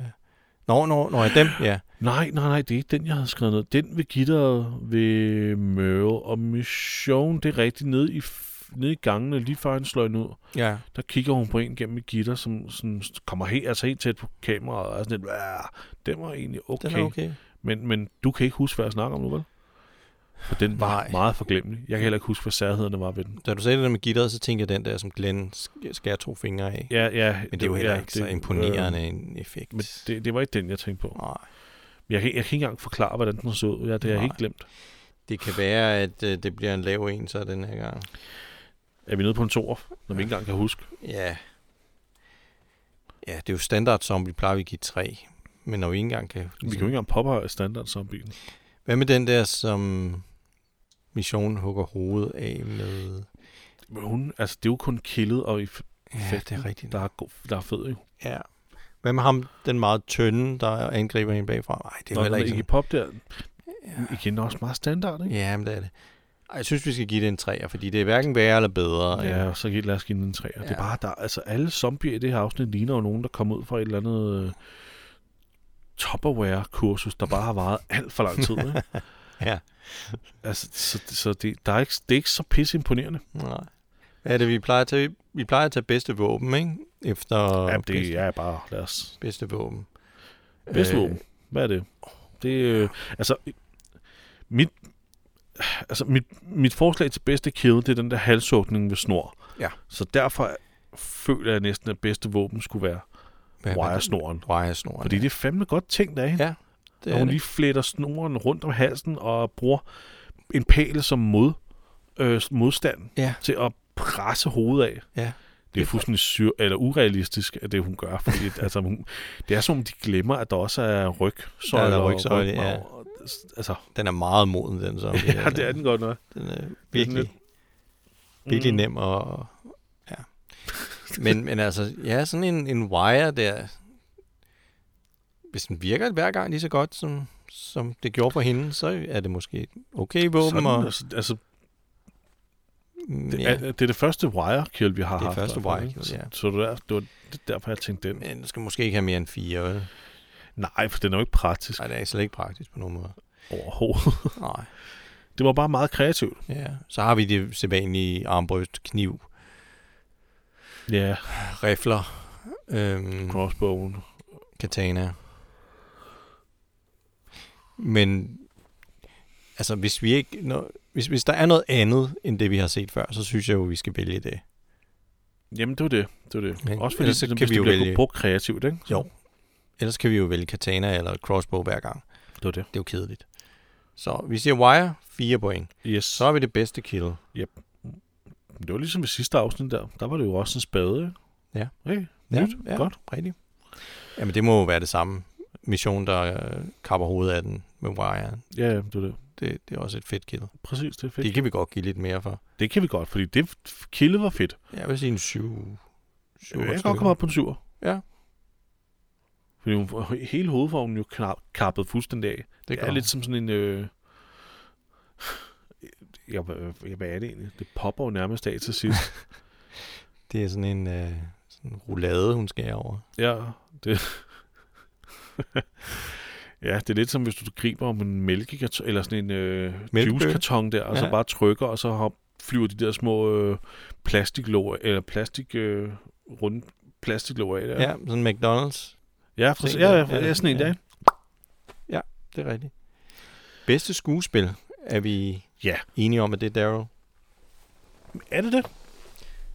B: Nå, nå, nå, ja, dem, ja.
A: Nej, nej, nej, det er ikke den, jeg havde skrevet ned. Den ved gitteret ved Møre og Mission, det er rigtigt. Nede i, f- nede i gangene, lige før han slår hende ud,
B: Ja,
A: der kigger hun på en gennem et gitter, som, som kommer helt, altså helt tæt på kameraet. Og er sådan lidt, "Ah, den var egentlig okay.
B: den er okay.
A: Men, men du kan ikke huske, hvad jeg snakker om nu, vel? For den var Nej.
B: Nej.
A: meget forglemmelig. Jeg kan heller ikke huske, hvad særhederne var ved den.
B: Da du sagde det der med gitteret, så tænkte jeg den der, som Glenn sk- skærer to fingre af.
A: Ja, ja.
B: Men det er jo heller
A: ja,
B: ikke så imponerende en effekt.
A: Øh, men det, det var ikke den, jeg tænkte på.
B: Nej.
A: Jeg kan, jeg kan ikke engang forklare, hvordan den så ud. Ja, det har jeg
B: Nej.
A: helt glemt.
B: Det kan være, at øh, det bliver en lav en så den her gang.
A: Er vi nede på en tor, når vi ikke engang kan huske?
B: Ja. Ja, det er jo standard zombie, plejer vi at give tre. Men når vi ikke engang kan...
A: Vi kan jo ikke engang påpege standard som bilen.
B: Hvad med den der, som missionen hugger hovedet af med...
A: Men hun, altså, det er jo kun killet og i f-
B: Ja,
A: Fedt.
B: det er rigtigt.
A: der er, god, der er fed, jo.
B: Ja. Hvad med ham, den meget tynde, der angriber hende bagfra? Nej, det er jo
A: Nå,
B: heller
A: den
B: ikke
A: ikke
B: sådan.
A: pop der.
B: Ja.
A: Igen også meget standard, ikke?
B: Ja, men det er det. Ej, jeg synes, vi skal give det en 3, fordi det er hverken værre eller bedre. øh,
A: Ja, og så kan lad os give den en træer. Ja. Det er
B: Ja.
A: bare, der, altså alle zombier i det her afsnit ligner jo nogen, der kommer ud fra et eller andet øh, Tupperware-kursus, der bare har varet alt for lang tid. Ikke?
B: ja.
A: altså, så, så det, der er ikke, det er ikke så pisse imponerende.
B: Nej. Hvad er det, vi plejer at tage? Vi plejer at tage bedste våben, ikke? Efter
A: Ja, det
B: bedste,
A: er bare, lad os...
B: bedste våben.
A: Bedste
B: Øh,
A: våben. Hvad er det? Det øh, altså mit altså mit, mit forslag til bedste kill, det er den der halshugning ved snor.
B: Ja.
A: Så derfor føler jeg næsten, at bedste våben skulle være
B: Hvad,
A: wiresnoren.
B: Wiresnoren.
A: Fordi det er fandme godt tænkt af hende.
B: Ja, det
A: Ja,
B: er
A: hun
B: det.
A: lige fletter snoren rundt om halsen og bruger en pæl som mod, øh, modstand
B: Ja.
A: til at presse hovedet af.
B: Ja.
A: Det er fuldstændig syr, eller urealistisk, at det hun gør. Fordi, at, altså, hun, det er som om, de glemmer, at der også er rygsøjler.
B: Der er
A: og
B: rygsøjle,
A: rygmarv.
B: ja.
A: Og, altså,
B: Den er meget moden, den øh, så.
A: ja, det er den godt nok.
B: Den er virkelig,
A: Mm.
B: virkelig nem og... Ja. Men, men altså, ja, sådan en, en wire der, hvis den virker hver gang lige så godt, som, som det gjorde for hende, så er det måske et okay våben.
A: Sådan,
B: og,
A: altså, altså,
B: mm,
A: det,
B: ja.
A: er, det er det første wire-kill, vi har
B: Det er
A: haft.
B: første
A: i hvert fald,
B: wire-kill,
A: ikke?
B: ja.
A: Så, så det, er, det var det er derfor, jeg tænkte den.
B: Men den skal måske ikke have mere end fire. vel?
A: Nej, for den er jo ikke praktisk
B: Nej, det er slet ikke praktisk på nogen måde.
A: overhovedet.
B: Nej.
A: Det var bare meget kreativt.
B: Ja. Så har vi det sædvanlige armbryst, kniv,
A: Ja,
B: Mm. rifler, øhm,
A: crossbowen.
B: katana. Men altså, hvis vi ikke... Når, hvis, hvis der er noget andet end det, vi har set før, så synes jeg jo, vi skal vælge det.
A: Jamen, det var det. det, var det.
B: Men
A: Også fordi,
B: ellers
A: så
B: så
A: kan
B: kan
A: hvis
B: vi
A: det
B: jo
A: bliver
B: vælge-
A: brugt kreativt, ikke? Så
B: Jo. Ellers kan vi jo vælge katana eller crossbow hver gang.
A: Det var det.
B: Det er jo kedeligt. Så vi siger wire, 4 point.
A: Yes.
B: Så har vi det bedste kill.
A: Det var ligesom ved sidste afsnit der. Der var det jo også en spade, ikke?
B: Ja.
A: Okay.
B: Ja,
A: Nyt.
B: ja.
A: Godt.
B: Rigtigt. Jamen, det må jo være det samme. Mission, der øh, kapper hovedet af den med wire.
A: Ja, ja, det var det.
B: Det, det er også et fedt kill.
A: Præcis, det er fedt.
B: Det kan vi godt give lidt mere for.
A: Det kan vi godt, fordi det f- kilde var fedt.
B: Jeg vil sige en 7.
A: Jeg kan godt komme op på en syver.
B: Ja.
A: Fordi hun, får- hele hovedformen jo knap, kappet fuldstændig af. Det, det er
B: gør
A: lidt
B: hun.
A: som sådan en... Øh, jeg, jeg, hvad er det egentlig? Det popper jo nærmest af til sidst.
B: Det er sådan en øh, sådan en roulade, hun skærer over.
A: Ja, det... ja, det er lidt som hvis du griber om en mælkekarton, eller sådan en øh,
B: Mælkebøtte.
A: juicekarton der, og så
B: Ja.
A: bare trykker, og så hop, flyver de der små øh, plastiklåg, eller plastik, øh, runde plastiklåg af der.
B: Ja, ja sådan en McDonald's.
A: ja, præcis.
B: Se
A: ja,
B: der.
A: ja, ja,
B: Ja,
A: ja, sådan en
B: ja.
A: ja. dag.
B: Det er rigtigt. Bedste skuespil er vi
A: Ja.
B: enige om, at det er Daryl.
A: Er det det?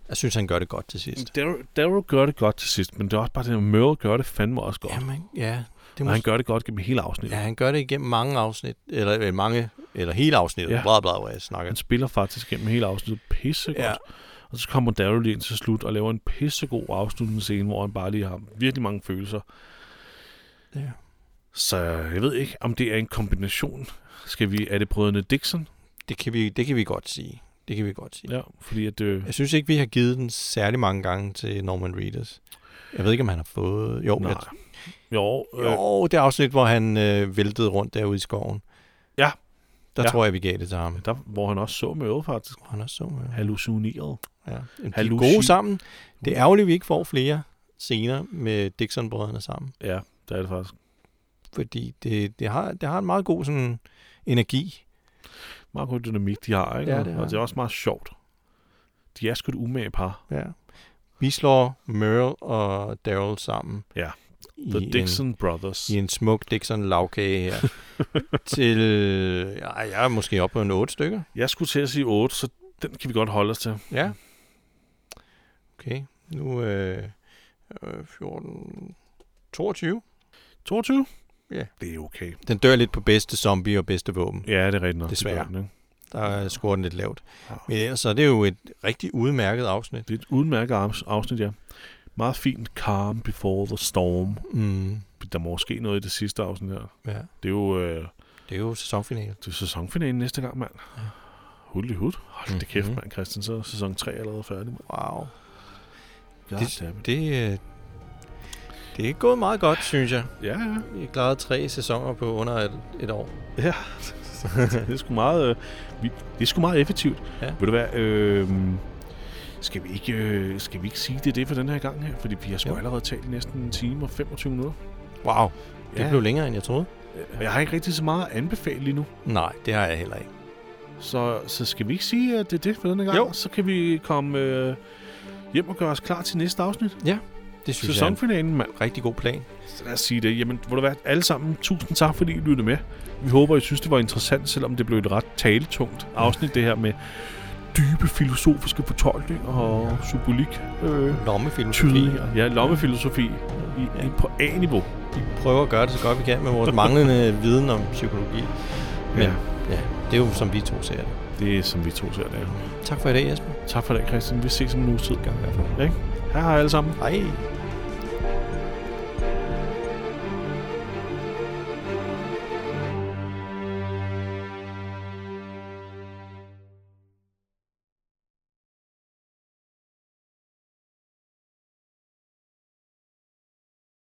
B: Jeg synes, han gør det godt til sidst.
A: Daryl- Daryl gør det godt til sidst, men det er også bare det, at Merle gør det fandme også godt. Jamen,
B: Jamen, ja. Det
A: og
B: må,
A: han gør det godt gennem hele afsnittet.
B: ja,
A: Ja.
B: han gør det igennem mange afsnit, eller øh, mange, eller hele afsnittet,
A: Ja.
B: ja. bla bla, hvor jeg snakker.
A: Han spiller faktisk gennem hele afsnittet pissegodt.
B: Ja.
A: Ja. Og så kommer Daryl lige ind til slut og laver en pissegod afsluttende scene, hvor han bare lige har virkelig mange følelser.
B: Ja.
A: Så jeg ved ikke, om det er en kombination. Skal vi, er det brødrene Dixon?
B: Det, kan vi, det kan vi godt sige. Det kan vi godt sige. Ja.
A: Ja, fordi at, øh,
B: Jeg synes ikke, vi har givet den særlig mange gange til Norman Reedus. Jeg ved ikke, om han har fået... Jo,
A: Nej.
B: Jeg,
A: jo, øh,
B: jo det afsnit, hvor han øh, væltede rundt derude i skoven.
A: Ja.
B: Der
A: Ja.
B: tror jeg, vi gav det til ham.
A: der, hvor han også så med faktisk,
B: Han er så med.
A: hallucineret.
B: Ja. De er
A: Halluci-
B: gode sammen. Det er ærgerligt, at vi ikke får flere scener med Dixon-brødrene sammen.
A: Ja, det er det faktisk.
B: Fordi det, det, har, det har en meget god sådan, energi.
A: Meget god dynamik, de har, ikke?
B: Ja, det har
A: og det er også meget sjovt. De er sgu et umage par.
B: Ja. Vi slår Merle og Daryl sammen.
A: Ja.
B: I
A: The Dixon
B: En,
A: Brothers.
B: I en smuk Dixon-lavkage her. til, ja, jeg er måske oppe på en otte stykker.
A: Jeg skulle til at sige 8, så den kan vi godt holde os til.
B: Ja. Okay, nu øh, øh, 14, 22.
A: 22?
B: Ja.
A: Det er okay.
B: Den dør lidt på bedste zombie og bedste våben.
A: Ja, det er rigtigt nok.
B: Desværre.
A: Det er, den, ikke?
B: der er scoren lidt lavt.
A: Ja.
B: Men ellers så er det jo et rigtig udmærket afsnit.
A: det er et udmærket afs- afsnit, ja. Meget fint. Calm before the storm.
B: Mm.
A: Der må ske noget i det sidste afsnit her.
B: Ja.
A: Det er jo... Øh,
B: Det er jo sæsonfinale.
A: Det er sæsonfinalen næste gang, mand. Hulli hud. Hold det kæft,
B: Mhm.
A: mand, Christian. Så er sæson 3 allerede færdig, mand.
B: Wow.
A: Goddammit.
B: Det, øh, det er gået meget godt, synes jeg.
A: Ja, ja.
B: Vi har klaret tre sæsoner på under et, et år.
A: ja. det er sgu meget, øh, vi, det er sgu meget effektivt.
B: Ja.
A: Ved du hvad, øh, skal, vi ikke, øh, skal vi ikke sige, det er det for den her gang her? Fordi vi har sgu
B: Jo.
A: allerede talt i næsten en time og 25 minutter.
B: Wow. Det
A: Ja.
B: blev længere, end jeg troede.
A: Og jeg har ikke rigtig så meget at anbefale lige nu.
B: Nej, det har jeg heller ikke.
A: Så, så skal vi ikke sige, at det er det for denne gang?
B: Jo.
A: Så kan vi komme øh, hjem og gøre os klar til næste afsnit.
B: Det synes jeg
A: Sæsonfinalen, mand.
B: er en rigtig god plan.
A: Så lad os sige det. Jamen, hvor du være alle sammen, tusind tak, fordi I lyttede med. Vi håber, I synes, det var interessant, selvom det blev et ret taletungt afsnit, det her med dybe filosofiske fortolkninger og symbolik. Øh,
B: Lommefilm.
A: tydninger. Ja, lommefilosofi i, ja. på A-niveau.
B: Vi prøver at gøre det så godt vi kan med vores manglende viden om psykologi.
A: Ja.
B: Men ja. ja, det er jo som vi to ser det.
A: Det er, som vi to ser det.
B: Tak for i dag, Jesper.
A: Tak for det, Christian. Vi ses om en uges tid.
B: Gør i hvert fald.
A: Hej hej alle sammen.
B: Hej.